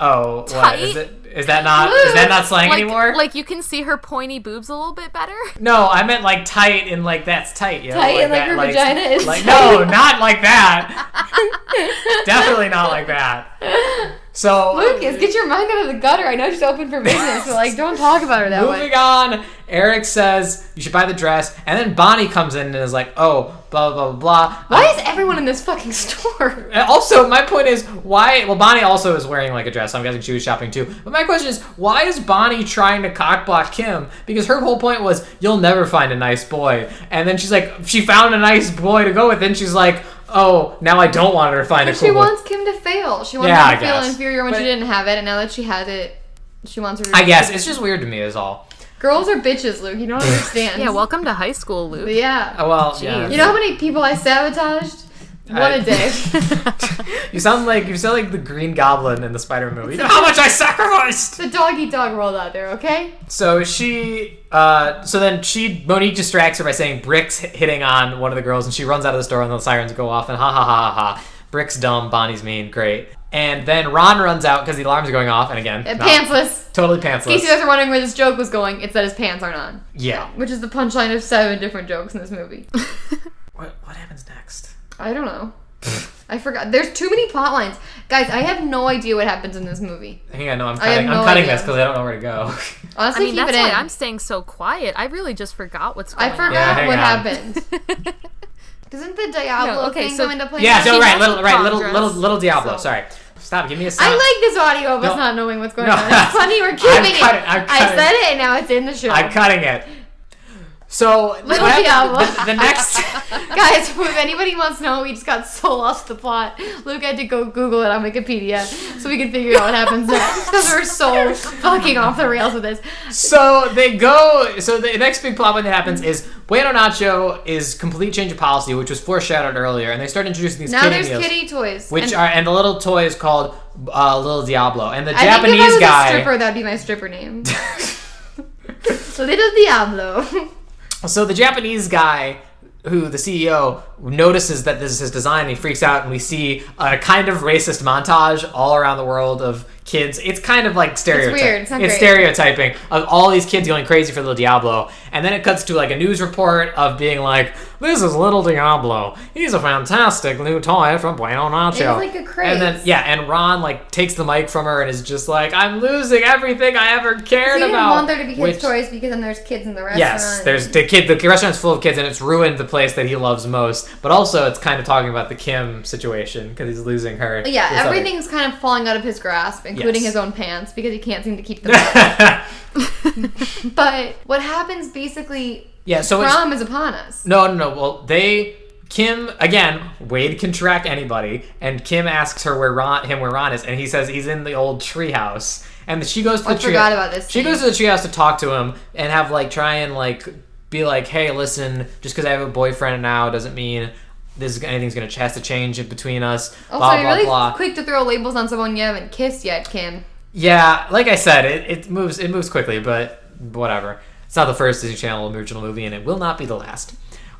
Speaker 2: oh, what is
Speaker 4: Tight?
Speaker 2: it? Is that not is that not slang
Speaker 4: like,
Speaker 2: anymore?
Speaker 4: like you can see her pointy boobs a little bit better. (laughs)
Speaker 2: no, I meant like tight and like that's tight. Yeah,
Speaker 3: Tight and, like,
Speaker 2: that,
Speaker 3: her vagina is
Speaker 2: like no, not like that. (laughs) Definitely not like that.
Speaker 3: (laughs)
Speaker 2: So
Speaker 3: Lucas, get your mind out of the gutter. I know she's open for business, but like, don't talk about her that way.
Speaker 2: Moving on, Eric says you should buy the dress, and then Bonnie comes in and is like, "Oh, blah blah blah blah." Um,
Speaker 3: Why is everyone in this fucking store?
Speaker 2: And also, my point is why? Well, Bonnie also is wearing like a dress. So I'm guessing she was shopping too. But my question is, why is Bonnie trying to cockblock Kim? Because her whole point was, "You'll never find a nice boy," and then she's like, she found a nice boy to go with, and she's like, "Oh, now I don't want her to find a cool
Speaker 3: She
Speaker 2: boy."
Speaker 3: wants Kim to fail. She wants
Speaker 2: Yeah, I
Speaker 3: her to feel
Speaker 2: guess.
Speaker 3: inferior when
Speaker 2: But-
Speaker 3: she didn't have it, and now that she has it, she wants her. To
Speaker 2: I guess it's just weird to me, is all.
Speaker 3: girls are bitches, Luke.
Speaker 2: (laughs)
Speaker 3: You don't understand.
Speaker 4: Yeah, welcome to high school, Luke.
Speaker 3: But yeah.
Speaker 2: Oh, well, yeah.
Speaker 3: You know how many people I sabotaged? One
Speaker 2: I-
Speaker 3: a day.
Speaker 2: (laughs) You sound like you sound like the Green Goblin in the Spider-Man movie. You know how much I sacrificed.
Speaker 3: the dog eat dog world out there, okay?
Speaker 2: So she, uh, so then she, Monique distracts her by saying bricks hi- hitting on one of the girls, and she runs out of the store, and the sirens go off, and ha ha ha ha ha. Bricks dumb, Bonnie's mean, great. And then Ron runs out because the alarms are going off, and again,
Speaker 3: And
Speaker 2: not-
Speaker 3: pantsless.
Speaker 2: totally
Speaker 3: In case you
Speaker 2: pantsless.
Speaker 3: guys are wondering where this joke was going, it's that his pants aren't on.
Speaker 2: Yeah.
Speaker 3: Which is the punchline of seven different jokes in this
Speaker 4: (laughs)
Speaker 3: movie.
Speaker 2: What what happens next?
Speaker 3: I don't know. I forgot. There's too many plot lines. Guys, I have no idea what happens in this movie.
Speaker 2: Hang on, no, I'm
Speaker 3: I have
Speaker 2: cutting.
Speaker 3: no
Speaker 2: I'm cutting
Speaker 3: idea.
Speaker 2: this because I don't know where to go.
Speaker 4: I
Speaker 3: Honestly,
Speaker 4: mean,
Speaker 3: keep
Speaker 4: that's
Speaker 3: it in.
Speaker 4: why I'm staying so quiet. I really just forgot what's
Speaker 3: I
Speaker 4: going
Speaker 3: forgot
Speaker 2: Yeah, hang
Speaker 3: what
Speaker 2: on.
Speaker 4: (laughs)
Speaker 3: happened.
Speaker 4: on.
Speaker 3: Doesn't the Diablo
Speaker 4: No, okay,
Speaker 3: thing
Speaker 4: so-
Speaker 3: come into
Speaker 2: (laughs)
Speaker 3: play?
Speaker 2: yeah,
Speaker 4: she
Speaker 2: so right,
Speaker 4: has
Speaker 2: little,
Speaker 4: the
Speaker 2: right,
Speaker 4: prom
Speaker 2: little,
Speaker 4: dress,
Speaker 2: little, little Diablo.
Speaker 4: so-
Speaker 2: Sorry, stop. Give me a
Speaker 3: I
Speaker 2: second.
Speaker 3: like this audio of us
Speaker 2: No.
Speaker 3: not knowing what's going
Speaker 2: No.
Speaker 3: on. It's
Speaker 2: (laughs)
Speaker 3: funny we're keeping it.
Speaker 2: cutting- I'm
Speaker 3: I
Speaker 2: cutting.
Speaker 3: said it and now it's in the show.
Speaker 2: I'm cutting it. So
Speaker 3: Little
Speaker 2: what happened-
Speaker 3: Diablo.
Speaker 2: the- the next.
Speaker 3: (laughs)
Speaker 2: (laughs)
Speaker 3: Guys, if anybody wants to know, we just got so lost the plot. Luke had to go Google it on Wikipedia so we could figure out what happens next (laughs) because we're so fucking off the rails with this.
Speaker 2: So they go. So the next big plot point that happens is Bueno Nacho is complete change of policy, which was foreshadowed earlier, and they start introducing these
Speaker 3: Now
Speaker 2: kitty
Speaker 3: there's
Speaker 2: meals,
Speaker 3: kitty toys.
Speaker 2: which
Speaker 3: and
Speaker 2: are and the little toy is called uh, Little Diablo, and the
Speaker 3: I
Speaker 2: Japanese
Speaker 3: think if I was
Speaker 2: guy.
Speaker 3: a stripper, that'd be my
Speaker 2: (laughs)
Speaker 3: stripper name. (laughs) Little Diablo. (laughs)
Speaker 2: So the Japanese guy, who the CEO notices that this is his design, he freaks out, and we see a kind of racist montage all around the world of kids. It's kind of like stereotyping.
Speaker 3: weird. It's not great.
Speaker 2: stereotyping of all these kids going crazy for Little Diablo, and then it cuts to like a news report of being like, "This is Little Diablo. He's a fantastic new toy from Bueno Nacho."
Speaker 3: It's like a craze.
Speaker 2: And then yeah, and Ron like takes the mic from her and is just like, "I'm losing everything I ever
Speaker 3: So
Speaker 2: cared
Speaker 3: you didn't
Speaker 2: about."
Speaker 3: want there to be kids'
Speaker 2: which-
Speaker 3: toys because then there's kids in the restaurant.
Speaker 2: Yes, there's the kid. The restaurant's full of kids, and it's ruined the place that he loves most. But also, it's kind of talking about the Kim situation because he's losing her.
Speaker 3: But yeah,
Speaker 2: This other-
Speaker 3: everything's kind of falling out of his grasp, including
Speaker 2: Yes.
Speaker 3: his own pants because he can't seem
Speaker 2: (laughs)
Speaker 3: to keep them up. (laughs) but what happens basically,
Speaker 2: (laughs) yeah. So it's,
Speaker 3: prom is upon us.
Speaker 2: no, no, no. Well, they Kim again. Wade can track anybody, and Kim asks her where Ron, him where Ron is, and he says he's in the old treehouse. And she goes to
Speaker 3: I
Speaker 2: the
Speaker 3: forgot
Speaker 2: tree-
Speaker 3: about this
Speaker 2: She
Speaker 3: scene.
Speaker 2: goes to the treehouse to talk to him and have like try and like be like, hey, listen, just because I have a boyfriend now doesn't mean. This is, anything's gonna has to change it between us.
Speaker 3: Also,
Speaker 2: blah
Speaker 3: you're
Speaker 2: blah
Speaker 3: really
Speaker 2: blah.
Speaker 3: quick to throw labels on someone you haven't kissed yet, Kim.
Speaker 2: Yeah, like I said, it, it moves it moves quickly, but whatever. It's not the first Disney Channel original movie, and it will not be the last.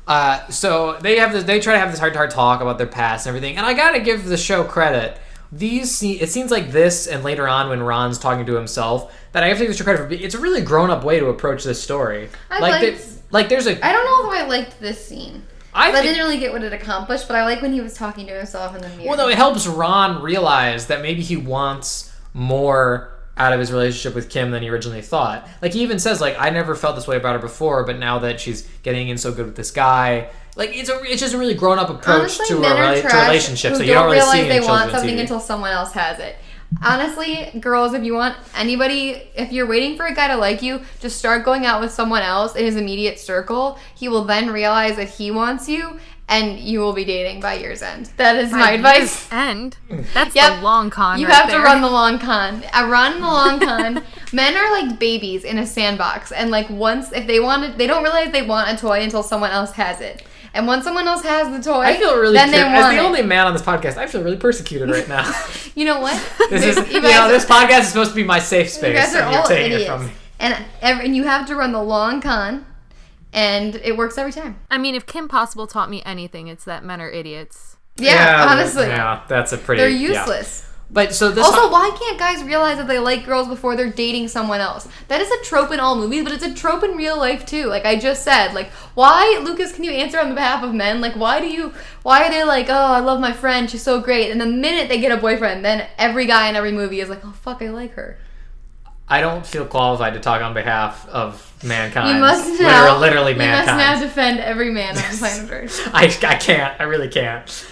Speaker 2: Uh, so they have this, they try to have this hard hard talk about their past and everything, and I gotta give the show credit. These se- it seems like this, and later on when Ron's talking to himself, that I have to give the show credit for. be- It's a really grown up way to approach this story.
Speaker 3: I
Speaker 2: like
Speaker 3: liked
Speaker 2: they- Like there's a
Speaker 3: I don't know if I liked this scene.
Speaker 2: I
Speaker 3: I
Speaker 2: think,
Speaker 3: didn't really get what it accomplished, but I like when he was talking to himself in the mirror.
Speaker 2: well no, it helps Ron realize that maybe he wants more out of his relationship with Kim than he originally thought. Like he even says like I never felt this way about her before, but now that she's getting in so good with this guy, like it's a it's just a really grown up approach
Speaker 3: Honestly,
Speaker 2: to a
Speaker 3: men are
Speaker 2: rela- to
Speaker 3: trash
Speaker 2: relationships
Speaker 3: who
Speaker 2: that you don't really
Speaker 3: realize
Speaker 2: see in
Speaker 3: they want
Speaker 2: children's
Speaker 3: something
Speaker 2: TV.
Speaker 3: until someone else has it. Honestly, girls, if you want anybody, if you're waiting for a guy to like you, just start going out with someone else in his immediate circle. He will then realize that he wants you, and you will be dating by year's end. That is my advice.
Speaker 4: End. That's
Speaker 3: Yep.
Speaker 4: the long con.
Speaker 3: You
Speaker 4: right
Speaker 3: have
Speaker 4: there.
Speaker 3: to run the long con. I run the
Speaker 2: (laughs)
Speaker 3: long con. Men are like babies in a sandbox, and like once if they want it, they don't realize they want a toy until someone else has it. And once someone else has the toy,
Speaker 2: I feel really
Speaker 3: then they
Speaker 2: per- as
Speaker 3: want
Speaker 2: the
Speaker 3: it.
Speaker 2: only man on this podcast. I feel really persecuted right
Speaker 3: (laughs)
Speaker 2: now. (laughs)
Speaker 3: You know what?
Speaker 2: this is you,
Speaker 3: you guys,
Speaker 2: know this podcast is supposed to be my safe space.
Speaker 3: you guys are
Speaker 2: and you're
Speaker 3: all
Speaker 2: taking
Speaker 3: idiots,
Speaker 2: it from me.
Speaker 3: and every, and you have to run the long con, and it works every time.
Speaker 4: I mean, if Kim Possible taught me anything, it's that men are idiots.
Speaker 3: Yeah, honestly,
Speaker 2: yeah, that's a pretty.
Speaker 3: they're
Speaker 2: yeah.
Speaker 3: useless.
Speaker 2: But so this
Speaker 3: Also, why can't guys realize that they like girls before they're dating someone else? That is a trope in all movies, but it's a trope in real life too. Like I just said, like why Lucas, can you answer on the behalf of men? Like why do you why are they like, "Oh, I love my friend. She's so great." And the minute they get a boyfriend, then every guy in every movie is like, "Oh fuck, I like her."
Speaker 2: I don't feel qualified to talk on behalf of mankind.
Speaker 3: You must now
Speaker 2: literally, literally
Speaker 3: you must now
Speaker 2: mankind.
Speaker 3: defend every
Speaker 2: (laughs)
Speaker 3: man on planet Earth.
Speaker 2: I, I can't. I really can't.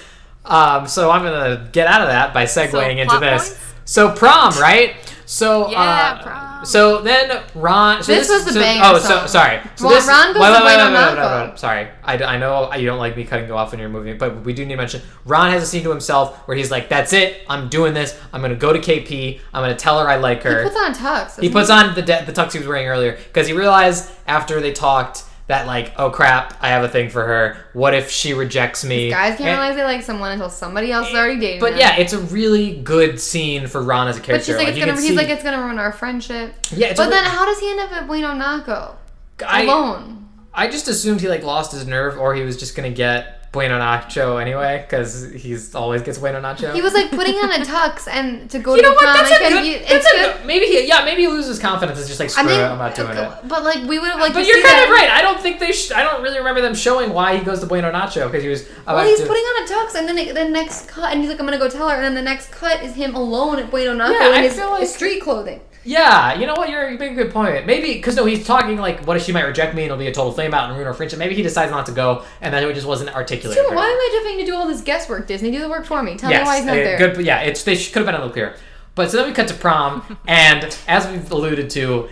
Speaker 2: Um, so I'm gonna get out of that by segueing into
Speaker 4: plot
Speaker 2: this.
Speaker 4: points?
Speaker 2: So prom, right? So
Speaker 4: Yeah,
Speaker 2: uh,
Speaker 4: prom.
Speaker 2: So then Ron. So
Speaker 3: This was the
Speaker 2: so,
Speaker 3: banger
Speaker 2: Oh, so
Speaker 3: song.
Speaker 2: sorry. So
Speaker 3: Ron-
Speaker 2: this,
Speaker 3: Ron
Speaker 2: wait,
Speaker 3: goes
Speaker 2: wait,
Speaker 3: to
Speaker 2: wait,
Speaker 3: blame
Speaker 2: wait, wait,
Speaker 3: on
Speaker 2: wait,
Speaker 3: Malcolm.
Speaker 2: wait, wait, Sorry, I, I know you don't like me cutting you off when you're moving, but we do need to mention Ron has a scene to himself where he's like, "That's it. I'm doing this. I'm gonna go to KP. I'm gonna tell her I like her."
Speaker 3: He puts on tux.
Speaker 2: He puts on the de- the tux he was wearing earlier because he realized after they talked that like, oh crap, I have a thing for her. What if she rejects me?
Speaker 3: guys can't
Speaker 2: And-
Speaker 3: realize they like someone until somebody else is already dating.
Speaker 2: But
Speaker 3: them.
Speaker 2: yeah, it's a really good scene for Ron as a
Speaker 3: But
Speaker 2: character.
Speaker 3: she's like, it's
Speaker 2: you
Speaker 3: gonna.
Speaker 2: can
Speaker 3: He's
Speaker 2: see-
Speaker 3: like, it's gonna ruin our friendship.
Speaker 2: Yeah, it's a
Speaker 3: But then,
Speaker 2: re-
Speaker 3: how does he end up at Bueno Naco
Speaker 2: I,
Speaker 3: alone?
Speaker 2: I just assumed he like lost his nerve or he was just gonna get Bueno Nacho anyway because he's always gets Bueno Nacho.
Speaker 3: He was like putting on (laughs) a tux and to go
Speaker 2: you
Speaker 3: to
Speaker 2: know what?
Speaker 3: prom.
Speaker 2: That's
Speaker 3: like,
Speaker 2: a
Speaker 3: and
Speaker 2: good.
Speaker 3: you-
Speaker 2: that's
Speaker 3: it's
Speaker 2: a
Speaker 3: good.
Speaker 2: good- Maybe he, yeah, maybe he loses confidence. It's just like screw
Speaker 3: I mean, uh,
Speaker 2: it, I'm not doing it.
Speaker 3: but like we would have liked.
Speaker 2: But
Speaker 3: to
Speaker 2: you're
Speaker 3: see
Speaker 2: kind
Speaker 3: that.
Speaker 2: of right. I don't think they. Sh- I don't really remember them showing why he goes to Bueno Nacho because he was. About
Speaker 3: Well, he's
Speaker 2: to-
Speaker 3: putting on a tux, and then it, the next cut, and he's like, "I'm gonna go tell her," and then the next cut is him alone at Bueno Naco
Speaker 2: Yeah,
Speaker 3: in
Speaker 2: I
Speaker 3: his,
Speaker 2: feel like-
Speaker 3: his street clothing.
Speaker 2: Yeah, you know what? You're you make a good point. Maybe because no, he's talking like, what if she might reject me and it'll be a total flame out and ruin our friendship? Maybe he decides not to go, and then it just wasn't articulated.
Speaker 3: Dude, why am
Speaker 2: very well.
Speaker 3: I having to do all this guesswork? Disney, do the work for me. Tell me why
Speaker 2: Yes,
Speaker 3: he's not
Speaker 2: eh,
Speaker 3: there.
Speaker 2: good. Yeah, it's they could have been a little clearer. But so then we cut to
Speaker 3: (laughs)
Speaker 2: prom, and as we've alluded to,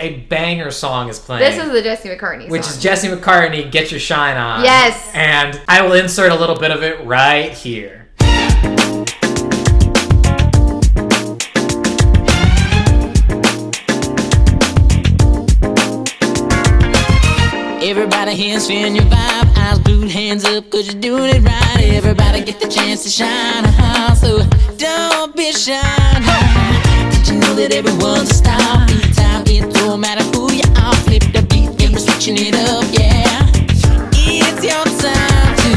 Speaker 2: a banger song is playing.
Speaker 3: This is the Jesse McCartney
Speaker 2: which
Speaker 3: song.
Speaker 2: is Jesse McCartney, Get Your Shine On.
Speaker 3: Yes.
Speaker 2: And I will insert a little bit of it right here.
Speaker 8: Everybody here's feeling your vibe. Eyes glued, hands up, cause you're doing it right. Everybody get the chance to shine. uh-huh, So don't be shy. uh-huh. Did you know that everyone's a star? Beat time, it don't matter who you are. Flip the beat, and we're switching it up, yeah. It's your time to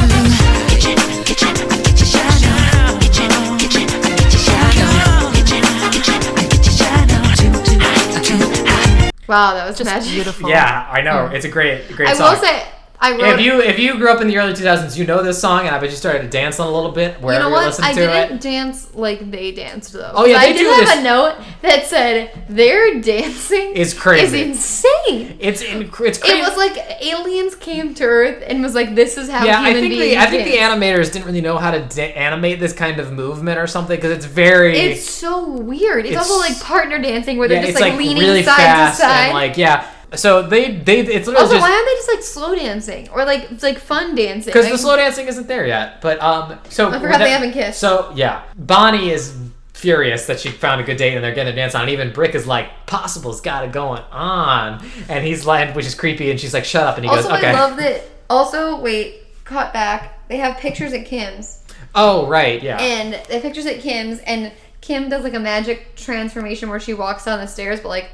Speaker 8: get your, get your, get your shine on. Get your, get your, get your shine on. Get your, get your, get your shine on. Too, too, too, too.
Speaker 3: wow, that was just magic.
Speaker 4: Beautiful.
Speaker 2: Yeah, I know. It's a great, great
Speaker 3: Hmm. I
Speaker 2: song.
Speaker 3: will say, I wrote.
Speaker 2: if you if you grew up in the early 2000s, you know this song, and I bet you started to dance on a little bit
Speaker 3: You
Speaker 2: wherever
Speaker 3: know
Speaker 2: you
Speaker 3: what?
Speaker 2: listen
Speaker 3: I
Speaker 2: to
Speaker 3: didn't
Speaker 2: it.
Speaker 3: dance like they danced though.
Speaker 2: Oh, yeah,
Speaker 3: But
Speaker 2: they
Speaker 3: I did
Speaker 2: do
Speaker 3: have
Speaker 2: this-
Speaker 3: a note that said their dancing
Speaker 2: It's crazy.
Speaker 3: is insane.
Speaker 2: It's inc- it's crazy.
Speaker 3: It was like aliens came to Earth and was like, "This is how
Speaker 2: yeah, I
Speaker 3: human
Speaker 2: think
Speaker 3: beings
Speaker 2: the I think the
Speaker 3: dance."
Speaker 2: animators didn't really know how to da- animate this kind of movement or something because it's very
Speaker 3: It's so weird. It's,
Speaker 2: It's-
Speaker 3: also like partner dancing where they're
Speaker 2: yeah,
Speaker 3: just
Speaker 2: it's
Speaker 3: like,
Speaker 2: like
Speaker 3: leaning
Speaker 2: really
Speaker 3: side
Speaker 2: fast
Speaker 3: to side.
Speaker 2: and like yeah. So they they it's literally
Speaker 3: also,
Speaker 2: just
Speaker 3: why aren't they just like slow dancing or like it's like fun dancing?
Speaker 2: because
Speaker 3: Like,
Speaker 2: the slow dancing isn't there yet. But um, so
Speaker 3: I forgot they haven't kissed.
Speaker 2: So yeah, Bonnie is furious that she found a good date and they're getting their dance on. And even Brick is like, "Possible's got it going on," and he's like, which is creepy. And she's like, "Shut up!" And he
Speaker 3: also,
Speaker 2: goes, "Okay."
Speaker 3: I love that. Also, wait, cut back. They have pictures at Kim's.
Speaker 2: oh right, yeah.
Speaker 3: and the pictures at Kim's, and Kim does like a magic transformation where she walks down the stairs, but like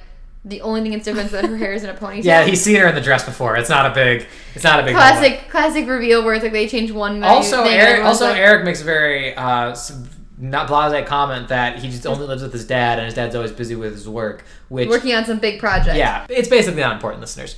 Speaker 3: the only thing that's different is that her hair
Speaker 2: (laughs)
Speaker 3: is in a ponytail.
Speaker 2: yeah, he's seen her in the dress before. It's not a big. It's not a big.
Speaker 3: classic
Speaker 2: moment.
Speaker 3: classic reveal where it's like they change one. menu
Speaker 2: Also,
Speaker 3: thing, and
Speaker 2: Eric.
Speaker 3: everyone's
Speaker 2: Also,
Speaker 3: like-
Speaker 2: Eric makes a very uh, s- not blase comment that he just only lives with his dad, and his dad's always busy with his work, which
Speaker 3: working on some big project.
Speaker 2: Yeah, it's basically not important, listeners.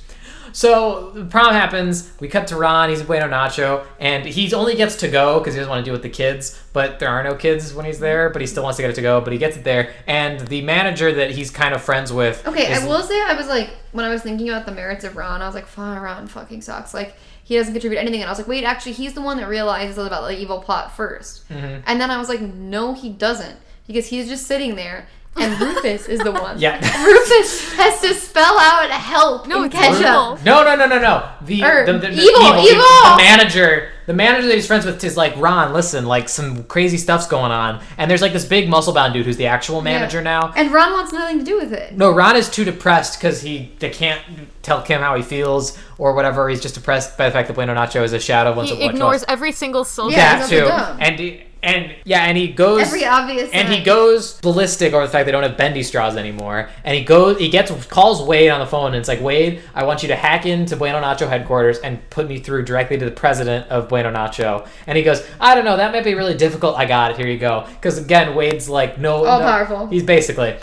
Speaker 2: So the prom happens. We cut to Ron. He's waiting on Nacho, and he only gets to go because he doesn't want to deal with the kids. But there are no kids when he's there. But he still wants to get it to go. But he gets it there, and the manager that he's kind of friends with.
Speaker 3: Okay,
Speaker 2: is-
Speaker 3: I will say I was like when I was thinking about the merits of Ron, I was like, "Fun Ron fucking sucks." Like he doesn't contribute anything, and I was like, "Wait, actually, he's the one that realizes about the evil plot 1st
Speaker 2: Mm-hmm.
Speaker 3: And then I was like, "No, he doesn't," because he's just sitting there,
Speaker 2: (laughs)
Speaker 3: and Rufus is the one.
Speaker 2: Yeah.
Speaker 3: (laughs) Rufus has to spell out help.
Speaker 4: No,
Speaker 3: No,
Speaker 4: it's
Speaker 3: catch
Speaker 4: evil.
Speaker 3: up.
Speaker 2: No, no, no, no, no. The,
Speaker 3: Er,
Speaker 2: the, the- the
Speaker 3: evil, evil!
Speaker 2: The manager, the manager that he's friends with is like Ron. Listen, like some crazy stuff's going on, and there's like this big muscle-bound dude who's the actual manager
Speaker 3: Yeah.
Speaker 2: now.
Speaker 3: And Ron wants nothing to do with it.
Speaker 2: No, Ron is too depressed because he they can't tell Kim how he feels or whatever. He's just depressed by the fact that Bueno Nacho is a shadow. Once
Speaker 4: He
Speaker 2: it once
Speaker 4: ignores
Speaker 2: was.
Speaker 4: every single soldier.
Speaker 3: Yeah,
Speaker 2: that
Speaker 3: he's
Speaker 2: too,
Speaker 3: also dumb.
Speaker 2: and he, and yeah, and he goes
Speaker 3: Every obvious.
Speaker 2: and he
Speaker 3: sign.
Speaker 2: goes ballistic over the fact they don't have bendy straws anymore. And he goes, he gets calls Wade on the phone, and it's like, Wade, I want you to hack into Bueno Nacho headquarters and put me through directly to the president of Bueno Nacho. And he goes, I don't know, that might be really difficult. I got it. Here you go. Because again, Wade's like, no,
Speaker 3: All
Speaker 2: no-
Speaker 3: powerful.
Speaker 2: He's basically.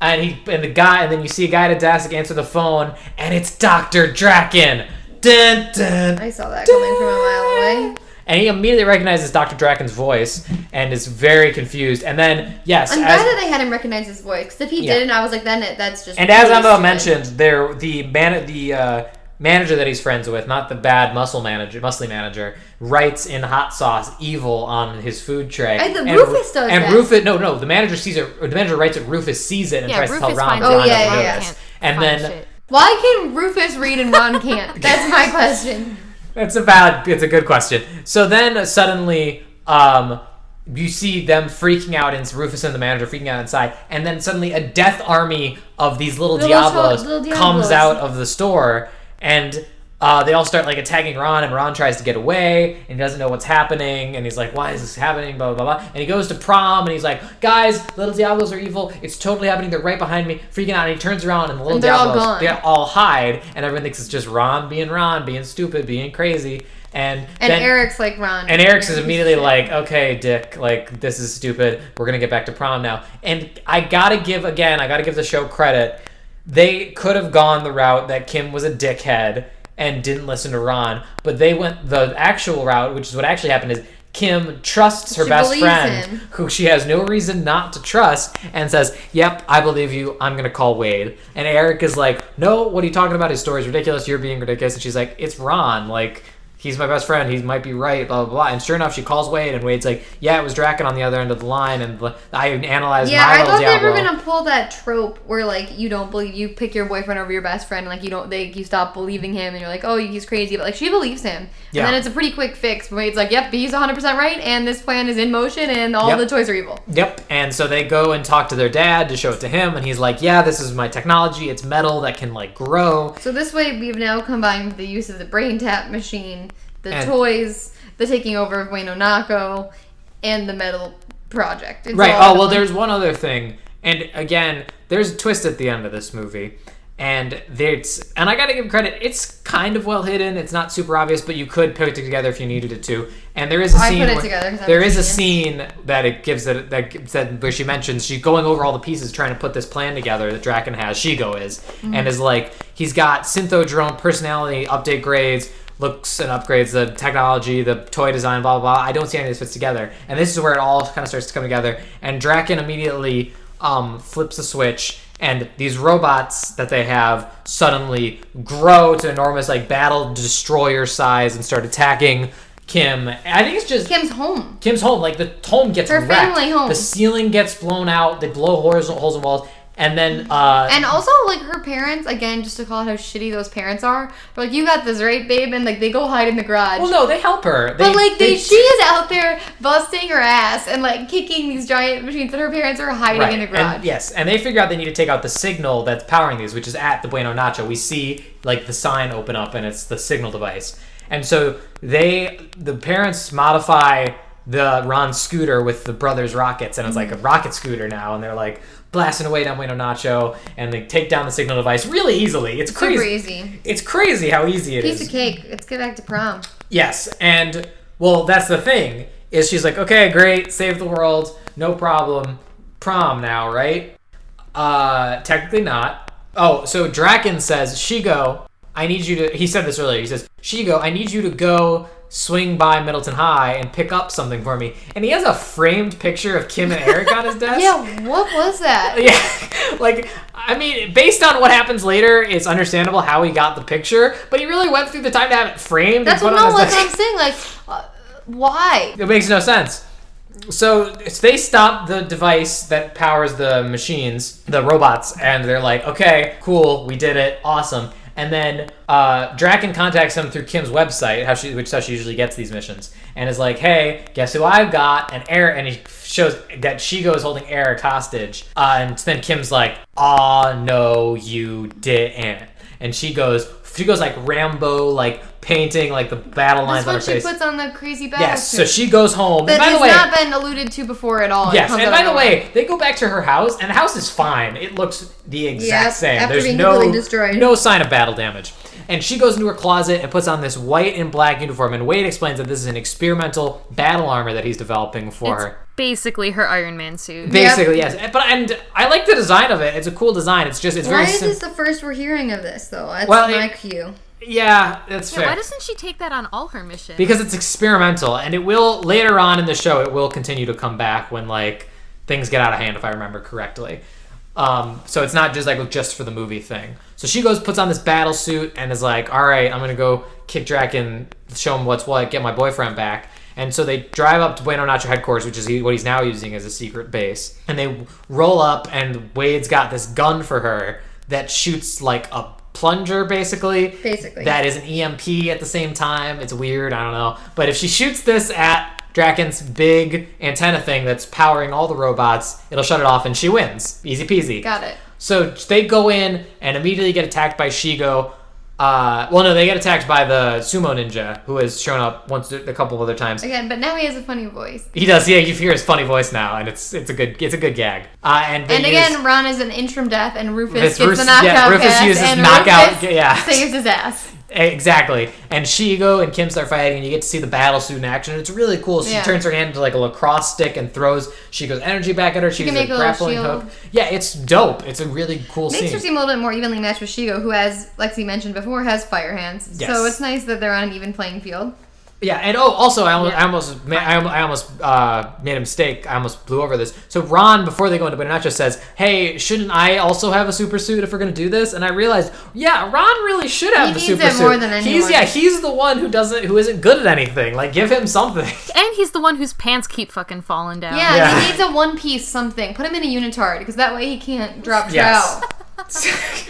Speaker 2: And he and the guy, and then you see a guy at a desk answer the phone, and it's Doctor Draken. Dun, dun,
Speaker 3: I saw that coming from a mile away.
Speaker 2: and he immediately recognizes Dr. Draken's voice and is very confused. And then, yes,
Speaker 3: I'm
Speaker 2: as-
Speaker 3: glad that they had him recognize his voice. 'cause if he
Speaker 2: Yeah.
Speaker 3: didn't, I was like, then it, that's just.
Speaker 2: And as
Speaker 3: really
Speaker 2: Emma
Speaker 3: stupid.
Speaker 2: mentioned, there the man the uh, manager that he's friends with, not the bad muscle manager, muscly manager, writes in hot sauce "evil" on his food tray.
Speaker 3: And the Rufus does
Speaker 2: And
Speaker 3: that.
Speaker 2: Rufus, no, no, the manager sees it. Or the manager writes it. Rufus sees it and
Speaker 4: Yeah,
Speaker 2: tries to
Speaker 4: Rufus
Speaker 2: tell Ron.
Speaker 4: finds
Speaker 2: Ron
Speaker 3: it. Oh,
Speaker 2: doesn't
Speaker 3: yeah,
Speaker 2: know
Speaker 3: yeah,
Speaker 2: this.
Speaker 4: yeah.
Speaker 2: And
Speaker 4: Find
Speaker 2: then
Speaker 4: shit.
Speaker 3: Why can Rufus read and Ron can't?
Speaker 2: (laughs)
Speaker 3: That's my question.
Speaker 2: That's a valid. It's a good question. So then suddenly, um, you see them freaking out, and Rufus and the manager freaking out inside, and then suddenly a death army of these little,
Speaker 3: Little
Speaker 2: Diablos,
Speaker 3: to- little
Speaker 2: comes
Speaker 3: Diablos.
Speaker 2: out of the store, and. Uh, they all start like attacking Ron, and Ron tries to get away, and he doesn't know what's happening, and he's like, "Why is this happening?" Blah blah blah. blah. And he goes to prom, and he's like, "Guys, little Diablos are evil. It's totally happening. They're right behind me, freaking out." And he turns around, and the little
Speaker 3: And they're all
Speaker 2: Diablos,
Speaker 3: gone.
Speaker 2: they're all hide, and everyone thinks it's just Ron being Ron, being stupid, being crazy, and
Speaker 3: And
Speaker 2: then,
Speaker 3: Eric's like Ron.
Speaker 2: and Eric's is
Speaker 3: He's
Speaker 2: immediately
Speaker 3: shit.
Speaker 2: like, okay, Dick, like this is stupid. We're gonna get back to prom now. And I gotta give again, I gotta give the show credit. They could have gone the route that Kim was a dickhead and didn't listen to Ron, but they went the actual route, which is what actually happened. Is Kim trusts her
Speaker 3: She
Speaker 2: best
Speaker 3: believes
Speaker 2: friend,
Speaker 3: him.
Speaker 2: who she has no reason not to trust, and says, "Yep, I believe you. I'm gonna call Wade." And Eric is like, "No, what are you talking about? His story's ridiculous. You're being ridiculous." And she's like, "It's Ron. Like, he's my best friend. He might be right. Blah blah blah." And sure enough, she calls Wade, and Wade's like, "Yeah, it was Draken on the other end of the line, and the- I analyzed
Speaker 3: Yeah,
Speaker 2: my
Speaker 3: I
Speaker 2: little
Speaker 3: thought they were
Speaker 2: Diablo."
Speaker 3: gonna pull that trope where like you don't believe you pick your boyfriend over your best friend, and, like you don't they you stop believing him, and you're like, oh, he's crazy, but like she believes him,
Speaker 2: Yeah.
Speaker 3: and then it's a pretty quick fix. Where it's like, yep, he's 100 percent right, and this plan is in motion, and all
Speaker 2: Yep.
Speaker 3: the toys are evil.
Speaker 2: Yep. And so they go and talk to their dad to show it to him, and he's like, "Yeah, this is my technology. It's metal that can like grow."
Speaker 3: So this way, we've now combined the use of the brain tap machine, the
Speaker 2: And-
Speaker 3: toys, the taking over of Wayne Onako, and the metal project. It's
Speaker 2: Right.
Speaker 3: all
Speaker 2: Oh
Speaker 3: in
Speaker 2: well,
Speaker 3: one-
Speaker 2: there's one other thing, and again, there's a twist at the end of this movie, and there's and I gotta give credit. It's kind of well hidden. It's not super obvious, but you could put it together if you needed it to. And there is a
Speaker 3: I
Speaker 2: scene.
Speaker 3: put it
Speaker 2: where-
Speaker 3: together 'cause I'm
Speaker 2: there
Speaker 3: a
Speaker 2: is a
Speaker 3: genius.
Speaker 2: scene that it gives that that gives that where she mentions she's going over all the pieces trying to put this plan together that Draken has. Shigo is and is like he's got synthodrome personality update grades looks and upgrades the technology, the toy design, blah, blah, blah. I don't see any of this fits together. And this is where it all kind of starts to come together. And Draken immediately um, flips the switch, and these robots that they have suddenly grow to enormous, like, battle destroyer size and start attacking Kim. I think it's just.
Speaker 3: Kim's home.
Speaker 2: Kim's home, like the home gets
Speaker 3: Her
Speaker 2: wrecked.
Speaker 3: family home.
Speaker 2: The ceiling gets blown out. They blow horizontal holes in walls, and then uh,
Speaker 3: And also, like her parents, again, just to call out how shitty those parents are. But like, you got this right, babe, and like they go hide in the garage.
Speaker 2: well, no, they help her.
Speaker 3: but like, they, she is out there busting her ass and like kicking these giant machines that her parents are hiding in the garage.
Speaker 2: And, yes, and they figure out they need to take out the signal that's powering these, which is at the Bueno Nacho. We see like the sign open up, and it's the signal device. And so they, the parents, modify the Ron scooter with the brothers' rockets, and it's like a
Speaker 3: Mm-hmm.
Speaker 2: rocket scooter now. And they're like blasting away down Bueno Nacho, and they take down the signal device really easily. It's
Speaker 3: Super
Speaker 2: crazy.
Speaker 3: easy.
Speaker 2: It's crazy how easy it is.
Speaker 3: Piece of cake. Let's get back to prom.
Speaker 2: Yes, and well, that's the thing is she's like, okay, great, save the world, no problem. Prom now, right? Uh, technically not. Oh, so Draken says, Shigo, I need you to. He said this earlier. He says, Shigo, I need you to go swing by Middleton High and pick up something for me. And he has a framed picture of Kim and Eric
Speaker 3: (laughs)
Speaker 2: on his desk.
Speaker 3: Yeah, what was that?
Speaker 2: (laughs) Yeah, like I mean, based on what happens later, it's understandable how he got the picture, but he really went through the time to have it framed.
Speaker 3: That's
Speaker 2: and
Speaker 3: what
Speaker 2: put
Speaker 3: no,
Speaker 2: on his
Speaker 3: like
Speaker 2: desk.
Speaker 3: I'm saying, like, uh, why?
Speaker 2: It makes no sense. So they stop the device that powers the machines, the robots, and they're like, "Okay, cool, we did it, awesome." And then uh, Draken contacts him through Kim's website, how she, which is how she usually gets these missions, and is like, "Hey, guess who I've got?" And Eric, and he shows that she goes holding Eric hostage, uh, and then Kim's like, "Ah, no, you didn't." And she goes, she goes like Rambo, like painting like the battle lines
Speaker 3: That's
Speaker 2: on her
Speaker 3: what she
Speaker 2: face.
Speaker 3: puts on the crazy battle
Speaker 2: Yes, so
Speaker 3: suit.
Speaker 2: she goes home.
Speaker 3: that
Speaker 2: and by
Speaker 3: has
Speaker 2: the way,
Speaker 3: not been alluded to before at all. It
Speaker 2: yes,
Speaker 3: comes
Speaker 2: and
Speaker 3: out
Speaker 2: by
Speaker 3: of
Speaker 2: the
Speaker 3: nowhere.
Speaker 2: way, they go back to her house, and the house is fine. It looks the exact
Speaker 3: Yep,
Speaker 2: same.
Speaker 3: after
Speaker 2: There's
Speaker 3: being
Speaker 2: no
Speaker 3: completely destroyed.
Speaker 2: no sign of battle damage. And she goes into her closet and puts on this white and black uniform. And Wade explains that this is an experimental battle armor that he's developing for
Speaker 4: It's
Speaker 2: her.
Speaker 4: basically her Iron Man suit.
Speaker 2: Basically, yes. But and I like the design of it. It's a cool design. It's just it's
Speaker 3: why
Speaker 2: very
Speaker 3: is
Speaker 2: sim-
Speaker 3: this the first we're hearing of this though? That's
Speaker 2: Well,
Speaker 3: my
Speaker 2: it-
Speaker 3: cue.
Speaker 2: yeah. That's
Speaker 4: yeah,
Speaker 2: fair.
Speaker 4: why doesn't she take that on all her missions?
Speaker 2: because it's experimental and it will later on in the show it will continue to come back when like things get out of hand if i remember correctly um, so it's not just like just for the movie thing so she goes puts on this battle suit and is like all right i'm gonna go kick draken show him what's what get my boyfriend back and so they drive up to Bueno Nacho headquarters, which is he, what he's now using as a secret base. And they roll up, and Wade's got this gun for her that shoots like a plunger, basically.
Speaker 3: Basically.
Speaker 2: That is an EMP at the same time. It's weird. I don't know. But if she shoots this at Draken's big antenna thing that's powering all the robots, it'll shut it off, and she wins. Easy peasy.
Speaker 3: Got it.
Speaker 2: So they go in and immediately get attacked by Shigo. Uh, well, no, they get attacked by the sumo ninja who has shown up once a couple other times.
Speaker 3: Again, but now he has a funny voice.
Speaker 2: He does, yeah. You hear his funny voice now, and it's it's a good it's a good gag. Uh, and they
Speaker 3: And
Speaker 2: use-
Speaker 3: again, Ron is an interim death, and Rufus
Speaker 2: This
Speaker 3: gets
Speaker 2: Rufus-
Speaker 3: the knockout
Speaker 2: yeah, Rufus
Speaker 3: pass,
Speaker 2: uses
Speaker 3: and
Speaker 2: knockout-
Speaker 3: Rufus
Speaker 2: yeah.
Speaker 3: saves his ass.
Speaker 2: E, Exactly. And Shigo and Kim start fighting, and you get to see the battle suit in action. It's really cool. She
Speaker 3: Yeah.
Speaker 2: turns her hand into like a lacrosse stick and throws Shigo's energy back at her. She
Speaker 3: can
Speaker 2: uses a
Speaker 3: make a little
Speaker 2: grappling
Speaker 3: shield.
Speaker 2: hook. Yeah, it's dope. It's a really cool
Speaker 3: Makes her
Speaker 2: scene.
Speaker 3: seem a little bit more evenly matched with Shigo, who, as Lexi mentioned before, has fire hands.
Speaker 2: Yes.
Speaker 3: So it's nice that they're on an even playing field.
Speaker 2: Yeah, and oh, also, I almost, I almost, ma- I, al- I almost uh, made a mistake. I almost blew over this. So Ron, before they go into Bonaccio, says, "Hey, shouldn't I also have a super suit if we're gonna do this?" And I realized, yeah, Ron really should have
Speaker 3: He
Speaker 2: the
Speaker 3: needs
Speaker 2: super
Speaker 3: it
Speaker 2: suit.
Speaker 3: more than
Speaker 2: He's
Speaker 3: anyone.
Speaker 2: yeah, he's the one who doesn't, who isn't good at anything. Like, give him something. (laughs)
Speaker 4: and he's the one whose pants keep fucking falling down.
Speaker 3: Yeah,
Speaker 2: Yeah.
Speaker 3: he needs a one piece something. Put him in a unitard, because that way he can't drop
Speaker 2: Yes.
Speaker 3: trout.
Speaker 2: (laughs)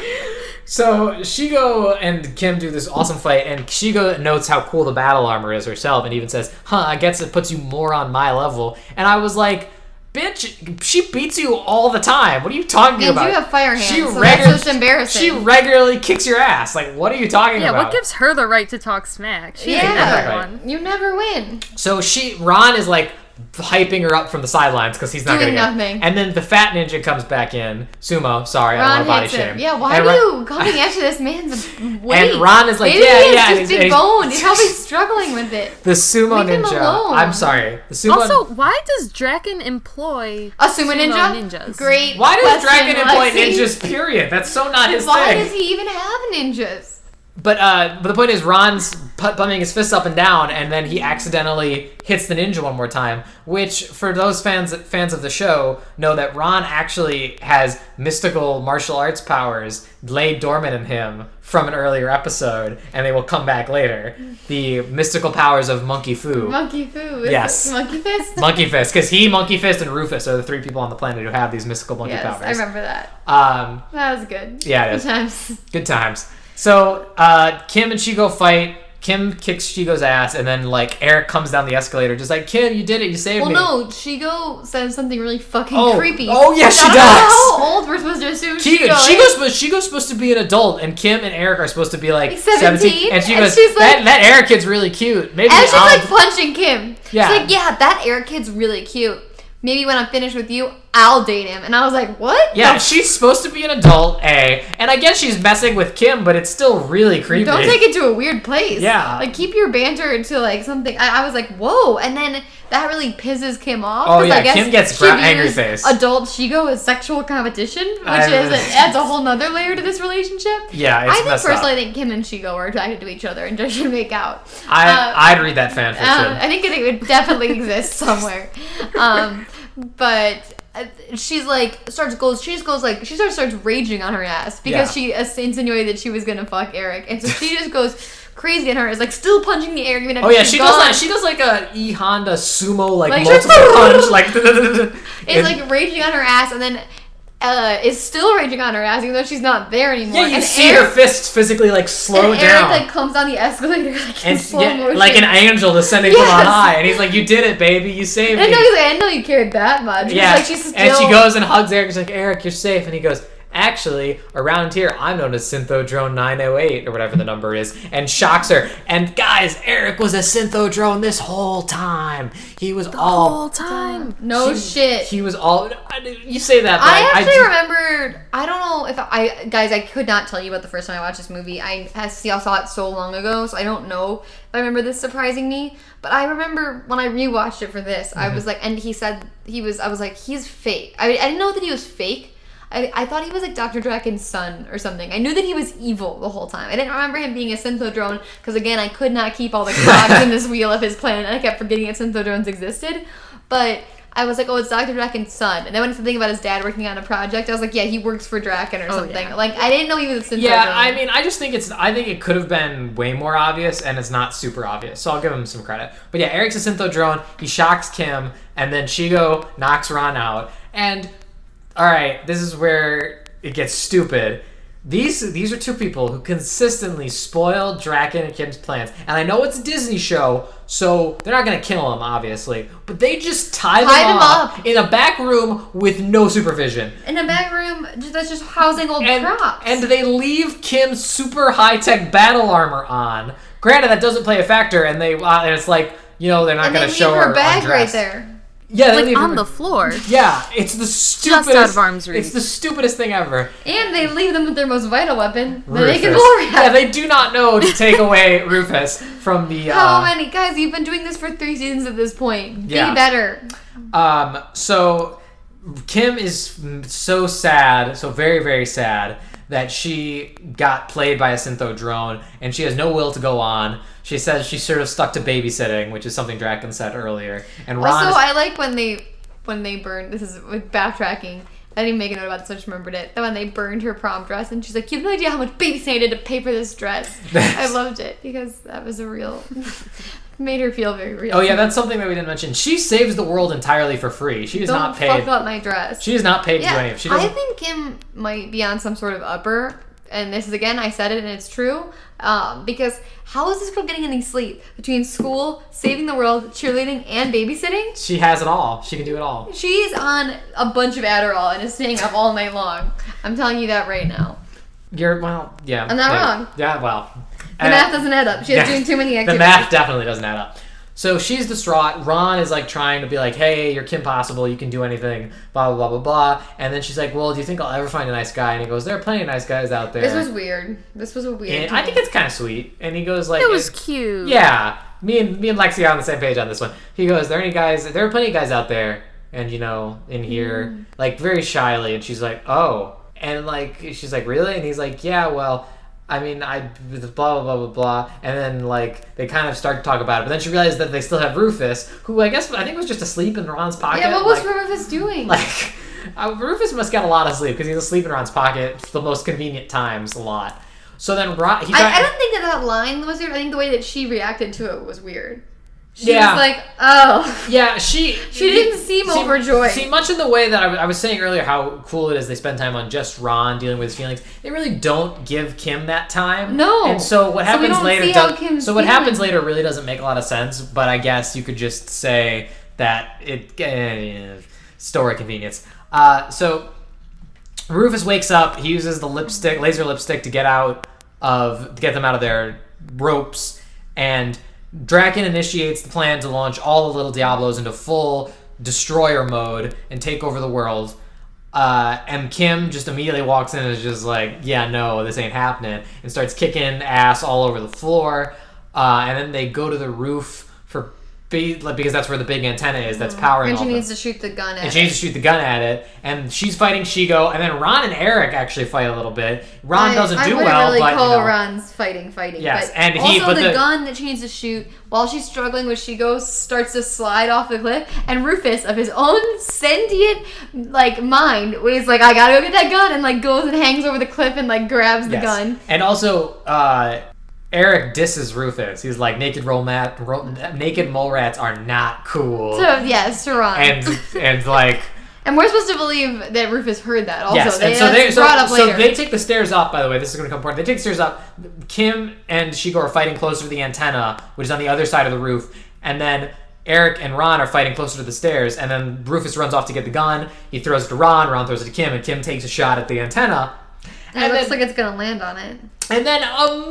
Speaker 2: So Shigo and Kim do this awesome fight, and Shigo notes how cool the battle armor is herself, and even says, "Huh, I guess it puts you more on my level." And I was like, "Bitch, she beats you all the time. What are you talking
Speaker 3: And
Speaker 2: about?"
Speaker 3: you have fire hands, so that's
Speaker 2: regu-
Speaker 3: just embarrassing.
Speaker 2: She regularly kicks your ass. Like, what are you talking
Speaker 4: Yeah,
Speaker 2: about?
Speaker 4: what gives her the right to talk smack? She's
Speaker 3: Yeah.
Speaker 4: another
Speaker 2: Right.
Speaker 4: one.
Speaker 3: You never win.
Speaker 2: So she, Ron is like hyping her up from the sidelines because he's not
Speaker 3: Doing
Speaker 2: gonna get-
Speaker 3: nothing.
Speaker 2: And then the fat ninja comes back in. Sumo, sorry, I
Speaker 3: Ron
Speaker 2: don't want
Speaker 3: hates
Speaker 2: to body
Speaker 3: him.
Speaker 2: shame.
Speaker 3: Yeah, why
Speaker 2: And
Speaker 3: are
Speaker 2: Ron-
Speaker 3: you coming after this
Speaker 2: (laughs)
Speaker 3: man's weight?
Speaker 2: Ron is like,
Speaker 3: Maybe
Speaker 2: "Yeah,
Speaker 3: he
Speaker 2: yeah," and
Speaker 3: He's
Speaker 2: he's-
Speaker 3: just big
Speaker 2: and he's-
Speaker 3: boned. He's probably struggling with it.
Speaker 2: The sumo
Speaker 3: Leave him
Speaker 2: ninja.
Speaker 3: alone.
Speaker 2: I'm sorry. The sumo
Speaker 4: Also, why does Draken employ
Speaker 3: A sumo ninja?
Speaker 4: ninjas?
Speaker 3: Great.
Speaker 2: Why does
Speaker 3: question,
Speaker 2: Dragon employ
Speaker 3: Lexi.
Speaker 2: ninjas? Period. That's so not his
Speaker 3: Why
Speaker 2: thing.
Speaker 3: does he even have ninjas?
Speaker 2: But uh, but the point is, Ron's put- bumming his fists up and down, and then he accidentally hits the ninja one more time. Which, for those fans fans of the show, know that Ron actually has mystical martial arts powers laid dormant in him from an earlier episode, and they will come back later. The mystical powers of Monkey Fu.
Speaker 3: Monkey foo. is
Speaker 2: Yes.
Speaker 3: it Monkey
Speaker 2: (laughs)
Speaker 3: fist.
Speaker 2: Monkey Fist, because he, Monkey Fist, and Rufus are the three people on the planet who have these mystical monkey
Speaker 3: yes,
Speaker 2: powers.
Speaker 3: I remember that.
Speaker 2: Um,
Speaker 3: That was good.
Speaker 2: Yeah, it is.
Speaker 3: Sometimes.
Speaker 2: Good times. So uh, Kim and Shigo fight. Kim kicks Shigo's ass, and then like Eric comes down the escalator, just like Kim, you did it, you saved
Speaker 3: Well,
Speaker 2: me.
Speaker 3: no, Shigo says something really fucking
Speaker 2: Oh.
Speaker 3: creepy.
Speaker 2: Oh, yes, she
Speaker 3: I don't know
Speaker 2: does.
Speaker 3: (laughs) how old we're supposed to assume
Speaker 2: She,
Speaker 3: Shigo is.
Speaker 2: Shigo's, supposed, Shigo's supposed to be an adult, and Kim and Eric are supposed to be like
Speaker 3: Like
Speaker 2: 17.
Speaker 3: 17?
Speaker 2: And she
Speaker 3: And
Speaker 2: goes,
Speaker 3: she's
Speaker 2: that,
Speaker 3: like-
Speaker 2: that Eric kid's really cute. Maybe
Speaker 3: And she's
Speaker 2: I'll-
Speaker 3: like punching Kim.
Speaker 2: Yeah.
Speaker 3: She's like, yeah, that Eric kid's really cute. Maybe when I'm finished with you, I'll date him. And I was like, what?
Speaker 2: Yeah, she's supposed to be an adult, A, and I guess she's messing with Kim, but it's still really creepy.
Speaker 3: Don't take it to a weird place.
Speaker 2: Yeah.
Speaker 3: Like keep your banter to like something. I, I was like, whoa, and then that really pisses Kim off.
Speaker 2: Oh,
Speaker 3: 'cause
Speaker 2: yeah,
Speaker 3: I guess
Speaker 2: Kim gets
Speaker 3: she
Speaker 2: gra- angry
Speaker 3: views
Speaker 2: face.
Speaker 3: Adult Shigo as sexual competition, which
Speaker 2: I-
Speaker 3: is it adds a whole nother layer to this relationship.
Speaker 2: Yeah, it's
Speaker 3: I think
Speaker 2: messed
Speaker 3: personally,
Speaker 2: up.
Speaker 3: I think Kim and Shigo are attracted to each other and just should make out.
Speaker 2: I
Speaker 3: Uh,
Speaker 2: I'd read that fan
Speaker 3: um, I
Speaker 2: fiction.
Speaker 3: think it would definitely
Speaker 2: (laughs)
Speaker 3: exist somewhere. Um, but uh, she's like starts goes she just goes like she starts starts raging on her ass because
Speaker 2: Yeah.
Speaker 3: she as- insinuated that she was gonna fuck Eric, and so she just goes crazy and her is like still punching the air even after
Speaker 2: oh yeah,
Speaker 3: she's
Speaker 2: she
Speaker 3: gone.
Speaker 2: does that. She does like a E Honda sumo like,
Speaker 3: Like, (laughs)
Speaker 2: multiple punch like. (laughs)
Speaker 3: is like raging on her ass and then. Uh, is still raging on her ass even though she's not there anymore.
Speaker 2: yeah, you
Speaker 3: and
Speaker 2: see her
Speaker 3: Eric,
Speaker 2: fists physically like slow
Speaker 3: and
Speaker 2: down.
Speaker 3: Eric like comes down the escalator like in
Speaker 2: and
Speaker 3: slow
Speaker 2: yeah,
Speaker 3: motion.
Speaker 2: like an angel descending
Speaker 3: Yes.
Speaker 2: from on high, and he's like, "You did it, baby! You saved
Speaker 3: I didn't
Speaker 2: me!"
Speaker 3: know, he's like, I didn't know you cared that much. It's
Speaker 2: yeah,
Speaker 3: like she's still
Speaker 2: and she goes and hugs Eric. She's like, "Eric, you're safe," and he goes. Actually, around here, I'm known as Synthodrone 908 or whatever the number is, and shocks her. And guys, Eric was a Synthodrone this whole time. He was all
Speaker 4: Whole time.
Speaker 3: no Oh, shit.
Speaker 2: He was all. I- You say that, but
Speaker 3: I actually
Speaker 2: do-
Speaker 3: remembered. I don't know if I guys. I could not tell you about the first time I watched this movie. I I see I saw it so long ago, so I don't know if I remember this surprising me. But I remember when I rewatched it for this, I
Speaker 2: Mm-hmm.
Speaker 3: was like, and he said he was. I was like, he's fake. I I didn't know that he was fake. I, I thought he was like Dr. Draken's son or something. I knew that he was evil the whole time. I didn't remember him being a synthodrone because again, I could not
Speaker 2: (laughs)
Speaker 3: keep all the cogs in this wheel of his plan, and I kept forgetting that synthodrones existed. But I was like, oh, it's Dr. Draken's son. And then when it's something about his dad working on a project, I was like, yeah, he works for Draken or something.
Speaker 4: yeah.
Speaker 3: Like, I didn't know he was a synthodrone.
Speaker 2: Oh, Yeah, I mean, I just think it's. I think it could have been way more obvious, and it's not super obvious. So I'll give him some credit. But yeah, Eric's a synthodrone. He shocks Kim, and then Shigo knocks Ron out. And all right, this is where it gets stupid. These these are two people who consistently spoil Draken and Kim's plans. And I know it's a Disney show, so they're not gonna kill them, obviously. But they just tie them,
Speaker 3: Tie them
Speaker 2: up,
Speaker 3: up.
Speaker 2: in a back room with no supervision.
Speaker 3: In a back room, just, that's just housing old
Speaker 2: And,
Speaker 3: props.
Speaker 2: and they leave Kim's super high tech battle armor on. Granted, that doesn't play a factor, and they uh, and it's like you know they're not
Speaker 3: And they
Speaker 2: going to
Speaker 3: leave
Speaker 2: show
Speaker 3: her, bag
Speaker 2: undressed.
Speaker 3: right there.
Speaker 2: Yeah, they
Speaker 4: Like
Speaker 2: leave
Speaker 4: on
Speaker 2: her, (laughs)
Speaker 4: the floor.
Speaker 2: yeah. It's the
Speaker 4: out
Speaker 2: stupidest.
Speaker 4: of arm's reach.
Speaker 2: It's the stupidest thing ever.
Speaker 3: And they leave them with their most vital weapon, the
Speaker 2: Rufus.
Speaker 3: naked warrior.
Speaker 2: Yeah, they do not know to take away Rufus from the.
Speaker 3: (laughs) How
Speaker 2: Uh,
Speaker 3: many guys? You've been doing this for three seasons at this point.
Speaker 2: Yeah.
Speaker 3: Be better.
Speaker 2: um, so Kim is mm, so sad, so very very sad that she got played by a syntho drone, and she has no will to go on. She says she's sort of stuck to babysitting, which is something Draken said earlier. And Ron,
Speaker 3: also,
Speaker 2: is,
Speaker 3: I like when they when they burned. This is with backtracking. I didn't make a note about this. I just remembered it. That when they burned her prom dress, and she's like, "You have no idea how much babysitting I did to pay for
Speaker 2: (laughs)
Speaker 3: this dress." I loved it because that was a real. (laughs) made her feel very real.
Speaker 2: oh yeah, that's something that we didn't mention. She saves the world entirely for free. She is
Speaker 3: Don't
Speaker 2: not
Speaker 3: fuck
Speaker 2: paid.
Speaker 3: up my dress.
Speaker 2: She is not paid to do any
Speaker 3: yeah,
Speaker 2: of. She
Speaker 3: I
Speaker 2: doesn't.
Speaker 3: think Kim might be on some sort of upper. And this is again, I said it, and it's true. Um, because how is this girl getting any sleep between school, saving the world, cheerleading, and babysitting?
Speaker 2: she has it all. She can do it all.
Speaker 3: She's on a bunch of Adderall and is staying up all night long. I'm telling you that right now.
Speaker 2: You're well, yeah.
Speaker 3: I'm not
Speaker 2: yeah.
Speaker 3: wrong.
Speaker 2: Yeah, well.
Speaker 3: The math doesn't add up. She's doing too many activities.
Speaker 2: The math definitely doesn't add up. So she's distraught. Ron is like trying to be like, "Hey, you're Kim Possible. You can do anything." Blah blah blah blah blah. And then she's like, "Well, do you think I'll ever find a nice guy?" And he goes, "There are plenty of nice guys out there."
Speaker 3: This was weird. This was a weird.
Speaker 2: and I think it's kind of sweet. And he goes like,
Speaker 4: It was cute.
Speaker 2: Yeah, me and me and Lexi are on the same page on this one. He goes, "There are any guys? There are plenty of guys out there, and you know, in here,
Speaker 3: Mm.
Speaker 2: like very shyly." And she's like, "Oh," and like she's like, "Really?" And he's like, "Yeah, well." I mean, I blah blah blah blah blah, and then like they kind of start to talk about it, but then she realizes that they still have Rufus, who I guess I think was just asleep in Ron's pocket.
Speaker 3: yeah, what was
Speaker 2: like,
Speaker 3: Rufus doing?
Speaker 2: like (laughs) uh, Rufus must get a lot of sleep because he's asleep in Ron's pocket the most convenient times a lot. So then Ron, he got,
Speaker 3: I, I don't think that that line was weird. I think the way that she reacted to it was weird. She
Speaker 2: Yeah.
Speaker 3: was like, "Oh,
Speaker 2: Yeah, she
Speaker 3: (laughs) She didn't seem overjoyed.
Speaker 2: See, much in the way that I, I was saying earlier, how cool it is they spend time on just Ron dealing with his feelings. They really don't give Kim that time.
Speaker 3: No.
Speaker 2: and so what
Speaker 3: So we
Speaker 2: happens
Speaker 3: don't
Speaker 2: later?
Speaker 3: see how
Speaker 2: does-
Speaker 3: Kim's
Speaker 2: so what
Speaker 3: feeling.
Speaker 2: happens later really doesn't make a lot of sense. But I guess you could just say that it eh, story convenience. Uh, so Rufus wakes up. He uses the lipstick, laser lipstick, to get out of to get them out of their ropes, and Draken initiates the plan to launch all the little Diablos into full destroyer mode and take over the world. Uh, and Kim just immediately walks in and is just like, yeah, no, this ain't happening, and starts kicking ass all over the floor. Uh, and then they go to the roof for be- like, because that's where the big antenna is that's powering.
Speaker 3: Mm-hmm. And she
Speaker 2: all the-
Speaker 3: needs to shoot the gun at
Speaker 2: and she needs to shoot the gun at it, and she's fighting Shigo, and then Ron and Eric actually fight a little bit. Ron
Speaker 3: I-
Speaker 2: doesn't
Speaker 3: I
Speaker 2: do
Speaker 3: would
Speaker 2: well,
Speaker 3: really
Speaker 2: but you
Speaker 3: call
Speaker 2: know,
Speaker 3: Ron's fighting, fighting.
Speaker 2: Yes,
Speaker 3: but
Speaker 2: and he-
Speaker 3: also
Speaker 2: but
Speaker 3: the,
Speaker 2: the-
Speaker 3: gun that she needs to shoot while she's struggling with she goes starts to slide off the cliff, and Rufus of his own sentient like mind is like, I gotta go get that gun, and like goes and hangs over the cliff and like grabs the
Speaker 2: yes.
Speaker 3: gun.
Speaker 2: And also, uh, Eric disses Rufus. He's like, "Naked roll mat, ro- naked mole rats are not cool,"
Speaker 3: So yes, to Ron.
Speaker 2: and and like.
Speaker 3: And we're supposed to believe that Rufus heard that. Also,
Speaker 2: Yes,
Speaker 3: they,
Speaker 2: and so they
Speaker 3: that's
Speaker 2: so,
Speaker 3: brought up
Speaker 2: so
Speaker 3: later.
Speaker 2: they take the stairs up. By the way, this is going to come important. They take the stairs up. Kim and Shigo are fighting closer to the antenna, which is on the other side of the roof, and then. Eric and Ron are fighting closer to the stairs, and then Rufus runs off to get the gun. He throws it to Ron, Ron throws it to Kim, and Kim takes a shot at the antenna.
Speaker 3: and it
Speaker 2: and
Speaker 3: looks
Speaker 2: then-
Speaker 3: like it's gonna land on it.
Speaker 2: And then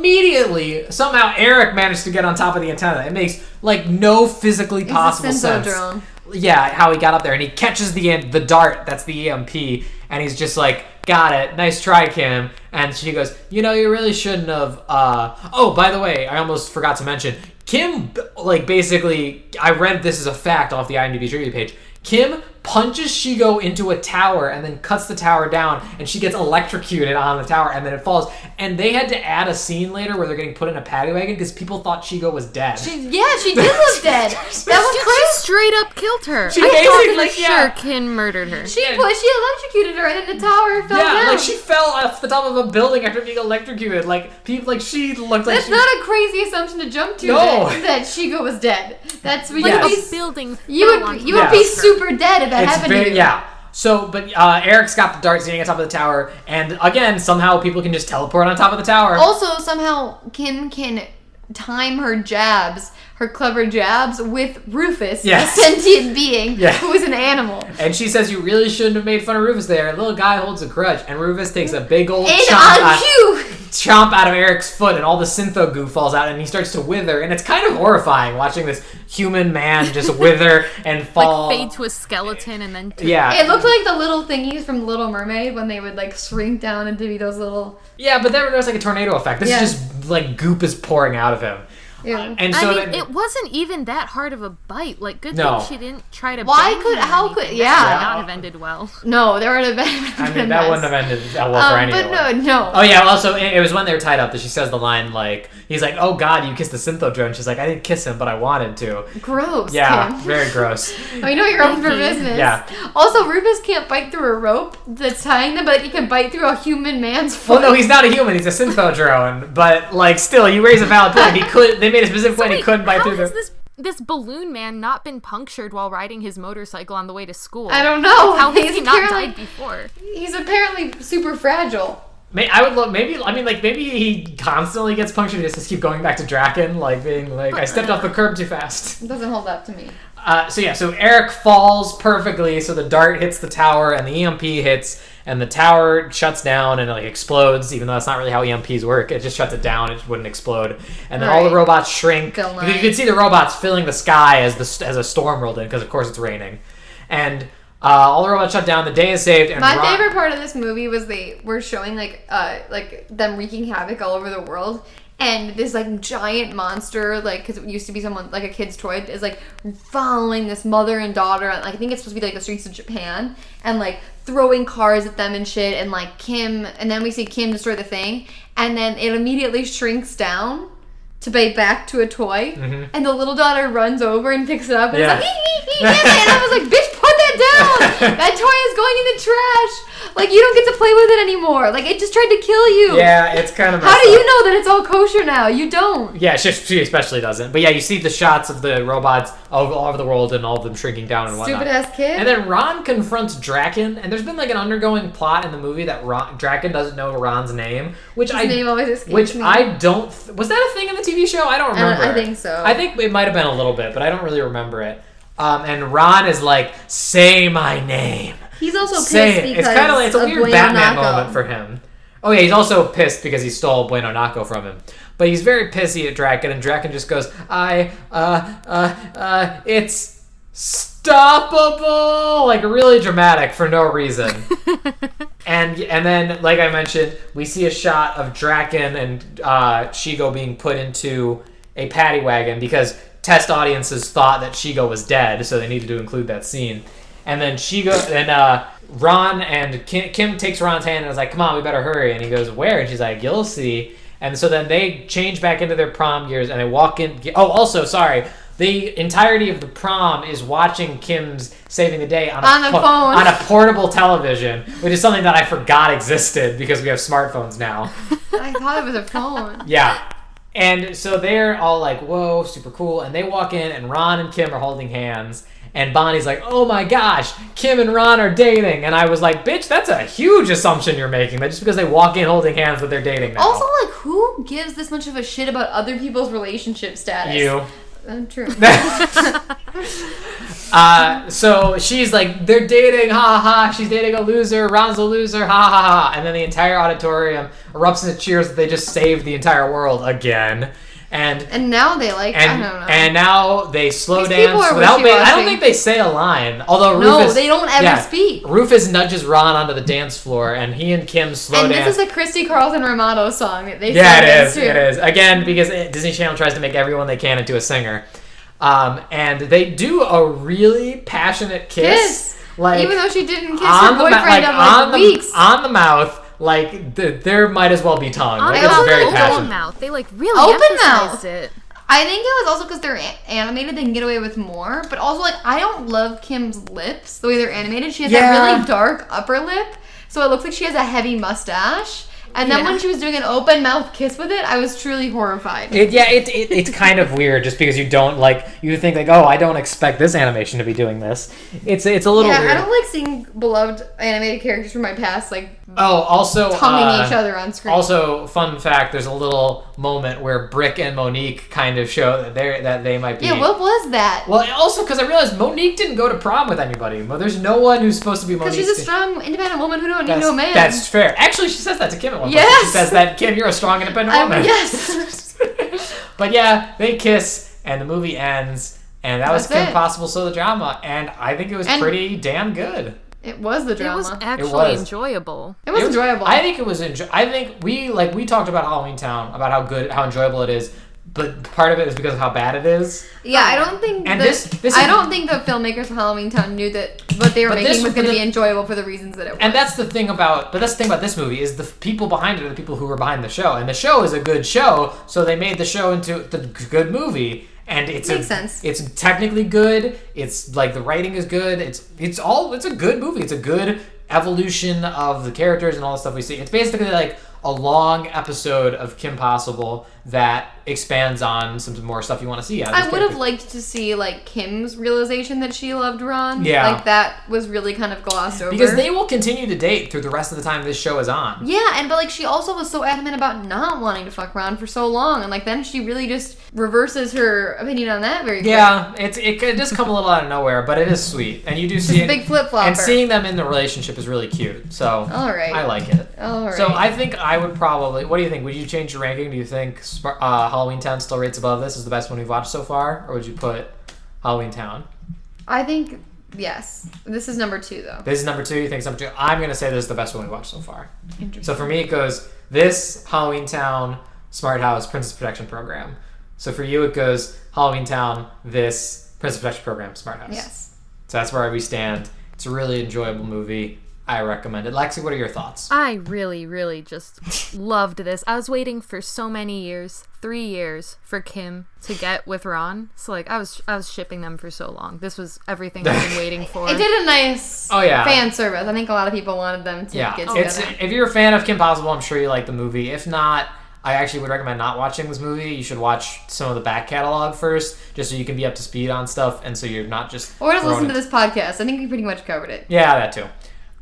Speaker 2: immediately, somehow, Eric managed to get on top of the antenna. It makes, like, no physically
Speaker 3: It's
Speaker 2: possible
Speaker 3: a
Speaker 2: sense.
Speaker 3: Senzo drone.
Speaker 2: Yeah, how he got up there and he catches the the dart that's the EMP and he's just like, "Got it, nice try, Kim." And she goes, "You know, you really shouldn't have." Uh... Oh, by the way, I almost forgot to mention Kim. Like basically, I read this as a fact off the IMDb trivia page. Kim punches Shigo into a tower and then cuts the tower down, and she gets electrocuted on the tower, and then it falls. And they had to add a scene later where they're getting put in a paddy wagon because people thought Shigo was dead.
Speaker 3: Yeah, she did look dead. (laughs) That was
Speaker 2: (laughs)
Speaker 4: She
Speaker 3: crazy.
Speaker 4: straight up killed her.
Speaker 2: She
Speaker 4: I thought
Speaker 2: basically-
Speaker 4: for sure
Speaker 2: yeah.
Speaker 4: Ken murdered her.
Speaker 3: She pushed, she electrocuted her, and then the tower fell
Speaker 2: Yeah,
Speaker 3: down.
Speaker 2: like she fell off the top of a building after being electrocuted. Like people, like she looked like
Speaker 3: That's
Speaker 2: she.
Speaker 3: not a crazy assumption to jump to.
Speaker 2: No.
Speaker 3: That, that Shigo was dead. That's what
Speaker 2: Yes.
Speaker 3: you'd
Speaker 4: a
Speaker 3: be.
Speaker 4: building.
Speaker 3: You would you would be
Speaker 2: Yes.
Speaker 3: super dead if that
Speaker 2: it's
Speaker 3: happened
Speaker 2: very-
Speaker 3: to you.
Speaker 2: yeah. So, but uh, Eric's got the dart sitting on top of the tower, and again, somehow people can just teleport on top of the tower.
Speaker 3: Also, somehow Kim can time her jabs, her clever jabs, with Rufus,
Speaker 2: Yes.
Speaker 3: a sentient being
Speaker 2: Yeah.
Speaker 3: who is an animal.
Speaker 2: And she says, "You really shouldn't have made fun of Rufus there." Little guy holds a grudge, and Rufus takes a big old
Speaker 3: And
Speaker 2: chomp,
Speaker 3: on
Speaker 2: out,
Speaker 3: cue,
Speaker 2: chomp out of Eric's foot, and all the syntho goo falls out, and he starts to wither. And it's kind of horrifying watching this human man
Speaker 3: (laughs)
Speaker 2: just wither and fall.
Speaker 4: Like fade to a skeleton and then to
Speaker 2: Oh. yeah,
Speaker 3: it looked like the little thingies from Little Mermaid when they would like shrink down into be those little.
Speaker 2: Yeah, but there, there was like a tornado effect. This
Speaker 3: Yeah.
Speaker 2: is just like goop is pouring out of him.
Speaker 3: Ew.
Speaker 2: And so
Speaker 4: I mean,
Speaker 2: then-
Speaker 4: it wasn't even that hard of a bite. Like, good
Speaker 2: No.
Speaker 4: thing she didn't try to.
Speaker 3: Why
Speaker 4: bang
Speaker 3: could-
Speaker 4: him or
Speaker 3: how
Speaker 4: anything.
Speaker 3: could-
Speaker 4: That would
Speaker 3: yeah.
Speaker 4: not have ended well.
Speaker 3: No, there would have (laughs) been.
Speaker 2: I mean,
Speaker 3: a
Speaker 2: that
Speaker 3: mess.
Speaker 2: wouldn't have ended that well for
Speaker 3: Um,
Speaker 2: anyone.
Speaker 3: but no, no.
Speaker 2: Oh yeah. Also, it, it was when they were tied up that she says the line like, "He's like, oh God, you kissed the syntho drone." She's like, "I didn't kiss him, but I wanted to."
Speaker 3: Gross.
Speaker 2: Yeah,
Speaker 3: Kim.
Speaker 2: very
Speaker 3: (laughs)
Speaker 2: gross.
Speaker 3: I know you're open for business.
Speaker 2: Yeah.
Speaker 3: Also, Rufus can't bite through a rope that's tying them, but he can bite through a human man's foot.
Speaker 2: Well, no, he's not a human. He's a syntho drone. But like, still, you raise a valid point. He could. They made a specific point. he
Speaker 4: Wait,
Speaker 2: couldn't bite
Speaker 4: how
Speaker 2: through
Speaker 4: has
Speaker 2: the.
Speaker 4: this this balloon man not been punctured while riding his motorcycle on the way to school?
Speaker 3: I don't know.
Speaker 4: How has
Speaker 3: he's
Speaker 4: he not
Speaker 3: apparently,
Speaker 4: died before?
Speaker 3: He's apparently super fragile.
Speaker 2: May, I would love. Maybe I mean, like, maybe he constantly gets punctured. and Just keep going back to Draken, like being like, "I stepped off the curb too fast."
Speaker 3: It doesn't hold up to me.
Speaker 2: Uh, so yeah, so Eric falls perfectly. So the dart hits the tower, and the EMP hits, and the tower shuts down and like explodes. Even though that's not really how EMPs work, it just shuts it down. It wouldn't explode. And then all, the
Speaker 3: Right.
Speaker 2: robots shrink.
Speaker 3: Bill
Speaker 2: Because you
Speaker 3: Nye.
Speaker 2: can see the robots filling the sky as the st- as a storm rolled in, because of course it's raining. And uh, all the robots shut down. The day is saved. And
Speaker 3: My
Speaker 2: Ron-
Speaker 3: favorite part of this movie was they were showing like uh like them wreaking havoc all over the world. And this like giant monster, like because it used to be someone like a kid's toy, is like following this mother and daughter. on Like I think it's supposed to be like the streets of Japan, and like throwing cars at them and shit. And like Kim, and then we see Kim destroy the thing, and then it immediately shrinks down to be back to a toy. And the little daughter runs over and picks it up, and
Speaker 2: Mm-hmm. Yeah.
Speaker 3: it's like, and I was like, bitch, put that
Speaker 2: (laughs)
Speaker 3: down. That toy is going in the trash. Like, you don't get to play with it anymore. Like, it just tried to kill you.
Speaker 2: Yeah, it's kind of.
Speaker 3: How
Speaker 2: messed
Speaker 3: do you
Speaker 2: up.
Speaker 3: know that it's all kosher now? You don't.
Speaker 2: Yeah, she, she especially doesn't. But yeah, you see the shots of the robots all, all over the world and all of them shrinking down and whatnot.
Speaker 3: Stupid ass kid.
Speaker 2: And then Ron confronts Draken, and there's been like an undergoing plot in the movie that Ron, Draken doesn't know Ron's name, which I
Speaker 3: name always escapes
Speaker 2: which
Speaker 3: me.
Speaker 2: I don't th- was that a thing in the TV show? I don't
Speaker 3: don't-
Speaker 2: remember.
Speaker 3: I think so.
Speaker 2: I think it might have been a little bit, but I don't really remember it. Um, and Ron is like, "Say my name."
Speaker 3: He's also pissed
Speaker 2: Say it.
Speaker 3: because
Speaker 2: It's kind of like it's a
Speaker 3: of
Speaker 2: weird
Speaker 3: Bueno
Speaker 2: Batman
Speaker 3: Naco.
Speaker 2: moment for him. Oh yeah, he's also pissed because he stole Bueno Naco from him. But he's very pissy at Draken, and Draken just goes, "I, uh, uh, uh, it's." St- unstoppable, like really dramatic for no reason. and and then, like I mentioned, we see a shot of Draken and uh, Shigo being put into a paddy wagon because test audiences thought that Shigo was dead, so they needed to include that scene. And then Shigo and uh, Ron and Kim, Kim takes Ron's hand and is like, "Come on, we better hurry." And he goes, "Where?" And she's like, "You'll see." And so then they change back into their prom gears and they walk in. Oh, also, sorry. The entirety of the prom is watching Kim's Saving the Day on a,
Speaker 3: On a phone.
Speaker 2: on a portable television, which is something that I forgot existed because we have smartphones now.
Speaker 3: I thought it was a phone.
Speaker 2: Yeah. And so they're all like, whoa, super cool. And they walk in, and Ron and Kim are holding hands. And Bonnie's like, oh my gosh, Kim and Ron are dating. And I was like, bitch, that's a huge assumption you're making. That just because they walk in holding hands that they're dating now.
Speaker 3: Also, like, who gives this much of a shit about other people's relationship status?
Speaker 2: you.
Speaker 3: Uh,
Speaker 2: (laughs)
Speaker 3: true.
Speaker 2: Uh, so she's like, they're dating, ha ha. ha. She's dating a loser. Ron's a loser, ha ha ha. And then the entire auditorium erupts into cheers that they just saved the entire world again. And
Speaker 3: and now they like.
Speaker 2: and
Speaker 3: I don't know.
Speaker 2: and now they slow
Speaker 3: These
Speaker 2: dance
Speaker 3: people are
Speaker 2: without. Ma- I
Speaker 3: wishy-washy.
Speaker 2: don't think they say a line. Although
Speaker 3: No,
Speaker 2: Rufus,
Speaker 3: they don't ever speak.
Speaker 2: Rufus nudges Ron onto the dance floor, and he and Kim slow
Speaker 3: And
Speaker 2: dance.
Speaker 3: this is a Christy Carlson Romano song that they
Speaker 2: yeah,
Speaker 3: sang
Speaker 2: it is.
Speaker 3: this
Speaker 2: It
Speaker 3: to.
Speaker 2: is again because it- Disney Channel tries to make everyone they can into a singer, um, and they do a really passionate kiss.
Speaker 3: Kiss.
Speaker 2: Like
Speaker 3: Even though she didn't kiss
Speaker 2: on
Speaker 3: her
Speaker 2: the mou-
Speaker 3: boyfriend
Speaker 2: like,
Speaker 3: of
Speaker 2: on
Speaker 3: like
Speaker 2: the
Speaker 3: weeks.
Speaker 2: on the mouth. Like th- there might as well be tongue.
Speaker 4: On
Speaker 2: Like,
Speaker 4: the
Speaker 2: it's
Speaker 4: mouth,
Speaker 2: very
Speaker 4: open
Speaker 2: passionate.
Speaker 4: mouth. They like (laughs) really
Speaker 3: Open
Speaker 4: emphasized
Speaker 3: mouth.
Speaker 4: it.
Speaker 3: I think it was also because they're a- animated, they can get away with more. But also, like, I don't love Kim's lips the way they're animated. She has that
Speaker 2: Yeah.
Speaker 3: really dark upper lip, so it looks like she has a heavy mustache. And then when she was doing an open mouth kiss with it, I was truly horrified.
Speaker 2: It, yeah, it, it, it's kind of weird just because you don't like you think like oh I don't expect this animation to be doing this. It's it's a little
Speaker 3: yeah,
Speaker 2: weird.
Speaker 3: I don't like seeing beloved animated characters from my past like
Speaker 2: oh, also
Speaker 3: tonguing
Speaker 2: uh,
Speaker 3: each other on screen.
Speaker 2: Also, fun fact: there's a little moment where Brick and Monique kind of show that they that they might be.
Speaker 3: yeah, what was that?
Speaker 2: Well, also because I realized Monique didn't go to prom with anybody. Well, there's no one who's supposed to be
Speaker 3: Because
Speaker 2: Monique's.
Speaker 3: she's a strong, independent woman who don't need
Speaker 2: that's,
Speaker 3: no man.
Speaker 2: that's fair. Actually, she says that to Kim at one point.
Speaker 3: Yes!
Speaker 2: She says that Kim, you're a strong, independent
Speaker 3: Um,
Speaker 2: woman.
Speaker 3: (laughs) yes.
Speaker 2: (laughs) but yeah, they kiss, and the movie ends, and that was
Speaker 3: That's
Speaker 2: Kim
Speaker 3: it.
Speaker 2: Possible So the Drama, and I think it was
Speaker 3: And-
Speaker 2: pretty damn good.
Speaker 3: it was the drama.
Speaker 4: It was actually
Speaker 2: was.
Speaker 4: enjoyable.
Speaker 3: it was
Speaker 2: It was-
Speaker 3: enjoyable.
Speaker 2: I think it was. Enjo- I think we like we talked about Halloween Town about how good, how enjoyable it is, but part of it is because of how bad it is.
Speaker 3: Yeah, I don't think
Speaker 2: Oh. And
Speaker 3: the,
Speaker 2: this- this
Speaker 3: I
Speaker 2: is-
Speaker 3: don't think the filmmakers of Halloween Town knew that what they were
Speaker 2: But
Speaker 3: making
Speaker 2: this-
Speaker 3: was going
Speaker 2: but
Speaker 3: to
Speaker 2: the-
Speaker 3: be enjoyable for the reasons that it was.
Speaker 2: And that's the thing about. But that's the thing about this movie is the f- people behind it are the people who were behind the show, and the show is a good show, so they made the show into the g- good movie. And it's a-
Speaker 3: Makes sense.
Speaker 2: It's technically good. It's like the writing is good. It's it's all it's a good movie. It's a good evolution of the characters and all the stuff we see. It's basically like a long episode of Kim Possible that expands on some more stuff you want to see. out of
Speaker 3: I
Speaker 2: these
Speaker 3: would have
Speaker 2: characters.
Speaker 3: liked to see like Kim's realization that she loved Ron.
Speaker 2: Yeah.
Speaker 3: like that was really kind of glossed over.
Speaker 2: because they will continue to date through the rest of the time this show is on.
Speaker 3: yeah, and but like she also was so adamant about not wanting to fuck Ron for so long, and like then she really just reverses her opinion on that very.
Speaker 2: Yeah, it's it could just come a little out of nowhere, but it
Speaker 3: (laughs)
Speaker 2: is sweet, and you do see
Speaker 3: a
Speaker 2: it.
Speaker 3: big flip-flopper.
Speaker 2: And seeing them in the relationship is really cute. So
Speaker 3: All right.
Speaker 2: I like it.
Speaker 3: All right.
Speaker 2: So I think I would probably. What do you think? Would you change your ranking? Do you think Spar- uh, Halloween Town still rates above this as the best one we've watched so far, or would you put Halloween Town?
Speaker 3: I think yes, this is number two though.
Speaker 2: This is number two. You think it's number two? I'm gonna say this is the best one we watched so far. So for me, it goes this Halloween Town, Smart House, Princess Protection Program. So for you, it goes Halloween Town, this Princess Protection Program, Smart House.
Speaker 3: Yes,
Speaker 2: So that's where we stand. It's a really enjoyable movie. I recommend it. Lexi, what are your thoughts?
Speaker 4: I really, really just loved this. I was waiting for so many years, three years, for Kim to get with Ron. So like, I was, I was shipping them for so long. This was everything I've been waiting for.
Speaker 3: it did a nice
Speaker 2: Oh, yeah.
Speaker 3: fan service. I think a lot of people wanted them to
Speaker 2: yeah,
Speaker 3: get together.
Speaker 2: it's if you're a fan of Kim Possible, I'm sure you like the movie. If not, I actually would recommend not watching this movie. You should watch some of the back catalog first, just so you can be up to speed on stuff, and so you're not just.
Speaker 3: Or just
Speaker 2: thrown
Speaker 3: listen to
Speaker 2: into-
Speaker 3: this podcast. I think we pretty much covered it.
Speaker 2: Yeah, that too.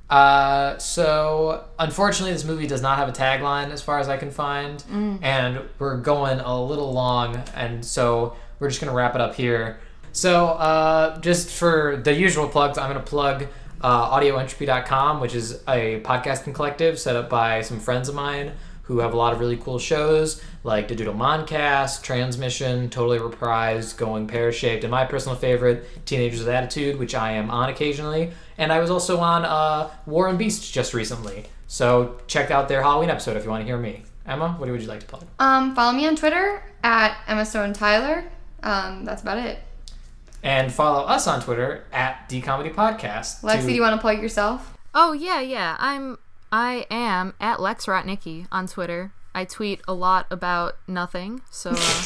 Speaker 2: Uh, so unfortunately, this movie does not have a tagline as far as I can find, and we're going a little long, and so we're just gonna wrap it up here. So uh, just for the usual plugs, I'm gonna plug uh, audioentropy.com, which is a podcasting collective set up by some friends of mine who have a lot of really cool shows. like Digital Moncast, Transmission, Totally Reprised, Going Pear Shaped, and my personal favorite, Teenagers with Attitude, which I am on occasionally. And I was also on uh, War and Beast just recently. So check out their Halloween episode if you want to hear me. Emma, what would you like to plug?
Speaker 3: Um, follow me on Twitter at Emma Stone Tyler. Um, that's about it.
Speaker 2: And follow us on Twitter at D Comedy Podcast.
Speaker 3: Lexi,
Speaker 2: to-
Speaker 3: do you want to plug yourself?
Speaker 4: Oh yeah, yeah. I'm I am at Lex Rotnicki on Twitter. I tweet a lot about nothing. So
Speaker 2: (laughs)
Speaker 4: uh,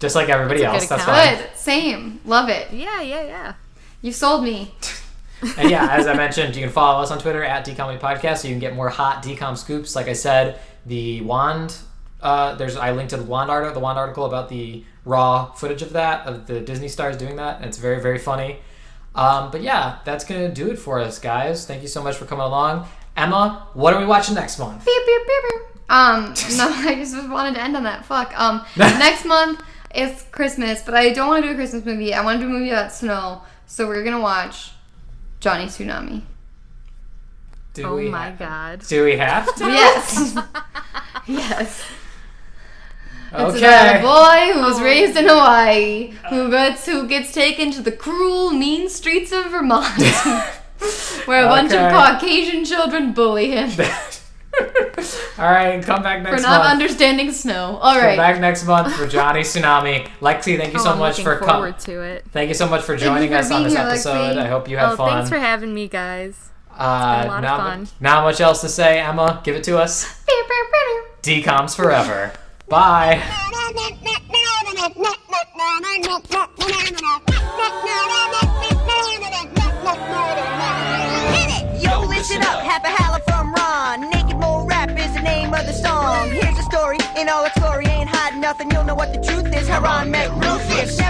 Speaker 2: just like everybody else.
Speaker 4: That's a good
Speaker 2: That's
Speaker 4: account.
Speaker 2: fine.
Speaker 3: Good. Same. Love it.
Speaker 4: yeah, yeah, yeah.
Speaker 3: You sold me.
Speaker 2: And yeah, as I mentioned, you can follow us on Twitter at DComedy Podcast. So you can get more hot DCOM scoops. Like I said, the wand. Uh, there's I linked to the wand article, the wand article about the raw footage of that of the Disney stars doing that, and it's very very funny. Um, but yeah, that's gonna do it for us, guys. Thank you so much for coming along. Emma, what are we watching next month?
Speaker 3: Beep, beep, beep, beep. Um, (laughs) no, I just wanted to end on that. Fuck. Um, next month it's Christmas, but I don't want to do a Christmas movie. I want to do a movie about snow. So we're gonna watch Johnny Tsunami.
Speaker 2: Do
Speaker 4: Oh
Speaker 2: we
Speaker 4: my
Speaker 2: ha-
Speaker 4: god.
Speaker 2: Do we have
Speaker 4: (laughs)
Speaker 2: to?
Speaker 3: Yes. yes. It's
Speaker 2: okay. (laughs)
Speaker 3: about a boy who was raised in Hawaii who gets who gets taken to the cruel, mean streets of Vermont,
Speaker 2: (laughs)
Speaker 3: (laughs) where a bunch
Speaker 2: Okay.
Speaker 3: of Caucasian children bully him for
Speaker 2: All right, come back next
Speaker 3: not
Speaker 2: month.
Speaker 3: understanding snow. All
Speaker 2: Come
Speaker 3: right,
Speaker 2: back next month for Johnny Tsunami. Lexi, thank you so
Speaker 4: Oh, I'm
Speaker 2: much
Speaker 4: looking
Speaker 2: for coming.
Speaker 4: forward to it.
Speaker 2: Thank you so much for joining
Speaker 3: for
Speaker 2: us on
Speaker 3: being
Speaker 2: this
Speaker 3: here,
Speaker 2: episode.
Speaker 3: Lexi.
Speaker 2: I hope you had
Speaker 4: Oh,
Speaker 2: fun.
Speaker 4: thanks for having me, guys.
Speaker 2: uh,
Speaker 4: a lot of
Speaker 2: not,
Speaker 4: fun.
Speaker 2: not much else to say, Emma. Give it to us. Decoms forever. Bye.
Speaker 6: Yo, listen up, half a holla from Ron. Naked Mole Rap is the name of the song. Here's a story in all its glory, ain't hiding nothing. You'll know what the truth is. Haran met Rufus.